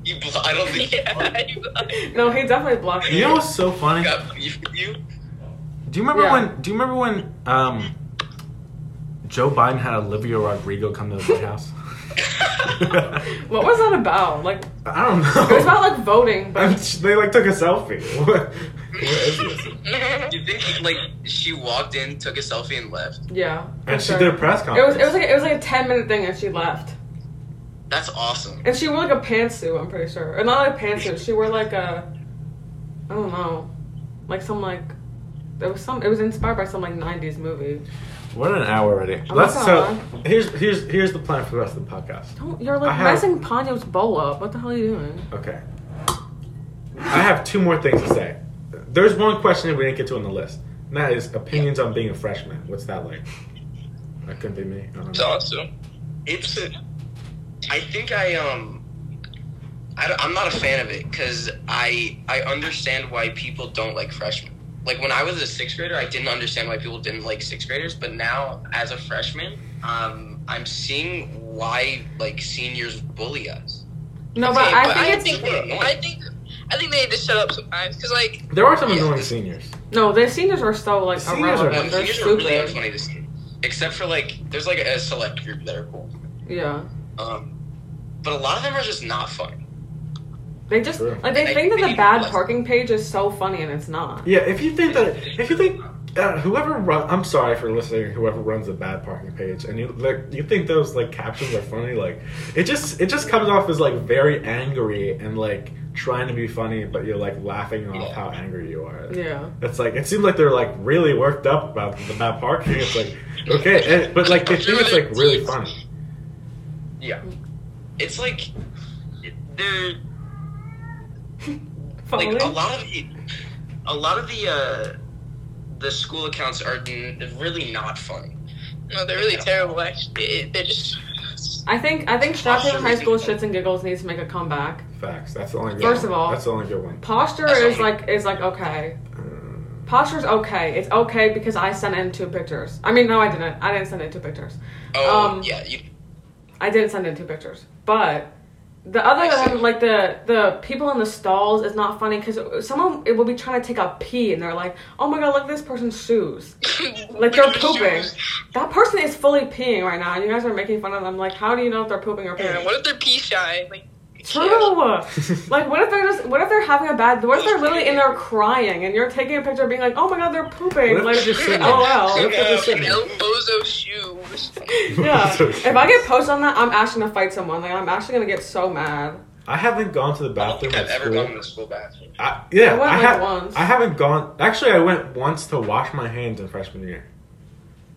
[SPEAKER 3] You, bl- I don't think
[SPEAKER 4] Yeah, you lied.
[SPEAKER 2] No, he definitely blocked me.
[SPEAKER 1] You know what's so
[SPEAKER 3] you
[SPEAKER 1] funny?
[SPEAKER 3] got you. you
[SPEAKER 1] Do you remember
[SPEAKER 2] Yeah.
[SPEAKER 1] when? Do you remember when? Um, Joe Biden had Olivia Rodrigo come to the White House.
[SPEAKER 2] What was that about? Like it
[SPEAKER 1] I don't
[SPEAKER 2] was
[SPEAKER 1] know.
[SPEAKER 2] about like voting,
[SPEAKER 1] I'm
[SPEAKER 2] but
[SPEAKER 1] just- they like took a selfie. What- what is this?
[SPEAKER 3] you think like she walked in, took a selfie, and left?
[SPEAKER 2] yeah. for
[SPEAKER 1] And she
[SPEAKER 2] sure.
[SPEAKER 1] did a press
[SPEAKER 2] It
[SPEAKER 1] conference.
[SPEAKER 2] was it was like it was like a ten minute thing and she left.
[SPEAKER 3] That's awesome.
[SPEAKER 2] And she wore like a pantsuit, I'm pretty sure. Or not like a pantsuit, she wore like a I don't know. Like some like there was some it was inspired by some like nineties movie.
[SPEAKER 1] What an hour already.
[SPEAKER 2] not
[SPEAKER 1] Let's
[SPEAKER 2] gonna
[SPEAKER 1] so
[SPEAKER 2] lie.
[SPEAKER 1] here's here's here's the plan for the rest of the podcast.
[SPEAKER 2] Don't you're
[SPEAKER 1] I
[SPEAKER 2] like
[SPEAKER 1] have-
[SPEAKER 2] messing Ponyo's bowl up. What the hell are you doing?
[SPEAKER 1] Okay. I have two more things to say. There's one question that we didn't get to on the list, and that is opinions on being a freshman. What's that like? That couldn't be me. I don't
[SPEAKER 4] It's
[SPEAKER 1] know.
[SPEAKER 4] awesome.
[SPEAKER 3] It's. I think I um. I am not a fan of it because I I understand why people don't like freshmen. Like when I was a sixth grader, I didn't understand why people didn't like sixth graders. But now, as a freshman, um, I'm seeing why like seniors bully us.
[SPEAKER 2] No, but
[SPEAKER 3] Okay,
[SPEAKER 2] I
[SPEAKER 3] but
[SPEAKER 2] think
[SPEAKER 4] I
[SPEAKER 2] it's
[SPEAKER 4] think, I think, I think they need to shut up sometimes because like
[SPEAKER 1] There are some
[SPEAKER 3] Yeah.
[SPEAKER 1] annoying seniors.
[SPEAKER 2] no, the seniors are so like
[SPEAKER 1] The seniors are-
[SPEAKER 2] irrelevant.
[SPEAKER 3] No,
[SPEAKER 2] They're
[SPEAKER 3] seniors are
[SPEAKER 2] stupid.
[SPEAKER 3] really unfunny this year, except for like there's like a select group that are cool.
[SPEAKER 2] yeah.
[SPEAKER 3] Um, but a lot of them are just not funny.
[SPEAKER 2] They just
[SPEAKER 1] True.
[SPEAKER 2] like they
[SPEAKER 3] They-
[SPEAKER 2] think that
[SPEAKER 3] they
[SPEAKER 2] the
[SPEAKER 3] need
[SPEAKER 2] bad
[SPEAKER 3] less-
[SPEAKER 2] parking page is so funny and it's not.
[SPEAKER 1] Yeah, if you think that, if you think uh, whoever run, I'm sorry for listening. Whoever runs the bad parking page, and you like, you think those like captions are funny? Like, it just it just comes off as like very angry and like trying to be funny, but you're like laughing off
[SPEAKER 3] Yeah.
[SPEAKER 1] how angry you are.
[SPEAKER 2] Yeah.
[SPEAKER 1] It's like it seems like they're like really worked up about the bad parking. It's like okay, and, but like they think it's like really funny.
[SPEAKER 3] Yeah, it's like they're
[SPEAKER 2] Follow
[SPEAKER 3] like a lot of the, a lot of the uh, the school accounts are n- really not funny.
[SPEAKER 4] no, they're really terrible. Actually, It- they're just
[SPEAKER 2] I think I think Stockton High School shits and giggles needs to make a comeback.
[SPEAKER 1] Facts. That's the only. Good
[SPEAKER 2] First
[SPEAKER 1] one.
[SPEAKER 2] of all-
[SPEAKER 1] that's the only good one.
[SPEAKER 2] Posture
[SPEAKER 3] That's
[SPEAKER 2] is
[SPEAKER 3] only-
[SPEAKER 2] like is like okay. Posture's okay. It's okay because I sent in two pictures. I mean, no, I didn't. I didn't send in two pictors.
[SPEAKER 3] Oh
[SPEAKER 2] Um,
[SPEAKER 3] yeah, you,
[SPEAKER 2] I didn't send in two pictures. But the other
[SPEAKER 3] I see.
[SPEAKER 2] than like the the people in the stalls is not funny because someone it will be trying to take a pee and they're like, oh my god, look at this person's shoes. Like they're pooping. That person is fully peeing right now, and you guys are making fun of them. Like, how do you know if they're pooping or
[SPEAKER 4] Man,
[SPEAKER 2] peeing?
[SPEAKER 4] what if they're pee shy? Like
[SPEAKER 2] True. like, what if they're just? What if they're having a bad? What if they're literally in there crying, and you're taking a picture, being like, "Oh my god, they're
[SPEAKER 1] What if
[SPEAKER 2] pooping!" like,
[SPEAKER 1] they're just sitting there?
[SPEAKER 2] oh
[SPEAKER 1] What
[SPEAKER 2] well.
[SPEAKER 1] if they're just sitting there?
[SPEAKER 4] El Bozo shoes.
[SPEAKER 2] yeah.
[SPEAKER 1] So
[SPEAKER 2] if I get posted on that, I'm actually gonna fight someone. Like, I'm actually gonna get so mad.
[SPEAKER 1] I haven't gone to the
[SPEAKER 3] I don't
[SPEAKER 1] bathroom
[SPEAKER 3] think
[SPEAKER 1] at
[SPEAKER 3] I've ever
[SPEAKER 1] school.
[SPEAKER 3] gone to the school bathroom.
[SPEAKER 1] I, yeah,
[SPEAKER 2] I went,
[SPEAKER 1] I,
[SPEAKER 2] like,
[SPEAKER 1] ha-
[SPEAKER 2] once.
[SPEAKER 1] I haven't gone. Actually, I went once to wash my hands in freshman year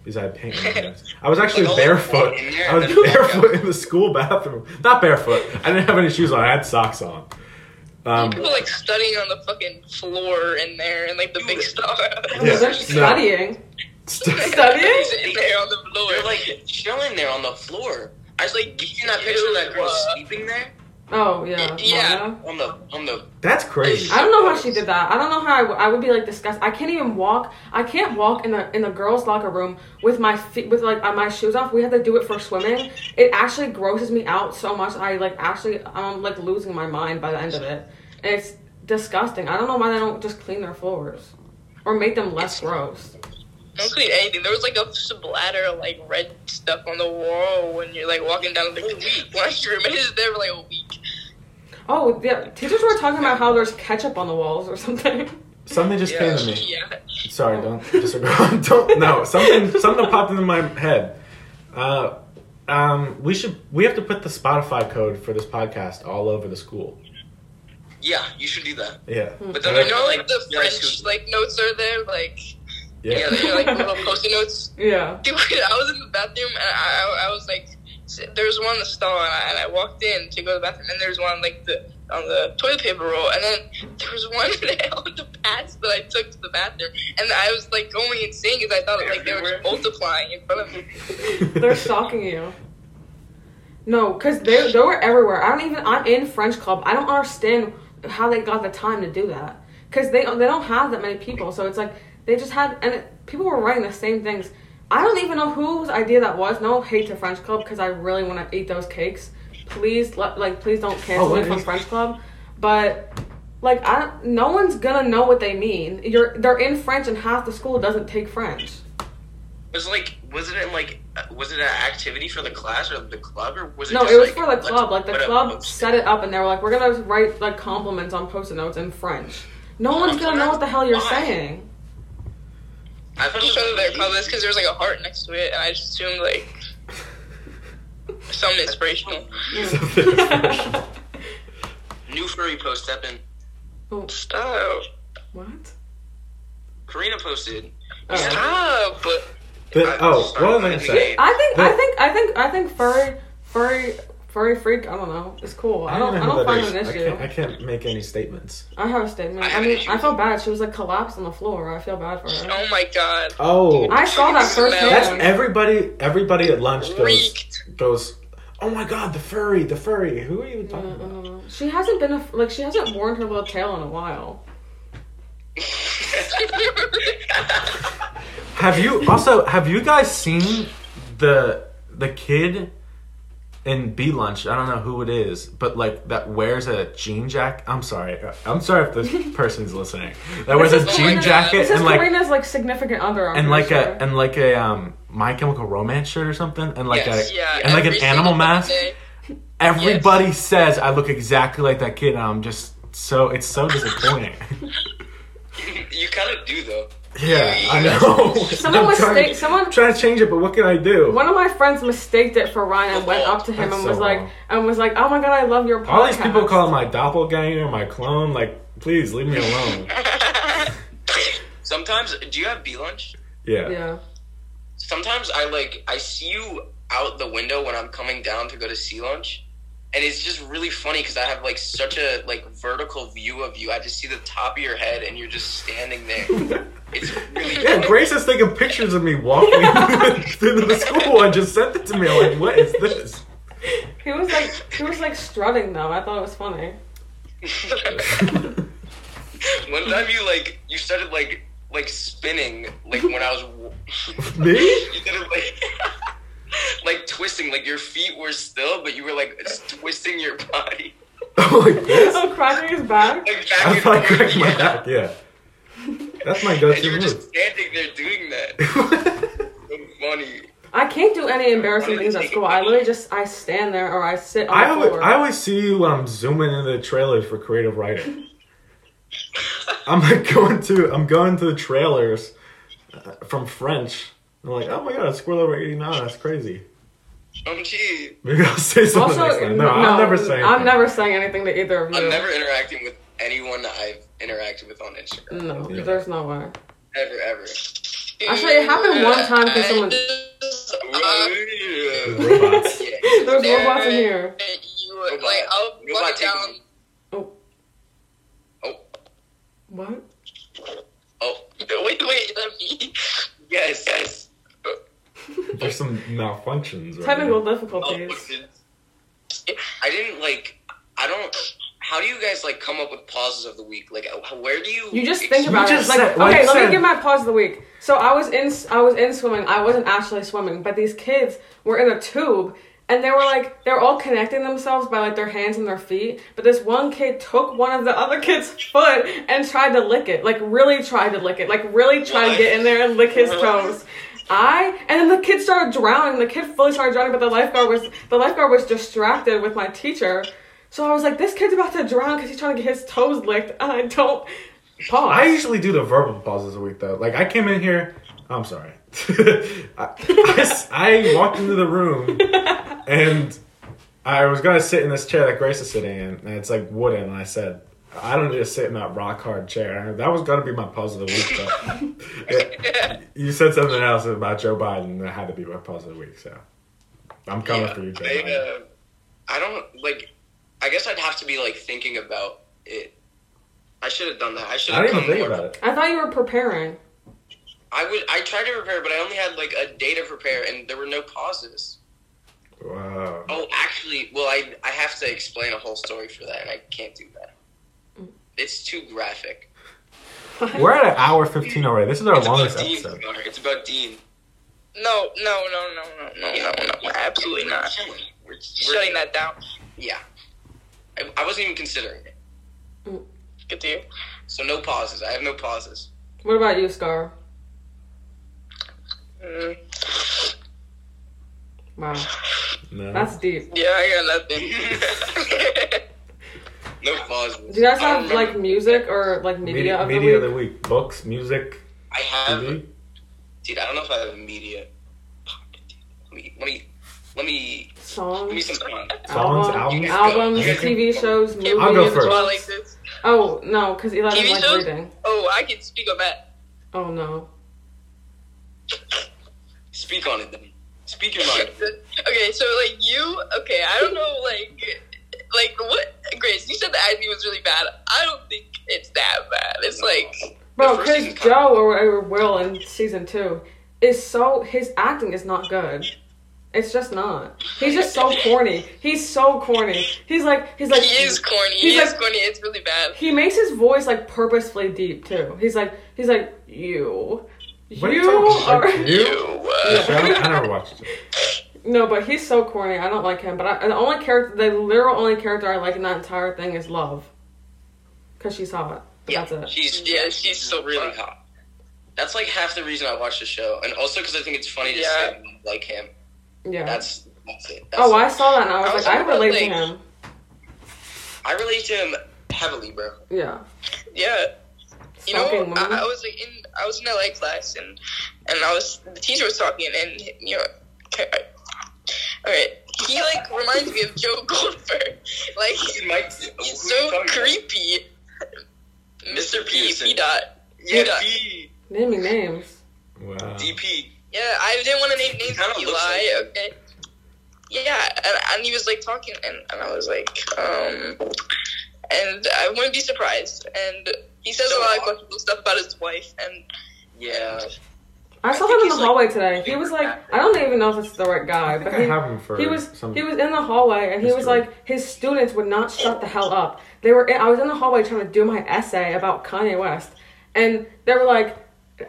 [SPEAKER 1] because I had paint on my hands. I was actually
[SPEAKER 3] Like, all the
[SPEAKER 1] barefoot.
[SPEAKER 3] paint in there
[SPEAKER 1] I was
[SPEAKER 3] and then walk
[SPEAKER 1] barefoot in the school bathroom. Not barefoot. I didn't have any shoes on. I had socks on. Um,
[SPEAKER 4] People like studying on the fucking floor in there, and like the big star.
[SPEAKER 1] Yeah.
[SPEAKER 2] They're
[SPEAKER 1] No.
[SPEAKER 2] studying.
[SPEAKER 1] st-
[SPEAKER 2] Studying?
[SPEAKER 4] Sitting there on the floor.
[SPEAKER 3] They're like chilling there on the floor. I was like, you seen that picture of that girl
[SPEAKER 2] uh,
[SPEAKER 3] sleeping there
[SPEAKER 2] Oh yeah.
[SPEAKER 4] Yeah.
[SPEAKER 2] Mona.
[SPEAKER 3] on the on the.
[SPEAKER 1] that's crazy.
[SPEAKER 2] I don't know how she did that. I don't know how I, w- I would be like disgusted. I can't even walk. I can't walk in the in the girls' locker room with my feet with like uh, my shoes off. We had to do it for swimming. It actually grosses me out so much. I like actually I'm like losing my mind by the end of it. And it's disgusting. I don't know why they don't just clean their floors. or made them less gross.
[SPEAKER 4] I don't clean anything. There was like a splatter of like red stuff on the wall when you're like walking down the week. lunchroom. It was there for like a week.
[SPEAKER 2] Oh, yeah. Teachers were talking about how there's ketchup on the walls or something.
[SPEAKER 1] Something just came to me.
[SPEAKER 4] Yeah.
[SPEAKER 1] Sorry, don't disagree. don't no. Something something popped into my head. Uh, um, we should we have to put the Spotify code for this podcast all over the school.
[SPEAKER 3] Yeah, you should do that.
[SPEAKER 1] Yeah.
[SPEAKER 3] But
[SPEAKER 4] I
[SPEAKER 3] then
[SPEAKER 4] know like the
[SPEAKER 3] Yeah,
[SPEAKER 4] French
[SPEAKER 3] too.
[SPEAKER 4] like notes are there, like yeah,
[SPEAKER 1] Yeah.
[SPEAKER 4] they're like little post-it notes.
[SPEAKER 2] Yeah.
[SPEAKER 4] Dude, I was in the bathroom and I, I, I was like, there was one on the stall and I, and I walked in to go to the bathroom and there was one like the on the toilet paper roll and then there was one on the pads that I took to the bathroom and I was like going insane because I thought like they were just multiplying in front of me.
[SPEAKER 2] They're stalking you. No, because they, they were everywhere. I don't even, I'm in French club. I don't understand how they got the time to do that. Because they, they don't have that many people. So it's like, they just had, and it, people were writing the same things. I don't even know whose idea that was. No hate to French club because I really want to eat those cakes. Please, let, like, please don't cancel
[SPEAKER 1] Oh,
[SPEAKER 2] me
[SPEAKER 1] it
[SPEAKER 2] from
[SPEAKER 1] is-
[SPEAKER 2] French club. But, like, I, don't- no one's gonna know what they mean. You're, they're in French and half the school doesn't take French.
[SPEAKER 3] Was like was it in like uh, was it an activity for the class or the club or was it?
[SPEAKER 2] No,
[SPEAKER 3] just,
[SPEAKER 2] it was
[SPEAKER 3] like,
[SPEAKER 2] for the
[SPEAKER 3] let's
[SPEAKER 2] club. Like the
[SPEAKER 3] put up
[SPEAKER 2] club
[SPEAKER 3] posts?
[SPEAKER 2] set it up, and they were like, "We're gonna write like compliments on post-it notes in French." No one's gonna know what the hell you're
[SPEAKER 3] Why?
[SPEAKER 2] saying.
[SPEAKER 3] I thought it
[SPEAKER 4] Each
[SPEAKER 3] was
[SPEAKER 4] other their
[SPEAKER 3] really-
[SPEAKER 4] colors because there was like a heart next to it and I just assumed like something inspirational.
[SPEAKER 3] New furry post happened.
[SPEAKER 2] Oh,
[SPEAKER 4] Stop.
[SPEAKER 2] what?
[SPEAKER 3] Karina posted.
[SPEAKER 2] Oh.
[SPEAKER 4] Stop.
[SPEAKER 1] But- oh, what was I gonna say?
[SPEAKER 2] I think I
[SPEAKER 1] That-
[SPEAKER 2] think I think I think furry furry furry freak. I don't know. It's cool. I don't I
[SPEAKER 1] know who
[SPEAKER 2] don't
[SPEAKER 1] that
[SPEAKER 2] find
[SPEAKER 1] is.
[SPEAKER 2] it an
[SPEAKER 1] I
[SPEAKER 2] issue.
[SPEAKER 1] can't, I can't make any statements.
[SPEAKER 2] I have a statement.
[SPEAKER 3] I
[SPEAKER 2] I
[SPEAKER 3] have an
[SPEAKER 2] mean,
[SPEAKER 3] issue
[SPEAKER 2] I
[SPEAKER 3] with
[SPEAKER 2] felt
[SPEAKER 3] it.
[SPEAKER 2] bad. She was like collapsed on the floor. I feel bad for her.
[SPEAKER 4] Oh my god.
[SPEAKER 1] Oh,
[SPEAKER 2] I saw that first
[SPEAKER 1] that's
[SPEAKER 2] hand.
[SPEAKER 1] everybody. Everybody at lunch goes
[SPEAKER 4] Reeked.
[SPEAKER 1] goes. Oh my god, the furry, the furry. Who are you talking about?
[SPEAKER 2] Uh, She hasn't been a, like she hasn't worn her little tail in a while.
[SPEAKER 1] Have you also have you guys seen the the kid in B lunch? I don't know who it is, but like that wears a jean jacket. I'm sorry, I'm sorry if this person's listening. That wears a
[SPEAKER 2] is
[SPEAKER 1] jean
[SPEAKER 4] Karina's-
[SPEAKER 1] jacket
[SPEAKER 2] This is
[SPEAKER 1] and like
[SPEAKER 2] Karina's like significant other. I'm
[SPEAKER 1] and
[SPEAKER 2] pretty
[SPEAKER 1] like
[SPEAKER 2] sure.
[SPEAKER 1] a and like a um My Chemical Romance shirt or something, and like
[SPEAKER 3] Yes,
[SPEAKER 1] a
[SPEAKER 4] Yeah.
[SPEAKER 1] and like
[SPEAKER 4] every
[SPEAKER 1] an animal
[SPEAKER 4] single
[SPEAKER 1] mask.
[SPEAKER 4] day.
[SPEAKER 1] Everybody says I look exactly like that kid, and I'm just so it's so disappointing.
[SPEAKER 3] You kind of do though.
[SPEAKER 1] yeah, I know.
[SPEAKER 2] Someone
[SPEAKER 1] I'm
[SPEAKER 2] was
[SPEAKER 1] trying,
[SPEAKER 2] sta- someone-
[SPEAKER 1] trying to change it, but what can I do?
[SPEAKER 2] One of my friends mistaked it for Ryan and went up to him
[SPEAKER 1] That's
[SPEAKER 2] and
[SPEAKER 1] so
[SPEAKER 2] was like,
[SPEAKER 1] wrong.
[SPEAKER 2] and was like, "Oh my god, I love your podcast."
[SPEAKER 1] All these people call my doppelganger, my clone. Like, please leave me alone.
[SPEAKER 3] Sometimes, do you have bee lunch?
[SPEAKER 1] Yeah.
[SPEAKER 2] Yeah,
[SPEAKER 3] Sometimes I like I see you out the window when I'm coming down to go to sea lunch, and it's just really funny because I have like such a like vertical view of you. I just see the top of your head, and you're just standing there. it's really
[SPEAKER 1] Yeah, Grace is taking pictures of me walking through the school and just sent it to me. I'm like, what is this?
[SPEAKER 2] he was like, he was like strutting though. I thought it was funny.
[SPEAKER 3] One time you like you started like like spinning like when I was w-
[SPEAKER 1] me?
[SPEAKER 3] you started like like twisting like your feet were still but you were like s- twisting your body
[SPEAKER 1] I'm like this?
[SPEAKER 2] Oh, cracking his back.
[SPEAKER 3] like back
[SPEAKER 1] I
[SPEAKER 3] and
[SPEAKER 1] thought I
[SPEAKER 3] forth,
[SPEAKER 1] cracked my
[SPEAKER 3] yeah.
[SPEAKER 1] back. Yeah. That's my
[SPEAKER 3] and you
[SPEAKER 1] go-to
[SPEAKER 3] were just
[SPEAKER 1] move.
[SPEAKER 3] standing there doing that so funny
[SPEAKER 2] I can't do any embarrassing things at school. I literally just I stand there or I sit on
[SPEAKER 1] I
[SPEAKER 2] the
[SPEAKER 1] always,
[SPEAKER 2] floor.
[SPEAKER 1] I always see you when I'm zooming into the trailers for creative writing. I'm like going to I'm going to the trailers uh, from French. I'm like, oh my god, it's squirrel over 89. That's crazy.
[SPEAKER 3] um gee
[SPEAKER 1] Maybe I'll say something
[SPEAKER 2] also,
[SPEAKER 1] next time. No, I'm never saying.
[SPEAKER 2] I'm
[SPEAKER 1] anything.
[SPEAKER 2] never saying anything to either of you.
[SPEAKER 3] I'm never interacting with anyone I've interacted with on Instagram
[SPEAKER 2] No,
[SPEAKER 1] Yeah.
[SPEAKER 2] there's no way.
[SPEAKER 3] ever ever
[SPEAKER 2] Actually, it happened one time 'cause someone- Uh,
[SPEAKER 1] Robots.
[SPEAKER 3] yeah.
[SPEAKER 2] There's robots in here.
[SPEAKER 4] You were like, I'll
[SPEAKER 3] Robot
[SPEAKER 4] walk
[SPEAKER 3] taking
[SPEAKER 4] down.
[SPEAKER 3] me.
[SPEAKER 2] What?
[SPEAKER 3] oh
[SPEAKER 4] Wait, wait, is that me?
[SPEAKER 3] yes yes
[SPEAKER 1] There's some malfunctions. Right
[SPEAKER 2] Technical
[SPEAKER 1] now.
[SPEAKER 2] difficulties.
[SPEAKER 3] Oh, I didn't like. I don't. How do you guys like come up with pauses of the week? Like, how- where do you?
[SPEAKER 2] You just think about
[SPEAKER 1] just
[SPEAKER 2] it. Like,
[SPEAKER 1] said- like
[SPEAKER 2] okay, let
[SPEAKER 1] said-
[SPEAKER 2] me give my pause of the week. So I was in, I was in swimming. I wasn't actually swimming, but these kids were in a tube, and they were like they were all connecting themselves by like their hands and their feet but this one kid took one of the other kid's foot and tried to lick it like really tried to lick it like really tried to get in there and lick his toes I and then the kid started drowning. The kid fully started drowning, but the lifeguard was the lifeguard was distracted with my teacher. So I was like, this kid's about to drown because he's trying to get his toes licked, and I don't pause.
[SPEAKER 1] I usually do the verbal pauses a week though. Like I came in here. I'm sorry. I, I s- I walked into the room and I was gonna sit in this chair that Grace is sitting in, and it's like wooden. And I said, I don't need to sit in that rock hard chair. That was gonna be my pause of the week. But it- you said something else about Joe Biden that had to be my pause of the week. So I'm coming
[SPEAKER 3] Yeah,
[SPEAKER 1] for you, Joe
[SPEAKER 3] I,
[SPEAKER 1] Biden.
[SPEAKER 3] uh, I don't like. I guess I'd have to be like thinking about it. I should have done that. I should.
[SPEAKER 1] I didn't even think about it.
[SPEAKER 2] I thought you were preparing.
[SPEAKER 3] I would. I tried to prepare, but I only had like a day to prepare, and there were no pauses.
[SPEAKER 1] Wow.
[SPEAKER 3] Oh, actually, well, I I have to explain a whole story for that, and I can't do that. It's too graphic.
[SPEAKER 1] We're at an hour 15 already. This is our
[SPEAKER 3] It's
[SPEAKER 1] longest
[SPEAKER 3] about Dean.
[SPEAKER 1] episode.
[SPEAKER 3] Connor. It's about Dean.
[SPEAKER 4] No, no, no, no, no, no, no, no. Absolutely
[SPEAKER 3] We're
[SPEAKER 4] not.
[SPEAKER 3] chilling. We're, we're
[SPEAKER 4] Shutting that down.
[SPEAKER 3] Yeah. I, I wasn't even considering it.
[SPEAKER 4] Good to you.
[SPEAKER 3] So no pauses. I have no pauses.
[SPEAKER 2] What about you, Scar?
[SPEAKER 4] Mm,
[SPEAKER 2] Wow,
[SPEAKER 1] No.
[SPEAKER 2] that's deep.
[SPEAKER 4] yeah, I got nothing.
[SPEAKER 3] No pauses. Um,
[SPEAKER 2] Do you guys
[SPEAKER 3] I
[SPEAKER 2] have
[SPEAKER 3] remember-
[SPEAKER 2] like music or like
[SPEAKER 1] media,
[SPEAKER 2] media,
[SPEAKER 1] media,
[SPEAKER 2] of
[SPEAKER 1] media
[SPEAKER 2] the
[SPEAKER 1] of the week. Books, music,
[SPEAKER 4] Uh,
[SPEAKER 3] I have.
[SPEAKER 1] TV.
[SPEAKER 3] Dude, I don't know if I have a media. Let me let me let me
[SPEAKER 2] week?
[SPEAKER 3] let me
[SPEAKER 2] Songs,
[SPEAKER 3] some fun.
[SPEAKER 1] Songs,
[SPEAKER 2] album-
[SPEAKER 1] albums.
[SPEAKER 2] albums,
[SPEAKER 3] You guys can-
[SPEAKER 2] TV shows, movies.
[SPEAKER 1] I'll go first.
[SPEAKER 4] Well, like this.
[SPEAKER 2] Oh no, because Eli doesn't
[SPEAKER 4] TV
[SPEAKER 2] like
[SPEAKER 4] shows?
[SPEAKER 2] reading.
[SPEAKER 4] Oh, I can speak on that.
[SPEAKER 2] Oh no.
[SPEAKER 3] Speak on it then. Speak your mind.
[SPEAKER 4] okay, so like you, okay, I don't know, like, like what, Grace? You said the acting was really bad. I don't think it's that bad. It's like,
[SPEAKER 2] Bro,
[SPEAKER 3] The first
[SPEAKER 2] because
[SPEAKER 3] season cut.
[SPEAKER 2] Joe or whatever Will in season two is so his acting is not good. It's just not. He's just so corny. He's so corny. He's like he's like
[SPEAKER 4] he is corny.
[SPEAKER 2] He's
[SPEAKER 4] He is
[SPEAKER 2] like-
[SPEAKER 4] corny. It's really bad.
[SPEAKER 2] He makes his voice like purposefully deep too. He's like he's like you.
[SPEAKER 1] What are
[SPEAKER 2] you
[SPEAKER 1] you talking about?
[SPEAKER 2] are
[SPEAKER 1] Like, you?
[SPEAKER 4] uh,
[SPEAKER 1] Show? I never watched it.
[SPEAKER 2] no, but he's so corny. I don't like him. But I, the only character, the literal only character I like in that entire thing is Love, because she's hot. But
[SPEAKER 3] Yeah,
[SPEAKER 2] that's it.
[SPEAKER 3] she's
[SPEAKER 4] Yeah, she's so
[SPEAKER 3] really
[SPEAKER 4] fun.
[SPEAKER 3] hot. That's like half the reason I watch the show, and also because I think it's funny to
[SPEAKER 4] Yeah.
[SPEAKER 3] say I like him.
[SPEAKER 2] Yeah.
[SPEAKER 3] That's that's it. That's
[SPEAKER 2] oh,
[SPEAKER 3] it.
[SPEAKER 2] I saw that and I was,
[SPEAKER 4] I was
[SPEAKER 2] like, I
[SPEAKER 4] talking about,
[SPEAKER 2] relate to
[SPEAKER 4] like-
[SPEAKER 2] him.
[SPEAKER 3] I relate to him heavily, bro.
[SPEAKER 2] Yeah.
[SPEAKER 4] Yeah. You
[SPEAKER 2] Fucking
[SPEAKER 4] know,
[SPEAKER 2] woman.
[SPEAKER 4] I, I was like in I was in LA class and and I was the teacher was talking and you know, okay, all right, he like reminds me of Joe Goldberg, like
[SPEAKER 3] He might- who
[SPEAKER 4] he's
[SPEAKER 3] are you
[SPEAKER 4] so
[SPEAKER 3] talking about?
[SPEAKER 4] creepy. Mr. P,
[SPEAKER 3] Peterson.
[SPEAKER 4] P dot.
[SPEAKER 3] Yeah,
[SPEAKER 4] Yeah.
[SPEAKER 3] P,
[SPEAKER 2] Name me names.
[SPEAKER 1] Wow.
[SPEAKER 3] DP.
[SPEAKER 4] Yeah, I didn't want to name names
[SPEAKER 3] kinda
[SPEAKER 4] Eli.
[SPEAKER 3] looks like him.
[SPEAKER 4] okay. Yeah, and, and he was like talking, and, and I was like, um, and I wouldn't be surprised. And he says
[SPEAKER 3] So
[SPEAKER 4] a lot of
[SPEAKER 3] odd.
[SPEAKER 4] questionable stuff about his wife, and
[SPEAKER 3] Yeah.
[SPEAKER 2] I
[SPEAKER 3] I
[SPEAKER 2] saw him
[SPEAKER 3] think
[SPEAKER 2] in the
[SPEAKER 3] he's, like,
[SPEAKER 2] hallway today. He was like, I don't even know if it's the right guy,
[SPEAKER 1] I think
[SPEAKER 2] but
[SPEAKER 1] I
[SPEAKER 2] he,
[SPEAKER 1] have him for
[SPEAKER 2] he was
[SPEAKER 1] some.
[SPEAKER 2] he was in the hallway and he was
[SPEAKER 1] history.
[SPEAKER 2] like, his students would not shut the hell up. They were in, I was in the hallway trying to do my essay about Kanye West, and they were like,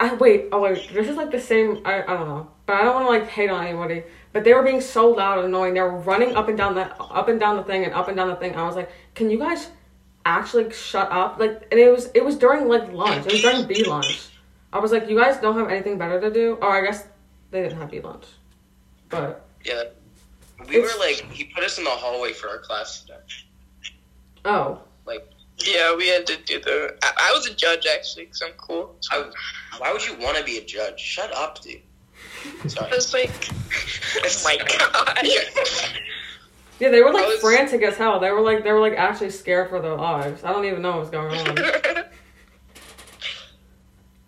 [SPEAKER 2] I wait, oh wait, this is like the same. I, I don't know, but I don't want to like hate on anybody. But they were being so loud and annoying. They were running up and down that up and down the thing and up and down the thing. I was like, can you guys actually shut up? Like, and it was it was during like lunch. It was during B lunch. I was like, you guys don't have anything better to do, or I guess they didn't have B lunch, but
[SPEAKER 3] Yeah. We were
[SPEAKER 2] It's-
[SPEAKER 3] like, he put us in the hallway for our class today.
[SPEAKER 2] oh,
[SPEAKER 4] yeah, we had to do the. I, I was a judge actually, because I'm cool. So
[SPEAKER 3] I, why would you want to be a judge? Shut up, dude. Sorry.
[SPEAKER 4] I was like, oh my god.
[SPEAKER 2] yeah, they were like
[SPEAKER 4] I was-
[SPEAKER 2] frantic as hell. They were like they were like actually scared for their lives. I don't even know what was going on.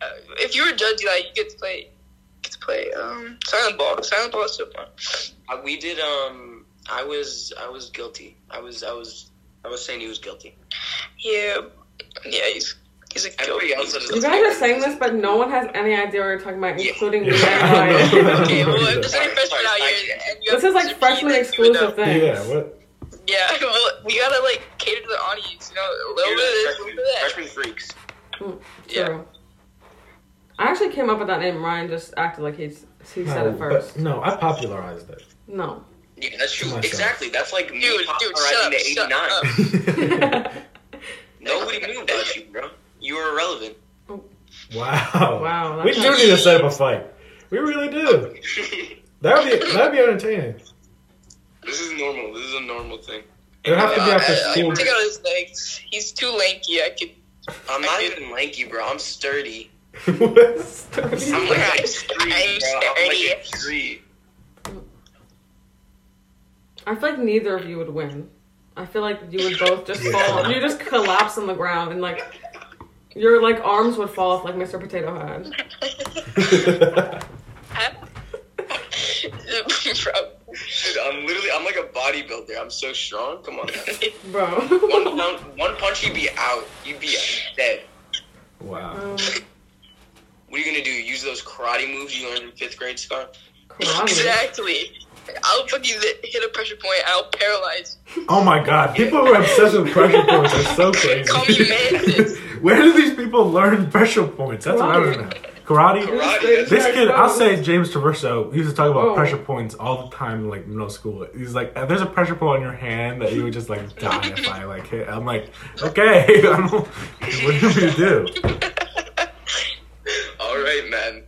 [SPEAKER 4] Uh, if you were a judge, Eli, you get to play. Get to play um, silent ball. Silent ball is so fun.
[SPEAKER 3] I, we did. Um, I was, I was guilty. I was, I was, I was saying he was guilty.
[SPEAKER 4] Yeah, yeah, he's he's a
[SPEAKER 3] Everybody else is-
[SPEAKER 2] You guys are saying this, but no one has any idea what you're talking about,
[SPEAKER 3] Yeah.
[SPEAKER 2] including me.
[SPEAKER 1] Yeah,
[SPEAKER 2] and
[SPEAKER 1] I don't
[SPEAKER 2] Ryan.
[SPEAKER 1] know.
[SPEAKER 4] Okay, well, if
[SPEAKER 1] Yeah.
[SPEAKER 4] there's any freshman out here, and you have
[SPEAKER 2] This is
[SPEAKER 4] Mr.
[SPEAKER 2] like
[SPEAKER 4] P,
[SPEAKER 2] freshman
[SPEAKER 4] then you would know.
[SPEAKER 2] exclusive thing.
[SPEAKER 1] yeah. What?
[SPEAKER 4] Yeah, well, we gotta like cater to the audience, you know, a little bit of this, a little
[SPEAKER 3] Freshman,
[SPEAKER 4] bit of that.
[SPEAKER 3] freshman freaks.
[SPEAKER 4] Yeah.
[SPEAKER 2] True. I actually came up with that name. Ryan just acted like he's he said
[SPEAKER 1] No,
[SPEAKER 2] it first.
[SPEAKER 1] But, no, I popularized it.
[SPEAKER 2] No,
[SPEAKER 3] Yeah, that's true.
[SPEAKER 1] Myself.
[SPEAKER 3] Exactly. That's like me
[SPEAKER 4] Dude, dude, shut up,
[SPEAKER 3] popularizing
[SPEAKER 4] shut
[SPEAKER 3] the
[SPEAKER 4] up.
[SPEAKER 3] 89. Nobody knew about you, bro. You were irrelevant.
[SPEAKER 1] wow.
[SPEAKER 2] Wow,
[SPEAKER 1] We
[SPEAKER 2] that's-
[SPEAKER 1] do need to set up a fight. We really do. That would be that would be entertaining.
[SPEAKER 3] This is normal. This is a normal thing.
[SPEAKER 1] It would have to be after
[SPEAKER 4] I- I- I
[SPEAKER 1] school.
[SPEAKER 4] take out his legs. He's too lanky. I could.
[SPEAKER 3] I'm not even lanky, bro. I'm sturdy.
[SPEAKER 1] What's-
[SPEAKER 3] I'm like a tree,
[SPEAKER 4] I'm
[SPEAKER 3] bro. I'm like a
[SPEAKER 4] sturdy.
[SPEAKER 3] tree.
[SPEAKER 2] I feel like neither of you would win. I feel like you would both just fall. You just collapse on the ground and like your like arms would fall off like Mr. Potato Head.
[SPEAKER 3] Dude, I'm literally. I'm like a bodybuilder. I'm so strong. Come on. man.
[SPEAKER 2] Bro.
[SPEAKER 3] One pound, one punch, you'd be out. You'd be dead.
[SPEAKER 1] wow.
[SPEAKER 2] Um,
[SPEAKER 3] What are you gonna do? Use those karate moves you learned in fifth grade, Scar?
[SPEAKER 2] karate.
[SPEAKER 4] exactly. I'll fucking li- hit a pressure point. I'll paralyze.
[SPEAKER 1] Oh my god, people who are obsessed with pressure points are so
[SPEAKER 4] Call me
[SPEAKER 1] crazy.
[SPEAKER 4] Mantis.
[SPEAKER 1] Where do these people learn pressure points? That's what I don't know. Karate?
[SPEAKER 3] Karate.
[SPEAKER 1] This kid, I'll say James Traverso, he used to talk about
[SPEAKER 2] Oh.
[SPEAKER 1] pressure points all the time in like middle school. He's like, "Uh, there's a pressure point on your hand that you would just like die if I like hit. I'm like, okay, I'm, what do you do?
[SPEAKER 3] All right, man.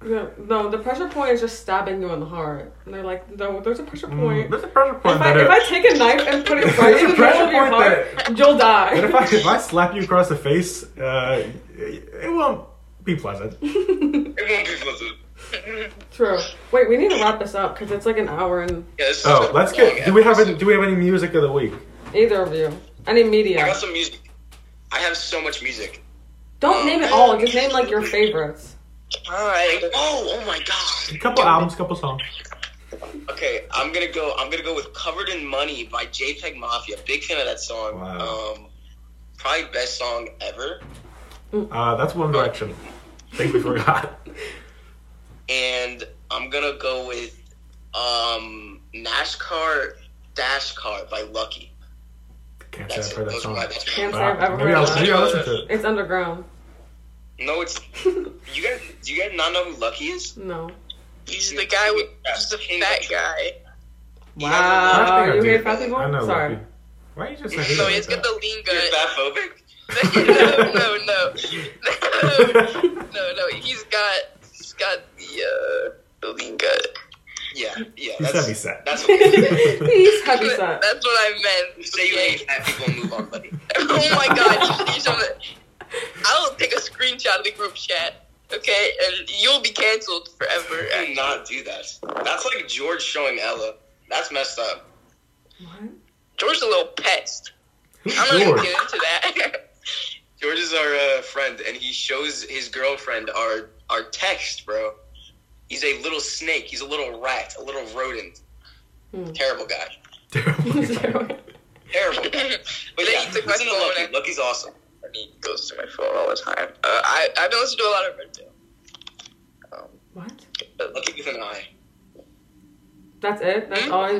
[SPEAKER 2] No, no, the pressure point is just stabbing you in the heart. And they're like, no, there's a pressure
[SPEAKER 1] Mm,
[SPEAKER 2] point.
[SPEAKER 1] There's a pressure point
[SPEAKER 2] If I,
[SPEAKER 1] that
[SPEAKER 2] if
[SPEAKER 1] it-
[SPEAKER 2] I take a knife and put it
[SPEAKER 1] There's
[SPEAKER 2] right
[SPEAKER 1] a
[SPEAKER 2] in the middle
[SPEAKER 1] pressure
[SPEAKER 2] of your
[SPEAKER 1] point
[SPEAKER 2] heart, you'll die.
[SPEAKER 1] But if I if I slap you across the face, uh, it, it won't be pleasant.
[SPEAKER 3] It won't be pleasant.
[SPEAKER 2] True. Wait, we need to wrap this up because it's like an hour and
[SPEAKER 3] Yeah, this is
[SPEAKER 1] Oh,
[SPEAKER 3] a
[SPEAKER 1] let's
[SPEAKER 3] long
[SPEAKER 1] get. Do we have
[SPEAKER 3] episode.
[SPEAKER 1] any, Do we have any music of the week?
[SPEAKER 2] either of you. Any
[SPEAKER 3] I
[SPEAKER 2] media.
[SPEAKER 3] got some music. I have so much music.
[SPEAKER 2] Don't name it all. Just name like your favorites.
[SPEAKER 4] All right.
[SPEAKER 3] Oh, oh my
[SPEAKER 1] A
[SPEAKER 3] god.
[SPEAKER 1] couple albums, couple songs.
[SPEAKER 3] Okay, I'm gonna go. I'm gonna go with "Covered in Money" by JPEG Mafia. Big fan of that song.
[SPEAKER 1] Wow.
[SPEAKER 3] Um, probably best song ever.
[SPEAKER 1] Uh, that's One Direction. I think we forgot.
[SPEAKER 3] And I'm gonna go with um, "NASCAR Dash Car" by Lucky.
[SPEAKER 1] Can't say
[SPEAKER 3] That's
[SPEAKER 1] I've heard
[SPEAKER 3] it.
[SPEAKER 1] that
[SPEAKER 3] Those are
[SPEAKER 1] song.
[SPEAKER 3] my best
[SPEAKER 2] Can't say
[SPEAKER 1] Wow.
[SPEAKER 2] I've ever
[SPEAKER 1] Maybe
[SPEAKER 2] heard
[SPEAKER 1] I'll,
[SPEAKER 2] that.
[SPEAKER 1] maybe I'll listen to it.
[SPEAKER 2] It's underground.
[SPEAKER 3] No, it's you guys. Do you guys not know who Lucky is?
[SPEAKER 2] No.
[SPEAKER 4] He's the guy with. He's the fat guy.
[SPEAKER 3] Wow.
[SPEAKER 1] I think I
[SPEAKER 2] you
[SPEAKER 1] do.
[SPEAKER 2] hate fat people?
[SPEAKER 1] I know.
[SPEAKER 2] Sorry.
[SPEAKER 1] Luffy. Why are you just
[SPEAKER 3] No,
[SPEAKER 1] saying
[SPEAKER 4] No,
[SPEAKER 1] like
[SPEAKER 4] he's got the lean
[SPEAKER 3] You're
[SPEAKER 4] gut. no,
[SPEAKER 3] fatphobic.
[SPEAKER 4] no, no, no,
[SPEAKER 1] that?
[SPEAKER 4] no, no. He's got, he's got the uh, the lean gut.
[SPEAKER 3] Yeah, yeah.
[SPEAKER 1] He's
[SPEAKER 3] that's,
[SPEAKER 1] heavy set.
[SPEAKER 3] That's what.
[SPEAKER 2] He's heavy set.
[SPEAKER 4] That's what I meant.
[SPEAKER 3] Say you hate fat people and move on, buddy.
[SPEAKER 4] oh my god, you should do something. I'll take a screenshot of the group chat, okay? And you'll be canceled forever.
[SPEAKER 3] Do not do that. That's like George showing Ella. That's messed up.
[SPEAKER 2] What?
[SPEAKER 4] George's a little pest.
[SPEAKER 1] Who's
[SPEAKER 4] I'm not gonna
[SPEAKER 1] George?
[SPEAKER 4] get into that.
[SPEAKER 3] George is our uh, friend, and he shows his girlfriend our our text, bro. He's a little snake. He's a little rat. A little rodent.
[SPEAKER 2] Hmm.
[SPEAKER 3] Terrible guy.
[SPEAKER 2] Zero.
[SPEAKER 3] Terrible. guy.
[SPEAKER 4] Then
[SPEAKER 3] But yeah,
[SPEAKER 4] he took my
[SPEAKER 3] listen to
[SPEAKER 4] phone
[SPEAKER 3] Lucky.
[SPEAKER 4] and-
[SPEAKER 3] Lucky's awesome.
[SPEAKER 4] he goes to my phone all the time. Uh, I I've been listening to a lot of Red Pill.
[SPEAKER 2] what?
[SPEAKER 3] Lucky with an eye.
[SPEAKER 2] That's it? That's all I...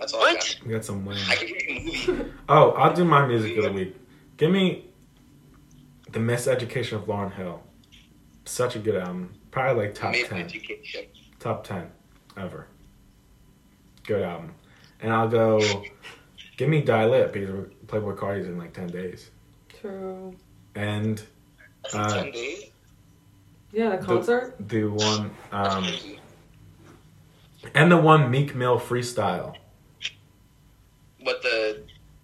[SPEAKER 3] That's all I
[SPEAKER 4] What?
[SPEAKER 3] got.
[SPEAKER 1] We got some lame.
[SPEAKER 3] I can give you a movie.
[SPEAKER 1] Oh, I'll do my music of the week. Give me The Miseducation of Lauren Hill. Such a good album. Probably like top
[SPEAKER 3] Maybe
[SPEAKER 1] ten.
[SPEAKER 3] education.
[SPEAKER 1] Top ten ever. Good album. And I'll go give me Dial It because we're Playboy Cardi's in like ten days.
[SPEAKER 2] True.
[SPEAKER 1] And
[SPEAKER 3] That's
[SPEAKER 1] Uh,
[SPEAKER 3] ten days.
[SPEAKER 2] Yeah, the concert?
[SPEAKER 1] the one um and the one Meek Mill freestyle.
[SPEAKER 3] What the?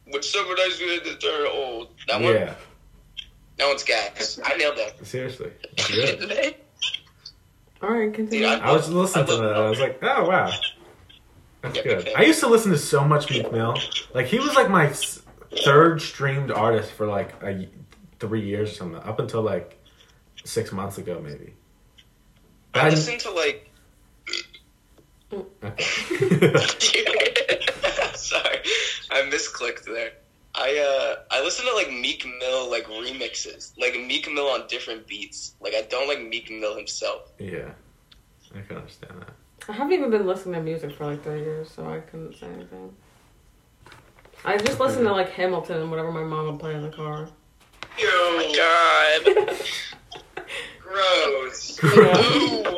[SPEAKER 3] What sober dice we did to turn old? That one.
[SPEAKER 1] Yeah.
[SPEAKER 3] That one's gas. I nailed that.
[SPEAKER 1] Seriously. It's good.
[SPEAKER 2] Alright, continue.
[SPEAKER 3] Yeah,
[SPEAKER 1] I was listening to that. I was like, oh wow, that's good. I used to listen to so much Meek Mill. Like he was like my s- third streamed artist for like a, y- three years or something, up until like six months ago maybe.
[SPEAKER 3] I
[SPEAKER 1] I-
[SPEAKER 3] listened to like
[SPEAKER 1] Okay.
[SPEAKER 3] Sorry, I misclicked there. I uh, I listen to like Meek Mill like remixes, like Meek Mill on different beats. Like I don't like Meek Mill himself.
[SPEAKER 1] yeah, I can understand that.
[SPEAKER 2] I haven't even been listening to music for like three years, so I couldn't say anything. I just listened to like Hamilton and whatever my mom would play in the car.
[SPEAKER 3] Yo,
[SPEAKER 4] God.
[SPEAKER 3] gross.
[SPEAKER 2] Yeah.
[SPEAKER 4] Ooh.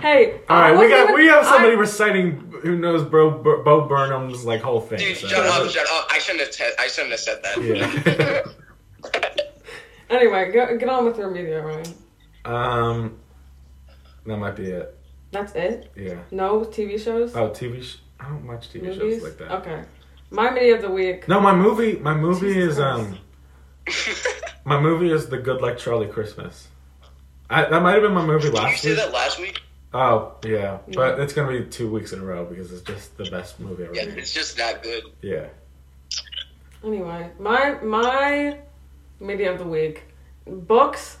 [SPEAKER 2] Hey,
[SPEAKER 1] All
[SPEAKER 2] I
[SPEAKER 1] right, we
[SPEAKER 2] wasn't
[SPEAKER 1] got
[SPEAKER 2] even-
[SPEAKER 1] we have somebody
[SPEAKER 2] I-
[SPEAKER 1] reciting who knows Bro Bur- Bo Burnham's like whole thing.
[SPEAKER 3] Dude,
[SPEAKER 1] so-
[SPEAKER 3] shut up, shut up. I shouldn't have. Te- I shouldn't have said that.
[SPEAKER 1] Yeah.
[SPEAKER 2] anyway, go, get on with your media, Ryan.
[SPEAKER 1] um, that might be it.
[SPEAKER 2] That's it.
[SPEAKER 1] Yeah.
[SPEAKER 2] No TV shows.
[SPEAKER 1] Oh, TV. Sh- I don't watch TV
[SPEAKER 2] movies.
[SPEAKER 1] shows like that.
[SPEAKER 2] Okay. My media of the week.
[SPEAKER 1] No, my movie. My movie is
[SPEAKER 2] Jesus Christ.
[SPEAKER 1] um. My movie is The Good Luck Charlie Christmas. I, that might have been my movie
[SPEAKER 3] Did you
[SPEAKER 1] last
[SPEAKER 3] say
[SPEAKER 1] week.
[SPEAKER 3] that last week?
[SPEAKER 1] Oh yeah, but
[SPEAKER 2] Yeah.
[SPEAKER 1] it's gonna be two weeks in a row because it's just the best movie ever.
[SPEAKER 3] Yeah,
[SPEAKER 1] made.
[SPEAKER 3] it's just that good.
[SPEAKER 1] Yeah.
[SPEAKER 2] Anyway, my my media of the week. Books.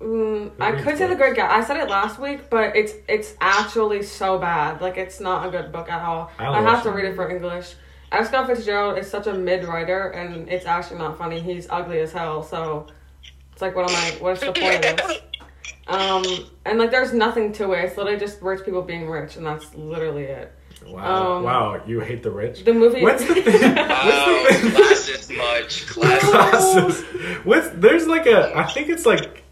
[SPEAKER 2] Mm, I
[SPEAKER 1] reads
[SPEAKER 2] could say the
[SPEAKER 1] books?
[SPEAKER 2] Great Gatsby. I said it last week, but it's it's actually so bad. Like it's not a good book at all.
[SPEAKER 1] I don't
[SPEAKER 2] I have
[SPEAKER 1] watch
[SPEAKER 2] to
[SPEAKER 1] it.
[SPEAKER 2] read it for English. F. Scott Fitzgerald is such a mid writer, and it's actually not funny. He's ugly as hell, so it's like, what am I? What's the point of this? Um, and like, there's nothing to it. It's literally just rich people being rich, and that's literally it.
[SPEAKER 1] Wow.
[SPEAKER 2] Um,
[SPEAKER 1] wow. You hate the rich.
[SPEAKER 2] The movie.
[SPEAKER 1] What's the thing?
[SPEAKER 3] Wow,
[SPEAKER 1] What's the-
[SPEAKER 3] classes much. Classes.
[SPEAKER 1] Classes. What's there's like a I think it's like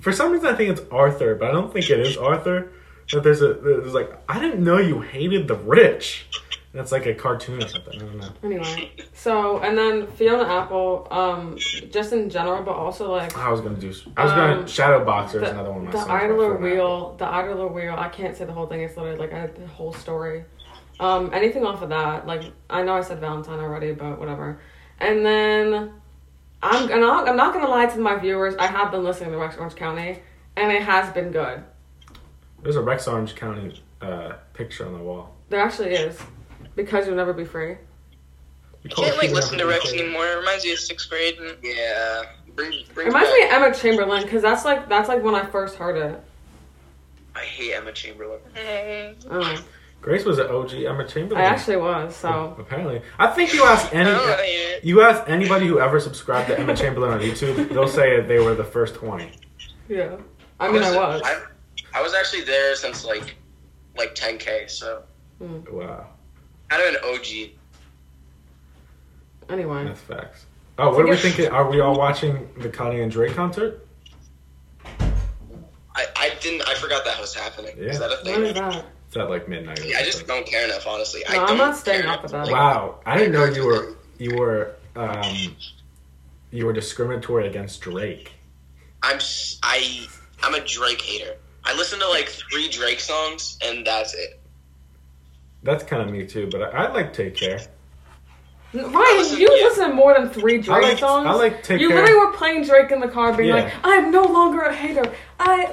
[SPEAKER 1] for some reason I think it's Arthur, but I don't think it is Arthur. But there's a there's like I didn't know you hated the rich. That's like a cartoon or something. I don't know.
[SPEAKER 2] Anyway, so and then Fiona Apple, um, just in general, but also like
[SPEAKER 1] I was gonna do. I was gonna
[SPEAKER 2] Um,
[SPEAKER 1] shadow boxer is
[SPEAKER 2] the,
[SPEAKER 1] another one. of my
[SPEAKER 2] the
[SPEAKER 1] songs
[SPEAKER 2] Idler
[SPEAKER 1] before that.
[SPEAKER 2] Wheel, the Idler Wheel. I can't say the whole thing. It's literally like a the whole story. Um, anything off of that, like I know I said Valentine already, but whatever. And then I'm and I'll- I'm not gonna lie to my viewers. I have been listening to Rex Orange County, and it has been good.
[SPEAKER 1] There's a Rex Orange County uh, picture on the wall.
[SPEAKER 2] There actually is, because you'll never be free.
[SPEAKER 1] You
[SPEAKER 4] I can't like listen to Rex anymore. It reminds me of sixth grade. Mm, And
[SPEAKER 3] Yeah. Bring,
[SPEAKER 2] It
[SPEAKER 3] bring
[SPEAKER 2] reminds
[SPEAKER 3] back-
[SPEAKER 2] me of Emma Chamberlain, because that's like that's like when I first heard it.
[SPEAKER 3] I hate Emma Chamberlain.
[SPEAKER 4] Mm,
[SPEAKER 2] Oh,
[SPEAKER 1] Grace was an OG Emma
[SPEAKER 2] I
[SPEAKER 1] Chamberlain.
[SPEAKER 2] actually was so.
[SPEAKER 1] Apparently, I think you ask
[SPEAKER 4] I
[SPEAKER 1] any
[SPEAKER 4] don't wanna hear it.
[SPEAKER 1] you ask anybody who ever subscribed to Emma Chamberlain on YouTube, they'll say they were the first twenty.
[SPEAKER 2] Yeah. I mean, I
[SPEAKER 3] Listen,
[SPEAKER 2] was.
[SPEAKER 3] I, I was actually there since like, like 10k. So
[SPEAKER 1] Wow,
[SPEAKER 3] kind of an OG.
[SPEAKER 2] Anyway.
[SPEAKER 1] that's facts. Oh, what are we thinking? Are we all watching the Kanye and Drake concert?
[SPEAKER 3] I, I didn't. I forgot that was happening.
[SPEAKER 1] Yeah.
[SPEAKER 3] Is that a
[SPEAKER 2] What is
[SPEAKER 3] thing?
[SPEAKER 2] that?
[SPEAKER 1] It's at like midnight. or
[SPEAKER 3] Yeah, I just
[SPEAKER 1] something.
[SPEAKER 3] don't care enough, honestly. I
[SPEAKER 2] No,
[SPEAKER 3] don't
[SPEAKER 2] I'm not staying
[SPEAKER 3] care
[SPEAKER 2] up with
[SPEAKER 3] enough.
[SPEAKER 2] that.
[SPEAKER 1] Wow, I didn't know you were you were um you were discriminatory against Drake.
[SPEAKER 3] I'm s- I I'm a Drake hater. I listen to like three Drake songs and that's it.
[SPEAKER 1] That's kind of me too, but I, I like Take Care.
[SPEAKER 2] Ryan, you
[SPEAKER 3] yeah.
[SPEAKER 2] listen to more than three Drake
[SPEAKER 1] like-
[SPEAKER 2] songs.
[SPEAKER 1] I like Take
[SPEAKER 2] You
[SPEAKER 1] Care.
[SPEAKER 2] literally were playing Drake in the car, being
[SPEAKER 1] Yeah.
[SPEAKER 2] like, "I'm no longer a hater. I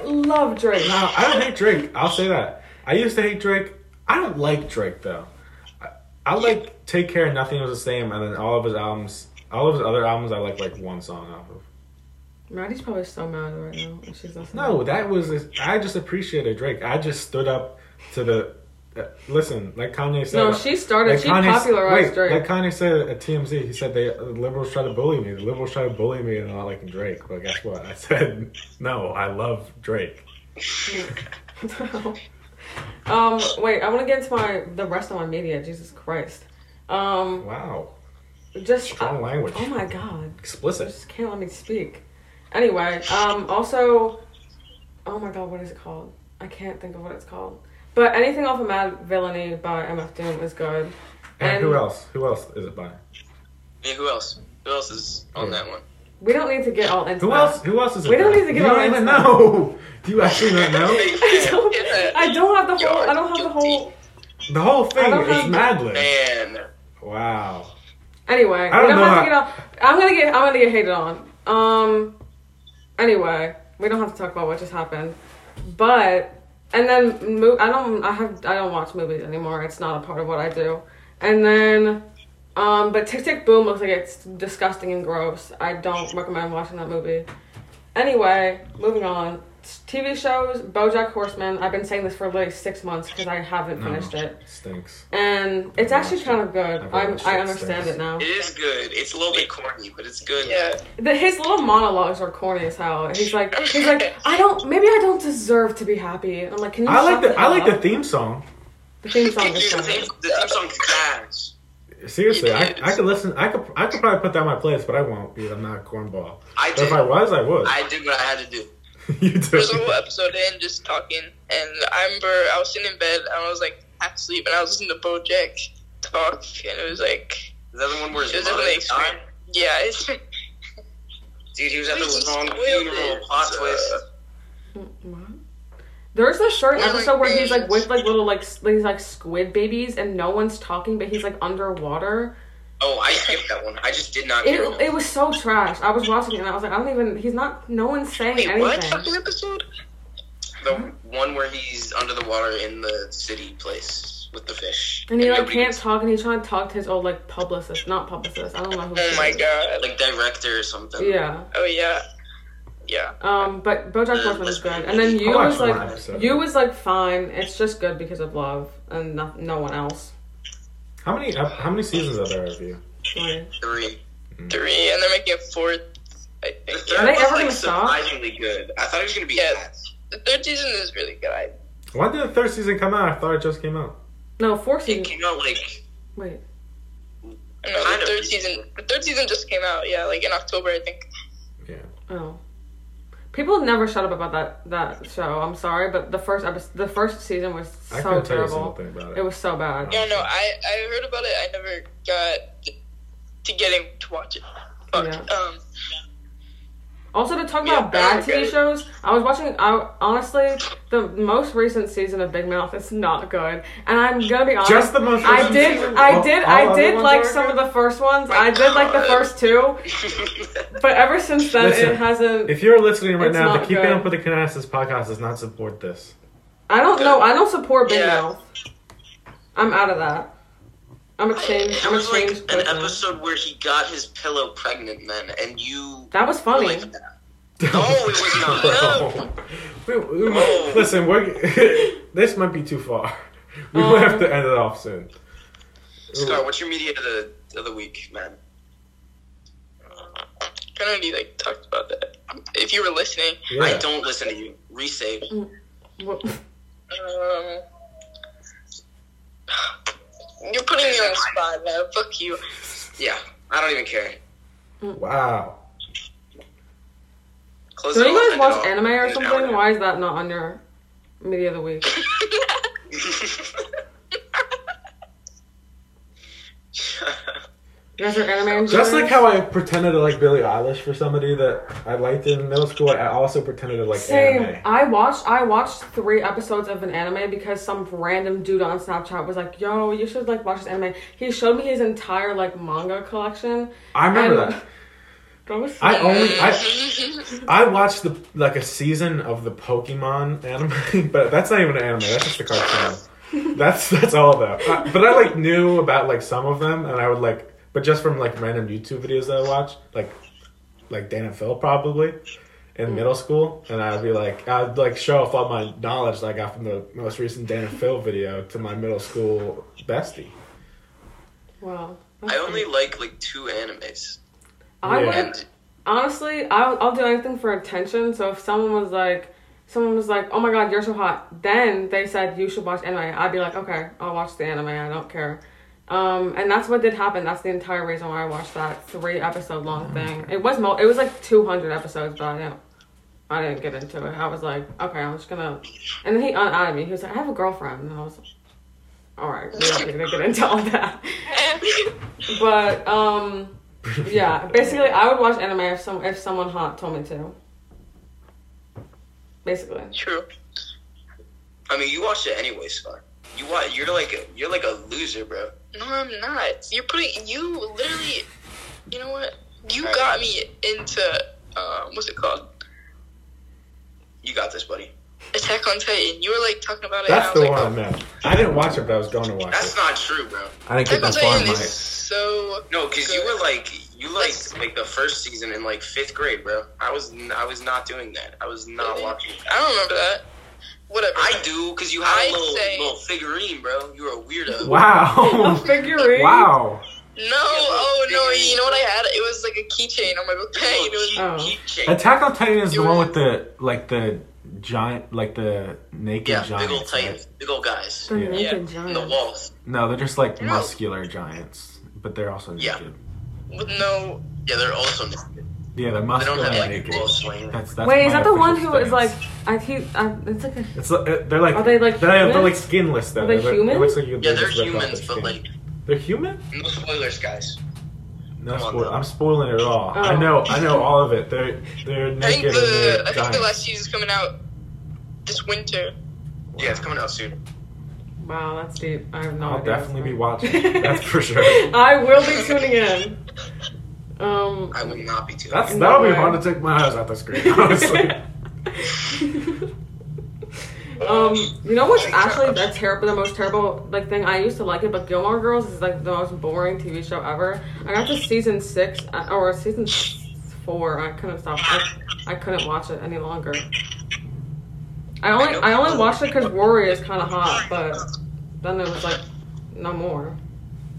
[SPEAKER 2] love Drake."
[SPEAKER 1] No, Uh, I don't hate Drake. I'll say that. I used to hate Drake. I don't like Drake though. I, I like Take Care and Nothing Was the Same, and then all of his albums, all of his other albums, I like like one song off of.
[SPEAKER 2] Maddie's probably so mad right now. if She's listening.
[SPEAKER 1] No, that was I just appreciated Drake. I just stood up to the. Uh, listen, like Kanye said.
[SPEAKER 2] No, she started. she
[SPEAKER 1] Kanye-
[SPEAKER 2] popularized
[SPEAKER 1] wait,
[SPEAKER 2] Drake.
[SPEAKER 1] Like Kanye said at TMZ, he said they the liberals try to bully me. The liberals try to bully me, and I'm not liking Drake. But guess what? I said no. I love Drake.
[SPEAKER 2] um, wait, I want to get into my the rest of my media. Jesus Christ. Um,
[SPEAKER 1] Wow,
[SPEAKER 2] just
[SPEAKER 1] strong language,
[SPEAKER 2] oh my god.
[SPEAKER 1] explicit.
[SPEAKER 2] just can't let me speak. Anyway, um, also, oh my god, what is it called? I can't think of what it's called. But anything off of Mad Villainy by MF Doom is good.
[SPEAKER 1] And who else? Who else is it by?
[SPEAKER 3] Hey, who else? Who else is on that one?
[SPEAKER 2] We don't need to get all into
[SPEAKER 1] Who
[SPEAKER 2] that.
[SPEAKER 1] else? Who else is it?
[SPEAKER 2] We don't
[SPEAKER 1] by?
[SPEAKER 2] need to get
[SPEAKER 1] You
[SPEAKER 2] all
[SPEAKER 1] don't
[SPEAKER 2] into
[SPEAKER 1] even
[SPEAKER 2] that.
[SPEAKER 1] know. Do you actually not know?
[SPEAKER 2] I don't,
[SPEAKER 3] Yeah.
[SPEAKER 2] I don't have the whole. I don't have
[SPEAKER 3] You're
[SPEAKER 2] the whole.
[SPEAKER 1] The whole
[SPEAKER 2] I
[SPEAKER 1] thing
[SPEAKER 2] don't
[SPEAKER 1] is
[SPEAKER 2] know.
[SPEAKER 1] Madlib.
[SPEAKER 3] Man,
[SPEAKER 1] Wow.
[SPEAKER 2] Anyway,
[SPEAKER 1] I don't
[SPEAKER 2] we don't
[SPEAKER 1] know
[SPEAKER 2] have to
[SPEAKER 1] how-
[SPEAKER 2] get all. I'm gonna get. I'm gonna get hated on. Um. Anyway, we don't have to talk about what just happened, but and then mo- I don't. I have. I don't watch movies anymore. It's not a part of what I do. And then, um. But Tick Tick Boom looks like it's disgusting and gross. I don't recommend watching that movie. Anyway, moving on. TV shows, BoJack Horseman. I've been saying this for like six months because I haven't finished it,
[SPEAKER 1] Stinks.
[SPEAKER 2] and it's actually kind of good.
[SPEAKER 1] I've
[SPEAKER 2] I'm,
[SPEAKER 1] watched
[SPEAKER 2] I
[SPEAKER 1] it
[SPEAKER 2] understand
[SPEAKER 1] since.
[SPEAKER 2] it now.
[SPEAKER 3] it is good. It's a little bit corny, but it's good.
[SPEAKER 4] yeah.
[SPEAKER 2] The, his little monologues are corny as hell. He's like, he's like, I don't, maybe I don't deserve to be happy. And I'm like, can you?
[SPEAKER 1] I like
[SPEAKER 2] shut
[SPEAKER 1] the I
[SPEAKER 2] hell
[SPEAKER 1] like the
[SPEAKER 2] up?
[SPEAKER 1] theme song.
[SPEAKER 2] the theme song
[SPEAKER 3] Dude,
[SPEAKER 2] is
[SPEAKER 3] the
[SPEAKER 2] funny.
[SPEAKER 3] theme, the theme song jazz.
[SPEAKER 1] Seriously, I,
[SPEAKER 3] It is.
[SPEAKER 1] I could listen. I could I could probably put that on my playlist, but I won't because I'm not a cornball.
[SPEAKER 3] I
[SPEAKER 1] But if I
[SPEAKER 3] did.
[SPEAKER 1] was, I would.
[SPEAKER 3] I did what I had to do.
[SPEAKER 1] you do.
[SPEAKER 4] There's a whole episode in just talking, and I remember I was sitting in bed and I was like half asleep, and I was listening to BoJack talk, and it was like
[SPEAKER 3] Is that the one where his
[SPEAKER 4] it was
[SPEAKER 3] mother
[SPEAKER 4] definitely experience.
[SPEAKER 3] died?
[SPEAKER 4] Yeah, it's
[SPEAKER 3] Dude, he was at
[SPEAKER 4] Please
[SPEAKER 3] the wrong
[SPEAKER 4] spoil
[SPEAKER 3] funeral.
[SPEAKER 4] this.
[SPEAKER 3] Plot twist.
[SPEAKER 2] What? There's a short
[SPEAKER 4] They're, like,
[SPEAKER 2] episode where he's like
[SPEAKER 4] babies.
[SPEAKER 2] with like little like s- these like squid babies and no one's talking, but he's like underwater.
[SPEAKER 3] Oh, I skipped that one. I just did not
[SPEAKER 2] It
[SPEAKER 3] hear it.
[SPEAKER 2] it was so trash. I was watching it and I was like, I don't even. He's not. No one's saying
[SPEAKER 4] wait, what
[SPEAKER 2] anything.
[SPEAKER 4] fucking episode?
[SPEAKER 3] The one where he's under the water in the city place with the fish.
[SPEAKER 2] And he like
[SPEAKER 3] nobody
[SPEAKER 2] can't
[SPEAKER 3] can-
[SPEAKER 2] talk, and he's trying to talk to his old like publicist, not publicist. I don't know who.
[SPEAKER 4] Oh
[SPEAKER 2] she
[SPEAKER 4] my
[SPEAKER 2] is.
[SPEAKER 4] god!
[SPEAKER 3] Like director or something.
[SPEAKER 2] Yeah.
[SPEAKER 4] Oh yeah, yeah.
[SPEAKER 2] Um. But BoJack Horseman is good, and then
[SPEAKER 3] I
[SPEAKER 2] you
[SPEAKER 1] I watched
[SPEAKER 2] was
[SPEAKER 1] one
[SPEAKER 2] like
[SPEAKER 1] episode.
[SPEAKER 2] you was like fine. It's just good because of love and no, no one else.
[SPEAKER 1] How many ep- how many seasons are there of you?
[SPEAKER 2] Like,
[SPEAKER 3] Three.
[SPEAKER 4] Three, and they're making a fourth. I
[SPEAKER 3] The
[SPEAKER 4] think.
[SPEAKER 3] third
[SPEAKER 4] Yeah.
[SPEAKER 2] they
[SPEAKER 3] was,
[SPEAKER 2] ever
[SPEAKER 3] like,
[SPEAKER 2] gonna stop?
[SPEAKER 3] surprisingly good. I thought it was gonna be
[SPEAKER 4] Yeah.
[SPEAKER 3] bad.
[SPEAKER 4] The third season is really good. I,
[SPEAKER 1] Why did the third season come out? I thought it just came out.
[SPEAKER 2] no, four
[SPEAKER 3] It
[SPEAKER 2] seasons.
[SPEAKER 3] came out like
[SPEAKER 2] Wait.
[SPEAKER 4] I don't know.
[SPEAKER 3] Kind
[SPEAKER 4] The
[SPEAKER 3] of
[SPEAKER 4] third
[SPEAKER 3] recent.
[SPEAKER 4] season. The third season just came out. Yeah, like in October, I think.
[SPEAKER 1] Yeah.
[SPEAKER 2] Oh. People never shut up about that that show. I'm sorry, but the first episode, the first season was
[SPEAKER 1] I
[SPEAKER 2] so
[SPEAKER 1] couldn't tell you a single
[SPEAKER 2] terrible.
[SPEAKER 1] thing about it.
[SPEAKER 2] It was so bad.
[SPEAKER 4] Yeah, no, I I heard about it. I never got t- to getting to watch it. Fuck.
[SPEAKER 2] Yeah.
[SPEAKER 4] Um,
[SPEAKER 2] Also, to talk
[SPEAKER 4] Yeah,
[SPEAKER 2] about bad
[SPEAKER 4] okay.
[SPEAKER 2] TV shows, I was watching. I honestly, the most recent season of Big Mouth is not good, and I'm gonna be honest.
[SPEAKER 1] Just the most
[SPEAKER 2] I
[SPEAKER 1] recent
[SPEAKER 2] did,
[SPEAKER 1] season?
[SPEAKER 2] I
[SPEAKER 1] All-
[SPEAKER 2] did,
[SPEAKER 1] all
[SPEAKER 2] I
[SPEAKER 1] other
[SPEAKER 2] did
[SPEAKER 1] ones
[SPEAKER 2] like
[SPEAKER 1] are
[SPEAKER 2] some of
[SPEAKER 1] good?
[SPEAKER 2] the first ones. I did like the
[SPEAKER 3] God.
[SPEAKER 2] first two, but ever since then,
[SPEAKER 1] Listen,
[SPEAKER 2] it hasn't.
[SPEAKER 1] If you're listening right
[SPEAKER 2] It's
[SPEAKER 1] now, the
[SPEAKER 2] not
[SPEAKER 1] Keeping
[SPEAKER 2] good.
[SPEAKER 1] Up with the Canastas podcast does not support this.
[SPEAKER 2] I don't know. I don't support Big
[SPEAKER 4] Yeah.
[SPEAKER 2] Mouth. I'm out of that. I'm a change.
[SPEAKER 3] It
[SPEAKER 2] I'm a
[SPEAKER 3] was like
[SPEAKER 2] change.
[SPEAKER 3] an
[SPEAKER 2] person.
[SPEAKER 3] episode where he got his pillow pregnant then and you
[SPEAKER 2] That was funny.
[SPEAKER 3] Like that. No, it was not.
[SPEAKER 1] No. We- we might-
[SPEAKER 3] No.
[SPEAKER 1] Listen, we're, this might be too far. We
[SPEAKER 2] Um,
[SPEAKER 1] might have to end it off soon.
[SPEAKER 3] Scar, what's your media of the of the week, man?
[SPEAKER 4] kind of already like talked about that. If you were listening,
[SPEAKER 1] Yeah.
[SPEAKER 3] I don't listen to you. Resave.
[SPEAKER 2] What-
[SPEAKER 4] um, you're putting me on the spot now. Fuck you.
[SPEAKER 3] Yeah. I don't even care.
[SPEAKER 1] Wow.
[SPEAKER 3] Close
[SPEAKER 2] Don't
[SPEAKER 3] it
[SPEAKER 2] you guys
[SPEAKER 3] off,
[SPEAKER 2] watch
[SPEAKER 3] end
[SPEAKER 2] anime
[SPEAKER 3] it
[SPEAKER 2] or
[SPEAKER 3] off.
[SPEAKER 2] something? Why is that not on your media of the week? You guys are anime.
[SPEAKER 1] Just like
[SPEAKER 2] enthusiasts?
[SPEAKER 1] how I pretended to like Billie Eilish for somebody that I liked in middle school, I also pretended to like
[SPEAKER 2] Same.
[SPEAKER 1] anime.
[SPEAKER 2] I watched I watched three episodes of an anime because some random dude on Snapchat was like, "Yo, you should like watch this anime." He showed me his entire like manga collection.
[SPEAKER 1] I remember
[SPEAKER 2] And-
[SPEAKER 1] that.
[SPEAKER 2] That was
[SPEAKER 1] I only I I watched the like a season of the Pokemon anime, but that's not even an anime. That's just a cartoon. that's that's all though. I, but I like knew about like some of them, and I would like, but just from like random YouTube videos that I watched, like like Dan and Phil probably in middle school, and I'd be like, I'd like show off all my knowledge that I got from the most recent Dan and Phil video to my middle school bestie.
[SPEAKER 2] wow.
[SPEAKER 3] I only like like two animes.
[SPEAKER 2] I
[SPEAKER 1] Yeah.
[SPEAKER 2] would honestly, I'll, I'll do anything for attention. So if someone was like, someone was like, "Oh my god, you're so hot," then they said you should watch anime. I'd be like, "Okay, I'll watch the anime. I don't care." Um, and that's what did happen. That's the entire reason why I watched that three episode long thing. It was mo- it was like two hundred episodes, but I don't. I didn't get into it. I was like, okay, I'm just gonna. And then he unadded me. He was like, I have a girlfriend. And I was like, all right, we don't need to get into all that. But um, yeah, basically, I would watch anime if some if someone hot told me to. Basically,
[SPEAKER 4] True.
[SPEAKER 3] I mean, you watched it anyway, Scar. You watch. You're like a, you're like a loser, bro.
[SPEAKER 4] No, I'm not. You're putting you literally. You know what? You
[SPEAKER 3] Alright.
[SPEAKER 4] got me into um, what's it called?
[SPEAKER 3] You got this, buddy.
[SPEAKER 4] Attack on Titan. You were like talking about it.
[SPEAKER 1] That's
[SPEAKER 4] and I was
[SPEAKER 1] the
[SPEAKER 4] like, "Oh,
[SPEAKER 1] one I meant. I didn't watch it, but I was going to watch
[SPEAKER 3] That's
[SPEAKER 1] it.
[SPEAKER 3] not true, bro.
[SPEAKER 1] I didn't get
[SPEAKER 4] Attack on
[SPEAKER 1] that far in
[SPEAKER 4] Titan
[SPEAKER 1] my.
[SPEAKER 4] is so.
[SPEAKER 3] No, because you
[SPEAKER 4] Good.
[SPEAKER 3] were like you
[SPEAKER 4] Let's-
[SPEAKER 3] liked like the first season in like fifth grade, bro. I was n- I was not doing that. I was not
[SPEAKER 4] Really?
[SPEAKER 3] watching.
[SPEAKER 4] I don't remember that. Whatever.
[SPEAKER 3] I do because you had
[SPEAKER 4] I'd
[SPEAKER 3] a little
[SPEAKER 4] say-
[SPEAKER 3] little figurine, bro. You were a weirdo.
[SPEAKER 2] a
[SPEAKER 1] Wow.
[SPEAKER 2] Oh, figurine.
[SPEAKER 1] Wow.
[SPEAKER 4] No, oh no, you know what I had? It was like a keychain on my book bag. It was
[SPEAKER 2] Oh.
[SPEAKER 3] Keychain.
[SPEAKER 1] Attack on Titan is the
[SPEAKER 4] It
[SPEAKER 1] one
[SPEAKER 4] was-
[SPEAKER 1] with the like the giant, like the naked
[SPEAKER 3] Yeah,
[SPEAKER 1] giants.
[SPEAKER 3] big old
[SPEAKER 1] right?
[SPEAKER 3] titans, big old guys.
[SPEAKER 2] The
[SPEAKER 1] Yeah.
[SPEAKER 2] naked
[SPEAKER 3] on The
[SPEAKER 2] giant.
[SPEAKER 3] walls.
[SPEAKER 1] No, they're just like
[SPEAKER 4] No.
[SPEAKER 1] muscular giants, but they're also
[SPEAKER 3] Yeah.
[SPEAKER 1] naked.
[SPEAKER 4] with no
[SPEAKER 3] Yeah, they're also naked.
[SPEAKER 7] They
[SPEAKER 1] Yeah, the
[SPEAKER 7] don't
[SPEAKER 1] muscular
[SPEAKER 7] have like
[SPEAKER 1] naked.
[SPEAKER 7] full swing.
[SPEAKER 1] That's, that's
[SPEAKER 2] Wait, is
[SPEAKER 1] my
[SPEAKER 2] that the one who
[SPEAKER 1] official
[SPEAKER 2] is like?
[SPEAKER 1] stance.
[SPEAKER 2] I keep. I, it's like a.
[SPEAKER 1] It's like, uh, they're like
[SPEAKER 2] Are they, like,
[SPEAKER 1] they're, they're
[SPEAKER 2] human?
[SPEAKER 1] like skinless though.
[SPEAKER 2] Are they
[SPEAKER 1] They're like-
[SPEAKER 2] human?
[SPEAKER 1] It looks like you,
[SPEAKER 7] Yeah, they're
[SPEAKER 1] just ripped off
[SPEAKER 7] humans,
[SPEAKER 1] their
[SPEAKER 7] but
[SPEAKER 1] skin.
[SPEAKER 7] like
[SPEAKER 1] they're human.
[SPEAKER 3] No spoilers, guys.
[SPEAKER 1] No,
[SPEAKER 7] Come on,
[SPEAKER 1] spoil-
[SPEAKER 7] though.
[SPEAKER 1] I'm spoiling it all.
[SPEAKER 2] Oh.
[SPEAKER 1] I know, I know all of it. They're they're
[SPEAKER 4] I think
[SPEAKER 1] naked.
[SPEAKER 4] the
[SPEAKER 1] and they're
[SPEAKER 4] I think the
[SPEAKER 1] giant.
[SPEAKER 4] last season's coming out this winter.
[SPEAKER 7] yeah, it's coming out soon.
[SPEAKER 2] Wow, that's deep. I have no
[SPEAKER 1] I'll
[SPEAKER 2] idea.
[SPEAKER 1] definitely be watching. That's for sure.
[SPEAKER 2] I will be tuning in. Um.
[SPEAKER 7] I will not be too.
[SPEAKER 1] That's
[SPEAKER 2] No
[SPEAKER 1] that'll be
[SPEAKER 2] way.
[SPEAKER 1] hard to take my eyes off the screen. Honestly,
[SPEAKER 2] um, you know what's actually the, terrible, the most terrible like thing? I used to like it, but Gilmore Girls is like the most boring TV show ever. I got to season six uh, or season four. I couldn't stop. I, I couldn't watch it any longer. I only I only watched it because Rory is kind of hot, but then it was like no more.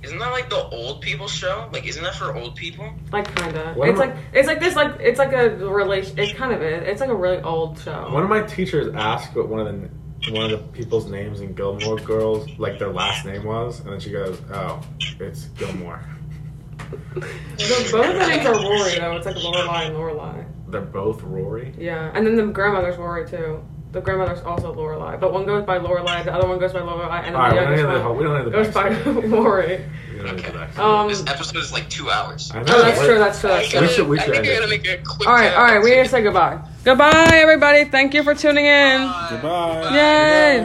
[SPEAKER 7] Isn't that like the old people show? Like, isn't that for old people?
[SPEAKER 2] Like kinda.
[SPEAKER 1] One of
[SPEAKER 2] it's
[SPEAKER 1] my-
[SPEAKER 2] like it's like this like it's like a relation. It kind of is. It's like a really old show.
[SPEAKER 1] one of my teachers asked what one of the one of the people's names in Gilmore Girls, like their last name was, and then she goes, "Oh, it's Gilmore."
[SPEAKER 2] The, both of the names are Rory though. It's like Lorelai and Lorelai.
[SPEAKER 1] They're both Rory.
[SPEAKER 2] Yeah, and then the grandmother's Rory too. The grandmother's also Lorelai, but one goes by Lorelai, the other one goes by Lorelai, and then
[SPEAKER 1] All right,
[SPEAKER 2] the
[SPEAKER 1] we don't need
[SPEAKER 2] youngest
[SPEAKER 1] the
[SPEAKER 2] one
[SPEAKER 1] whole. We don't need the
[SPEAKER 2] goes by
[SPEAKER 1] backstory.
[SPEAKER 2] Rory.
[SPEAKER 1] We don't need the backstory.
[SPEAKER 2] Um,
[SPEAKER 7] This episode is like two hours.
[SPEAKER 1] I know.
[SPEAKER 2] Oh, that's
[SPEAKER 1] what-
[SPEAKER 2] true. That's true. That's
[SPEAKER 1] We
[SPEAKER 2] true.
[SPEAKER 1] should- we
[SPEAKER 4] I
[SPEAKER 1] should end
[SPEAKER 4] think I
[SPEAKER 1] it.
[SPEAKER 4] gotta make a quick.
[SPEAKER 2] All right, all right. We need to say goodbye. Goodbye, everybody. Thank you for tuning in.
[SPEAKER 6] Goodbye.
[SPEAKER 2] Yay.